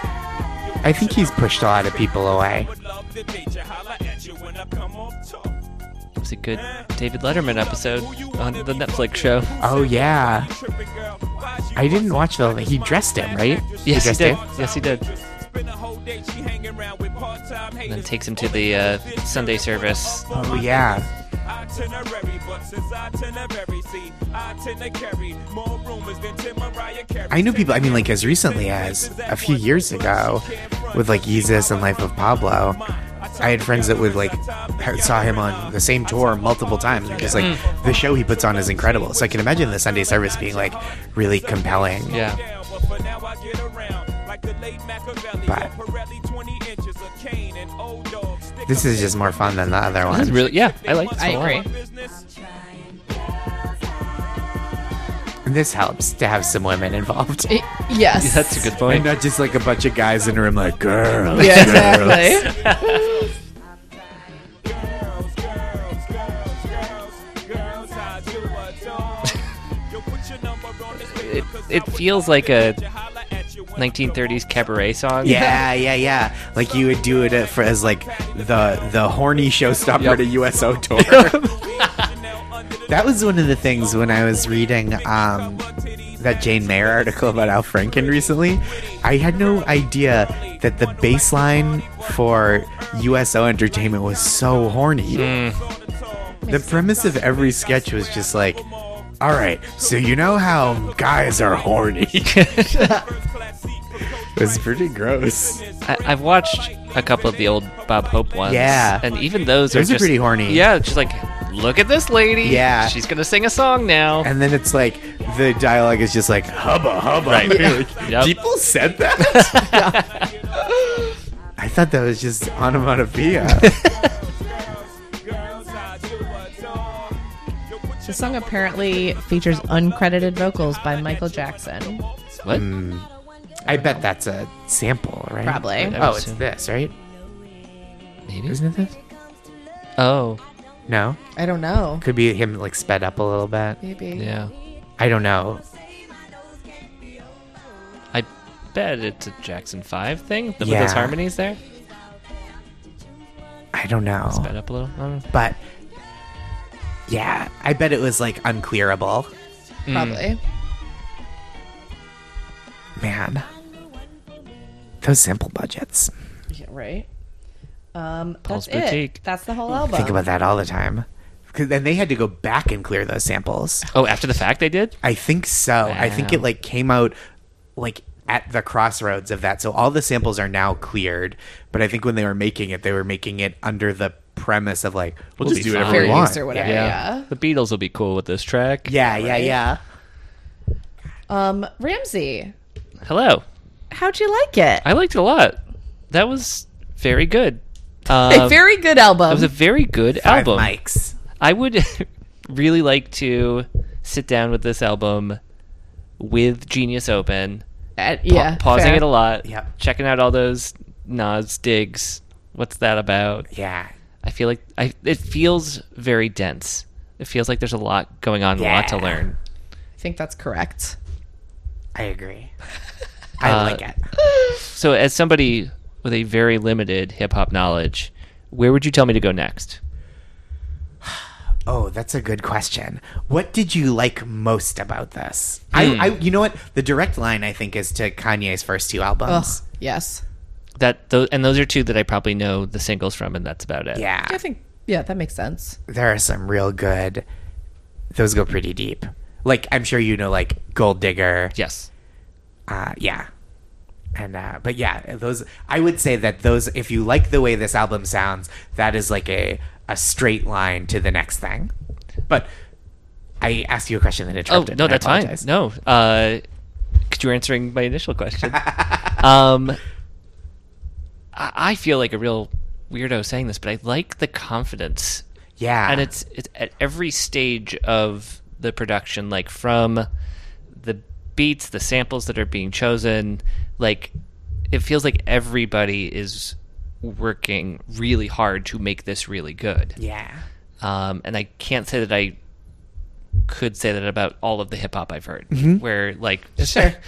[SPEAKER 3] I think he's pushed a lot of people away.
[SPEAKER 1] It was a good David Letterman episode on the Netflix show.
[SPEAKER 3] Oh yeah. I didn't watch the. He dressed him, right?
[SPEAKER 1] Yes, he
[SPEAKER 3] dressed
[SPEAKER 1] did.
[SPEAKER 3] him?
[SPEAKER 1] Yes, he did. And then takes him to the uh, Sunday service.
[SPEAKER 3] Oh yeah.
[SPEAKER 6] itinerary, but since itinerary, see, I tend to carry more rumors than Tim Mariah Carey.
[SPEAKER 3] I knew people. I mean, like as recently as a few years ago, with like Yeezus and Life of Pablo, I had friends that would like ha- saw him on the same tour multiple times because like the show he puts on is incredible. So I can imagine the Sunday service being like really compelling.
[SPEAKER 4] Yeah.
[SPEAKER 6] But for now I get around like the late Machiavelli,
[SPEAKER 3] But-
[SPEAKER 6] a Pirelli 20 inches, a cane, an old dog. Stick
[SPEAKER 3] This is just more fun than the other
[SPEAKER 1] This is
[SPEAKER 3] one.
[SPEAKER 1] really yeah. I like this
[SPEAKER 9] I
[SPEAKER 1] a lot.
[SPEAKER 9] agree.
[SPEAKER 6] business.
[SPEAKER 3] And this helps to have some women involved.
[SPEAKER 2] It- yes.
[SPEAKER 1] That's a good
[SPEAKER 3] And
[SPEAKER 1] point.
[SPEAKER 3] not just like a bunch of guys in a room like girl. *laughs*
[SPEAKER 2] Yeah, exactly.
[SPEAKER 6] Girls, girls, girls, girls, girls, I do adore. Yo, put your number on this paper,
[SPEAKER 1] It
[SPEAKER 6] 'cause I
[SPEAKER 1] it
[SPEAKER 6] would
[SPEAKER 1] feels like a
[SPEAKER 6] holla at you when I come
[SPEAKER 1] 1930s cabaret song. *laughs*
[SPEAKER 3] Yeah, *laughs* yeah, yeah. Like you would do it at- for as like the the horny showstopper at a USO tour. that was one of the things when I was reading um, that Jane Mayer article about Al Franken recently. I had no idea that the baseline for USO Entertainment was so horny. The premise of every sketch was just like. All right, so you know how guys are horny. *laughs* it was pretty gross.
[SPEAKER 1] I, I've watched a couple of the old Bob Hope ones.
[SPEAKER 3] Yeah.
[SPEAKER 1] and even those,
[SPEAKER 3] Those are
[SPEAKER 1] just,
[SPEAKER 3] pretty horny.
[SPEAKER 1] Yeah, it's just like look at this lady.
[SPEAKER 3] Yeah.
[SPEAKER 1] she's gonna sing a song now.
[SPEAKER 3] And then it's like the dialogue is just like hubba hubba. You're *laughs*
[SPEAKER 1] *laughs*
[SPEAKER 3] like,
[SPEAKER 1] Yep.
[SPEAKER 3] People
[SPEAKER 1] *laughs*
[SPEAKER 3] said that. I thought that was just
[SPEAKER 1] *laughs*
[SPEAKER 3] onomatopoeia.
[SPEAKER 9] The song apparently features uncredited vocals by Michael Jackson.
[SPEAKER 1] What?
[SPEAKER 3] I bet that's a sample, right?
[SPEAKER 9] Probably.
[SPEAKER 1] I would
[SPEAKER 3] Oh, it's
[SPEAKER 1] assume.
[SPEAKER 3] this, right?
[SPEAKER 1] Maybe.
[SPEAKER 3] Isn't it this?
[SPEAKER 1] Oh,
[SPEAKER 3] No,
[SPEAKER 2] I don't know.
[SPEAKER 3] could be him like sped up a little bit.
[SPEAKER 2] Maybe.
[SPEAKER 1] yeah.
[SPEAKER 3] I don't know.
[SPEAKER 1] I bet it's a Jackson Five thing. The, With
[SPEAKER 3] Yeah.
[SPEAKER 1] those harmonies there,
[SPEAKER 3] I don't know.
[SPEAKER 1] sped up a little. I don't know.
[SPEAKER 3] But yeah, I bet it was like unclearable.
[SPEAKER 1] Mm.
[SPEAKER 2] Probably.
[SPEAKER 3] Man, those sample budgets.
[SPEAKER 9] Yeah, right. Um,
[SPEAKER 1] Paul's
[SPEAKER 9] that's
[SPEAKER 1] Boutique.
[SPEAKER 9] It. That's the whole album.
[SPEAKER 3] Think about that all the time. Because then they had to go back and clear those samples.
[SPEAKER 1] Oh, after the fact, they did.
[SPEAKER 3] I think so. I think it
[SPEAKER 1] Wow.
[SPEAKER 3] like came out like at the crossroads of that. So all the samples are now cleared, but I think when they were making it, they were making it under the premise of like we'll,
[SPEAKER 1] We'll
[SPEAKER 3] just
[SPEAKER 1] be
[SPEAKER 3] do whatever
[SPEAKER 1] fine.
[SPEAKER 3] we
[SPEAKER 2] Fair
[SPEAKER 3] want.
[SPEAKER 2] use or whatever.
[SPEAKER 1] Yeah.
[SPEAKER 2] Yeah.
[SPEAKER 1] The Beatles will be cool with this track.
[SPEAKER 3] Yeah, yeah, yeah.
[SPEAKER 9] Um, Ramsey,
[SPEAKER 1] Hello.
[SPEAKER 9] how'd you like it?
[SPEAKER 1] I liked it a lot. That was very
[SPEAKER 3] *laughs*
[SPEAKER 1] good.
[SPEAKER 2] A
[SPEAKER 1] Um,
[SPEAKER 2] very good
[SPEAKER 1] It was
[SPEAKER 2] album.
[SPEAKER 1] a very good
[SPEAKER 3] Five
[SPEAKER 1] album.
[SPEAKER 3] mics.
[SPEAKER 1] I would *laughs* really like to sit down with this album with Genius Open,
[SPEAKER 2] Uh,
[SPEAKER 1] pa-
[SPEAKER 2] yeah.
[SPEAKER 1] pausing
[SPEAKER 2] fair.
[SPEAKER 1] it a lot,
[SPEAKER 3] Yep.
[SPEAKER 1] checking out all those nods, digs. What's that about?
[SPEAKER 3] Yeah.
[SPEAKER 1] I feel like I, it feels very dense. It feels like there's a lot going on, a lot to
[SPEAKER 3] Yeah.
[SPEAKER 1] learn.
[SPEAKER 2] I think that's correct.
[SPEAKER 3] I agree. I
[SPEAKER 1] Uh,
[SPEAKER 3] like it.
[SPEAKER 1] So, as somebody with a very limited hip hop knowledge, where would you tell me to go next?
[SPEAKER 3] Oh, that's a good question. What did you like most about this? I, I, you know what? The direct line I think is to Kanye's first two
[SPEAKER 2] Ugh.
[SPEAKER 3] albums.
[SPEAKER 2] Yes.
[SPEAKER 1] That those, and those are two that I probably know the singles from, and that's about it.
[SPEAKER 3] Yeah.
[SPEAKER 2] I think. Yeah, that makes sense.
[SPEAKER 3] there are some real good those go pretty deep like i'm sure you know like gold digger
[SPEAKER 1] Yes.
[SPEAKER 3] uh yeah and uh but yeah those i would say that those if you like the way this album sounds that is like a a straight line to the next thing but i asked you a question that
[SPEAKER 1] Oh
[SPEAKER 3] interrupted
[SPEAKER 1] no,
[SPEAKER 3] and I
[SPEAKER 1] that's fine.
[SPEAKER 3] apologize.
[SPEAKER 1] No, uh, 'cause you were answering my initial
[SPEAKER 3] *laughs*
[SPEAKER 1] question. um, I, I feel like a real weirdo saying this, but I like the confidence,
[SPEAKER 3] yeah
[SPEAKER 1] and it's it's at every stage of the production, like from the beats, the samples that are being chosen, like it feels like everybody is working really hard to make this really good
[SPEAKER 3] yeah
[SPEAKER 1] um, and I can't say that I could say that about all of the hip hop I've heard.
[SPEAKER 2] Mm-hmm.
[SPEAKER 1] Where like sure. *laughs*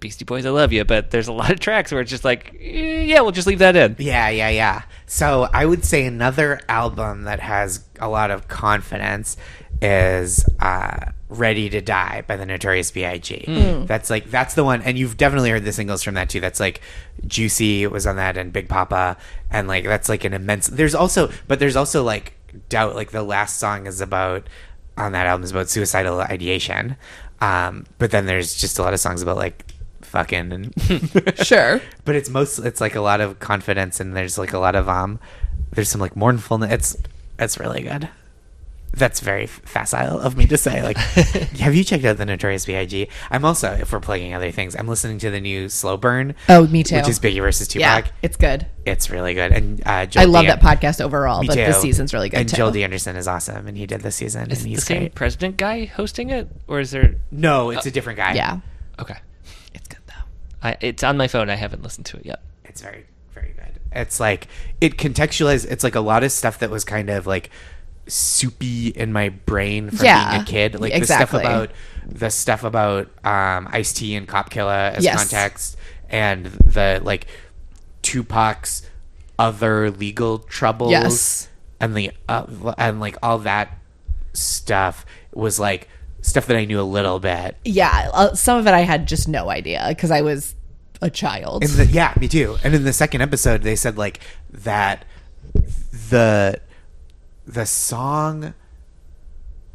[SPEAKER 1] Beastie Boys, I love you, but there's a lot of tracks where it's just like, eh, yeah, we'll just leave that in.
[SPEAKER 3] Yeah, yeah, yeah. So I would say another album that has a lot of confidence is uh, "Ready to Die" by the Notorious B.I.G. That's like that's the one, and you've definitely heard the singles from that too. That's like Juicy was on that, and Big Papa, and like that's like an immense. There's also, but there's also like doubt like the last song is about on that album is about suicidal ideation. Um, but then there's just a lot of songs about like fucking and
[SPEAKER 2] *laughs* Sure.
[SPEAKER 3] but it's mostly it's like a lot of confidence and there's like a lot of um there's some like mournfulness it's it's really good that's very f- facile of me to
[SPEAKER 2] *laughs*
[SPEAKER 3] say like have you checked out the notorious big i'm also if we're plugging other things i'm listening to the new slow burn
[SPEAKER 2] Oh, me too.
[SPEAKER 3] which is biggie versus
[SPEAKER 2] yeah,
[SPEAKER 3] tupac
[SPEAKER 2] it's good.
[SPEAKER 3] it's really good and uh
[SPEAKER 2] I love that podcast overall, but the season's really good
[SPEAKER 3] and
[SPEAKER 2] too.
[SPEAKER 3] joel d anderson is awesome and he did this season
[SPEAKER 1] Is
[SPEAKER 3] and
[SPEAKER 1] the
[SPEAKER 3] he's
[SPEAKER 1] same
[SPEAKER 3] great.
[SPEAKER 1] president guy hosting it, or is there?
[SPEAKER 3] no it's a different guy
[SPEAKER 2] yeah,
[SPEAKER 1] Okay,
[SPEAKER 2] it's good though.
[SPEAKER 1] I, it's on my phone. I haven't listened to it yet.
[SPEAKER 3] it's very very good it's like it contextualized it's like a lot of stuff that was kind of like soupy in my brain from being
[SPEAKER 2] Yeah,
[SPEAKER 3] a kid like
[SPEAKER 2] exactly.
[SPEAKER 3] the stuff about the stuff about um ice tea and cop killer as
[SPEAKER 2] Yes.
[SPEAKER 3] context and the like tupac's other legal troubles
[SPEAKER 2] Yes.
[SPEAKER 3] and the uh, and like all that stuff was like stuff that i knew a little bit
[SPEAKER 2] Yeah, uh, some of it I had just no idea because I was a child.
[SPEAKER 3] In the, yeah, me too. And in the second episode, they said like that the the song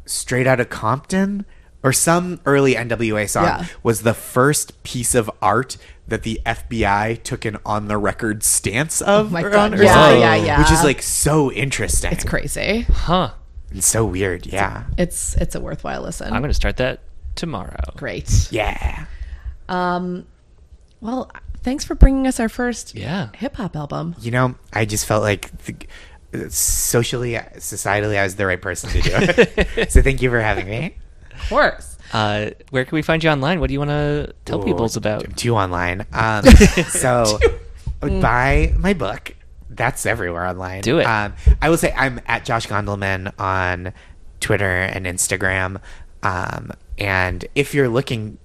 [SPEAKER 3] "Straight Outta Compton" or some early NWA song
[SPEAKER 2] Yeah.
[SPEAKER 3] was the first piece of art that the FBI took an on the record stance of.
[SPEAKER 2] Oh my
[SPEAKER 3] or
[SPEAKER 2] God.
[SPEAKER 3] on- or
[SPEAKER 2] Yeah,
[SPEAKER 3] something,
[SPEAKER 2] yeah, yeah.
[SPEAKER 3] Which is like so interesting.
[SPEAKER 2] it's crazy.
[SPEAKER 1] Huh?
[SPEAKER 3] And so weird. Yeah.
[SPEAKER 2] It's it's a worthwhile listen.
[SPEAKER 1] I'm gonna start that tomorrow.
[SPEAKER 2] Great. Um,
[SPEAKER 3] Yeah.
[SPEAKER 2] Well, thanks for bringing us our first
[SPEAKER 1] Yeah.
[SPEAKER 2] hip hop album.
[SPEAKER 3] You know, I just felt like the, socially, societally, I was the right person to do
[SPEAKER 2] *laughs*
[SPEAKER 3] it. so thank you for having me.
[SPEAKER 2] Of course.
[SPEAKER 1] Uh, where can we find you online? What do you want to tell people's about?
[SPEAKER 3] two online.
[SPEAKER 1] *laughs*
[SPEAKER 3] Um, so buy my book. That's everywhere online.
[SPEAKER 1] Do it.
[SPEAKER 3] Um, I will say I'm at Josh Gondelman on Twitter and Instagram. Um, and if you're looking,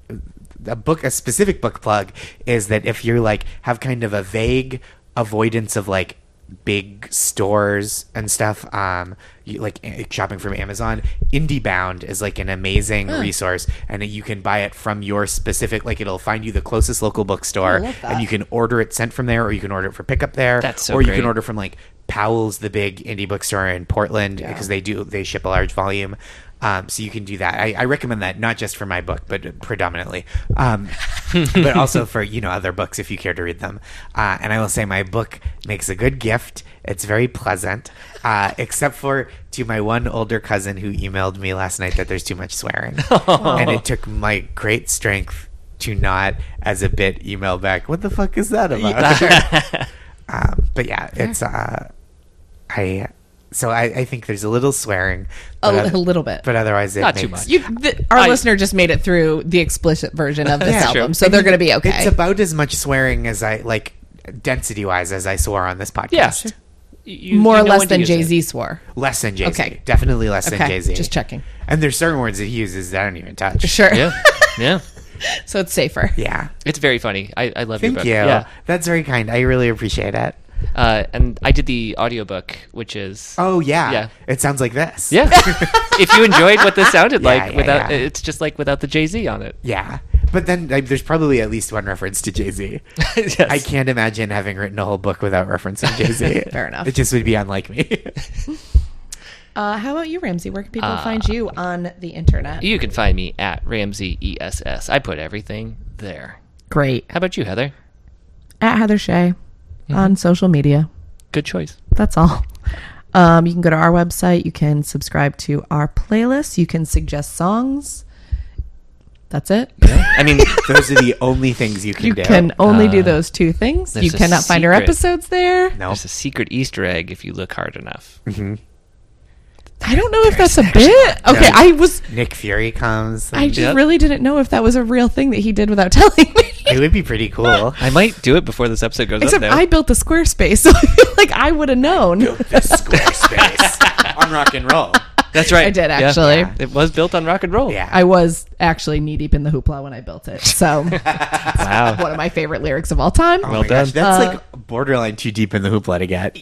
[SPEAKER 3] a book, a specific book plug is that if you're like have kind of a vague avoidance of like big stores and stuff, um, you, like eh, shopping from Amazon, IndieBound is like an amazing resource, and you can buy it from your specific. Like it'll find you the closest local bookstore, and you can order it sent from there, or you can order it for pickup there,
[SPEAKER 1] That's so
[SPEAKER 3] or you
[SPEAKER 1] great.
[SPEAKER 3] can order from like Powell's, the big indie bookstore in Portland, because they do they ship a large volume. Um, so you can do that. I, I recommend that not just for my book, but predominantly, um, but also for you know other books if you care to read them. Uh, and I will say my book makes a good gift. It's very pleasant, uh, except for to my one older cousin who emailed me last night that there's too much swearing, and it took my great strength to not, as a bit, email back. What the fuck is that about? *laughs* Um, but yeah, it's uh, I so I, I think there's a little swearing,
[SPEAKER 2] A,
[SPEAKER 3] but oth-
[SPEAKER 2] a little bit.
[SPEAKER 3] but otherwise it
[SPEAKER 1] Not
[SPEAKER 3] makes,
[SPEAKER 1] too much.
[SPEAKER 2] You, the, our
[SPEAKER 1] I-
[SPEAKER 2] listener just made it through the explicit version
[SPEAKER 1] *laughs*
[SPEAKER 2] of this
[SPEAKER 3] Yeah.
[SPEAKER 2] album,
[SPEAKER 1] True.
[SPEAKER 2] so they're going to be okay.
[SPEAKER 3] It's about as much swearing as I like density wise as I swore on this podcast.
[SPEAKER 1] Yes. You-
[SPEAKER 2] More
[SPEAKER 1] you
[SPEAKER 2] or
[SPEAKER 1] know
[SPEAKER 2] less
[SPEAKER 1] when to
[SPEAKER 2] than
[SPEAKER 1] use it.
[SPEAKER 2] Jay Z swore.
[SPEAKER 3] less than Jay Z.
[SPEAKER 2] Okay.
[SPEAKER 3] Definitely less than
[SPEAKER 2] Okay,
[SPEAKER 3] Jay Z.
[SPEAKER 2] just checking.
[SPEAKER 3] And there's certain words that he uses that I don't even touch.
[SPEAKER 2] Sure.
[SPEAKER 1] Yeah. Yeah.
[SPEAKER 2] *laughs* so it's safer.
[SPEAKER 3] Yeah.
[SPEAKER 1] It's very funny. I, I love
[SPEAKER 3] Thank
[SPEAKER 1] your book.
[SPEAKER 3] you.
[SPEAKER 1] Yeah.
[SPEAKER 3] That's very kind. I really appreciate it.
[SPEAKER 1] Uh, and I did the audiobook, which is
[SPEAKER 3] Oh yeah.
[SPEAKER 1] Yeah.
[SPEAKER 3] It sounds like this. *laughs*
[SPEAKER 1] Yeah. if you enjoyed what this sounded
[SPEAKER 3] Yeah,
[SPEAKER 1] like
[SPEAKER 3] yeah,
[SPEAKER 1] without
[SPEAKER 3] yeah.
[SPEAKER 1] it's just like without the Jay-Z on it.
[SPEAKER 3] Yeah. But then like, there's probably at least one reference to Jay *laughs* Z.
[SPEAKER 1] *laughs* Yes.
[SPEAKER 3] I can't imagine having written a whole book without referencing Jay Z. *laughs*
[SPEAKER 2] Fair enough.
[SPEAKER 3] It just would be unlike *laughs* me.
[SPEAKER 2] Uh, how about you, Ramsey? Where can people
[SPEAKER 3] Uh,
[SPEAKER 2] find you on the internet?
[SPEAKER 1] You can find me at Ramsey ESS. I put everything there.
[SPEAKER 2] Great.
[SPEAKER 1] How about you, Heather?
[SPEAKER 9] At Heather Shea
[SPEAKER 3] Mm-hmm.
[SPEAKER 9] on social media.
[SPEAKER 1] Good choice.
[SPEAKER 9] That's all. Um, you can go to our website. You can subscribe to our playlist. You can suggest songs. That's it. *laughs*
[SPEAKER 1] I mean,
[SPEAKER 3] Those are the only things you can
[SPEAKER 9] You
[SPEAKER 3] do. Uh,
[SPEAKER 9] can only do those two things.
[SPEAKER 1] there's
[SPEAKER 9] You
[SPEAKER 1] a
[SPEAKER 9] cannot find our
[SPEAKER 1] secret.
[SPEAKER 9] episodes there.
[SPEAKER 3] no.
[SPEAKER 1] there's a secret Easter egg if you look hard enough.
[SPEAKER 3] *laughs*
[SPEAKER 9] I don't know if that's a bit. Okay, I was.
[SPEAKER 3] Nick Fury comes.
[SPEAKER 9] I just
[SPEAKER 1] Yep.
[SPEAKER 9] really didn't know if that was a real thing that he did without *laughs* telling me.
[SPEAKER 3] it would be pretty cool.
[SPEAKER 1] I might do it before this episode goes
[SPEAKER 9] Except
[SPEAKER 1] up. Though.
[SPEAKER 9] I built the Squarespace, *laughs* so I feel like I would have known.
[SPEAKER 3] This
[SPEAKER 1] *laughs*
[SPEAKER 3] Squarespace on rock and roll.
[SPEAKER 1] That's right.
[SPEAKER 9] I did
[SPEAKER 1] Yeah.
[SPEAKER 9] actually.
[SPEAKER 1] It was built on rock and roll.
[SPEAKER 3] Yeah.
[SPEAKER 9] I was actually knee deep in the hoopla when I built it.
[SPEAKER 3] *laughs*
[SPEAKER 9] So *laughs*
[SPEAKER 1] Wow.
[SPEAKER 9] one of my favorite lyrics of all time.
[SPEAKER 3] well
[SPEAKER 1] done.
[SPEAKER 3] Oh that's like borderline too deep in the hoopla to get.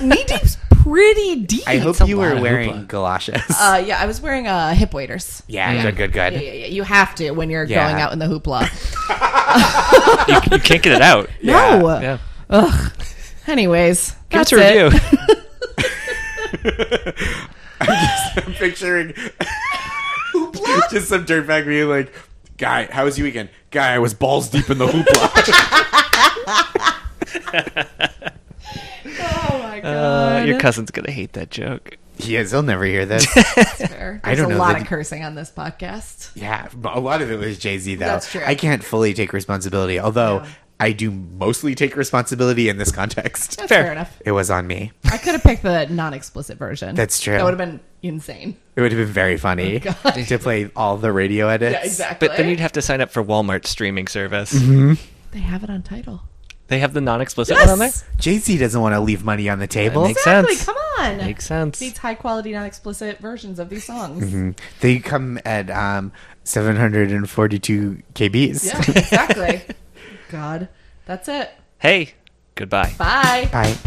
[SPEAKER 9] knee deep's pretty deep.
[SPEAKER 3] I hope you were
[SPEAKER 1] of
[SPEAKER 3] wearing
[SPEAKER 1] hoopla.
[SPEAKER 3] galoshes.
[SPEAKER 2] Uh, yeah, I was wearing uh, hip waders.
[SPEAKER 3] yeah, good, good, good.
[SPEAKER 2] Yeah, yeah, you have to when you're
[SPEAKER 3] *laughs* Yeah.
[SPEAKER 2] going out in the hoopla.
[SPEAKER 1] you, you can't get it out.
[SPEAKER 3] Yeah.
[SPEAKER 9] *laughs* No.
[SPEAKER 1] Yeah.
[SPEAKER 9] Oh. Anyways,
[SPEAKER 1] Give
[SPEAKER 9] that's *laughs*
[SPEAKER 1] us a
[SPEAKER 9] it.
[SPEAKER 1] review.
[SPEAKER 3] *laughs* I'm picturing *laughs* just some dirtbag being like, "Guy, how was your weekend? Guy, I was balls deep in the hoopla." *laughs*
[SPEAKER 2] Oh
[SPEAKER 1] Uh,
[SPEAKER 2] my god.
[SPEAKER 1] your cousin's gonna hate that joke.
[SPEAKER 3] he is. He'll never hear this. *laughs*
[SPEAKER 2] There's
[SPEAKER 3] I don't
[SPEAKER 2] a
[SPEAKER 3] know
[SPEAKER 2] lot
[SPEAKER 3] that-
[SPEAKER 2] of cursing on this podcast.
[SPEAKER 3] yeah, but a lot of it was Jay Z though.
[SPEAKER 2] That's true.
[SPEAKER 3] I can't fully take responsibility, although I do mostly take responsibility in this context.
[SPEAKER 2] That's fair, enough.
[SPEAKER 3] *laughs* It was on me.
[SPEAKER 2] I could have picked the non-explicit version.
[SPEAKER 3] That's true.
[SPEAKER 2] That would have been insane.
[SPEAKER 3] It would have been very funny to play all the radio edits.
[SPEAKER 2] Oh, Yeah, exactly.
[SPEAKER 1] But then you'd have to sign up for Walmart streaming service.
[SPEAKER 2] they have it on title.
[SPEAKER 1] They have the non-explicit
[SPEAKER 2] Yes!
[SPEAKER 1] one on there.
[SPEAKER 3] Jay Z doesn't want to leave money on the table.
[SPEAKER 1] makes
[SPEAKER 2] Exactly.
[SPEAKER 1] sense.
[SPEAKER 2] Come on.
[SPEAKER 1] Makes sense.
[SPEAKER 2] These high quality, non explicit versions of these songs.
[SPEAKER 3] They come at um, 742 kbs.
[SPEAKER 2] Yeah, exactly. *laughs* God. That's it.
[SPEAKER 1] Hey, goodbye.
[SPEAKER 2] Bye.
[SPEAKER 3] *laughs* Bye.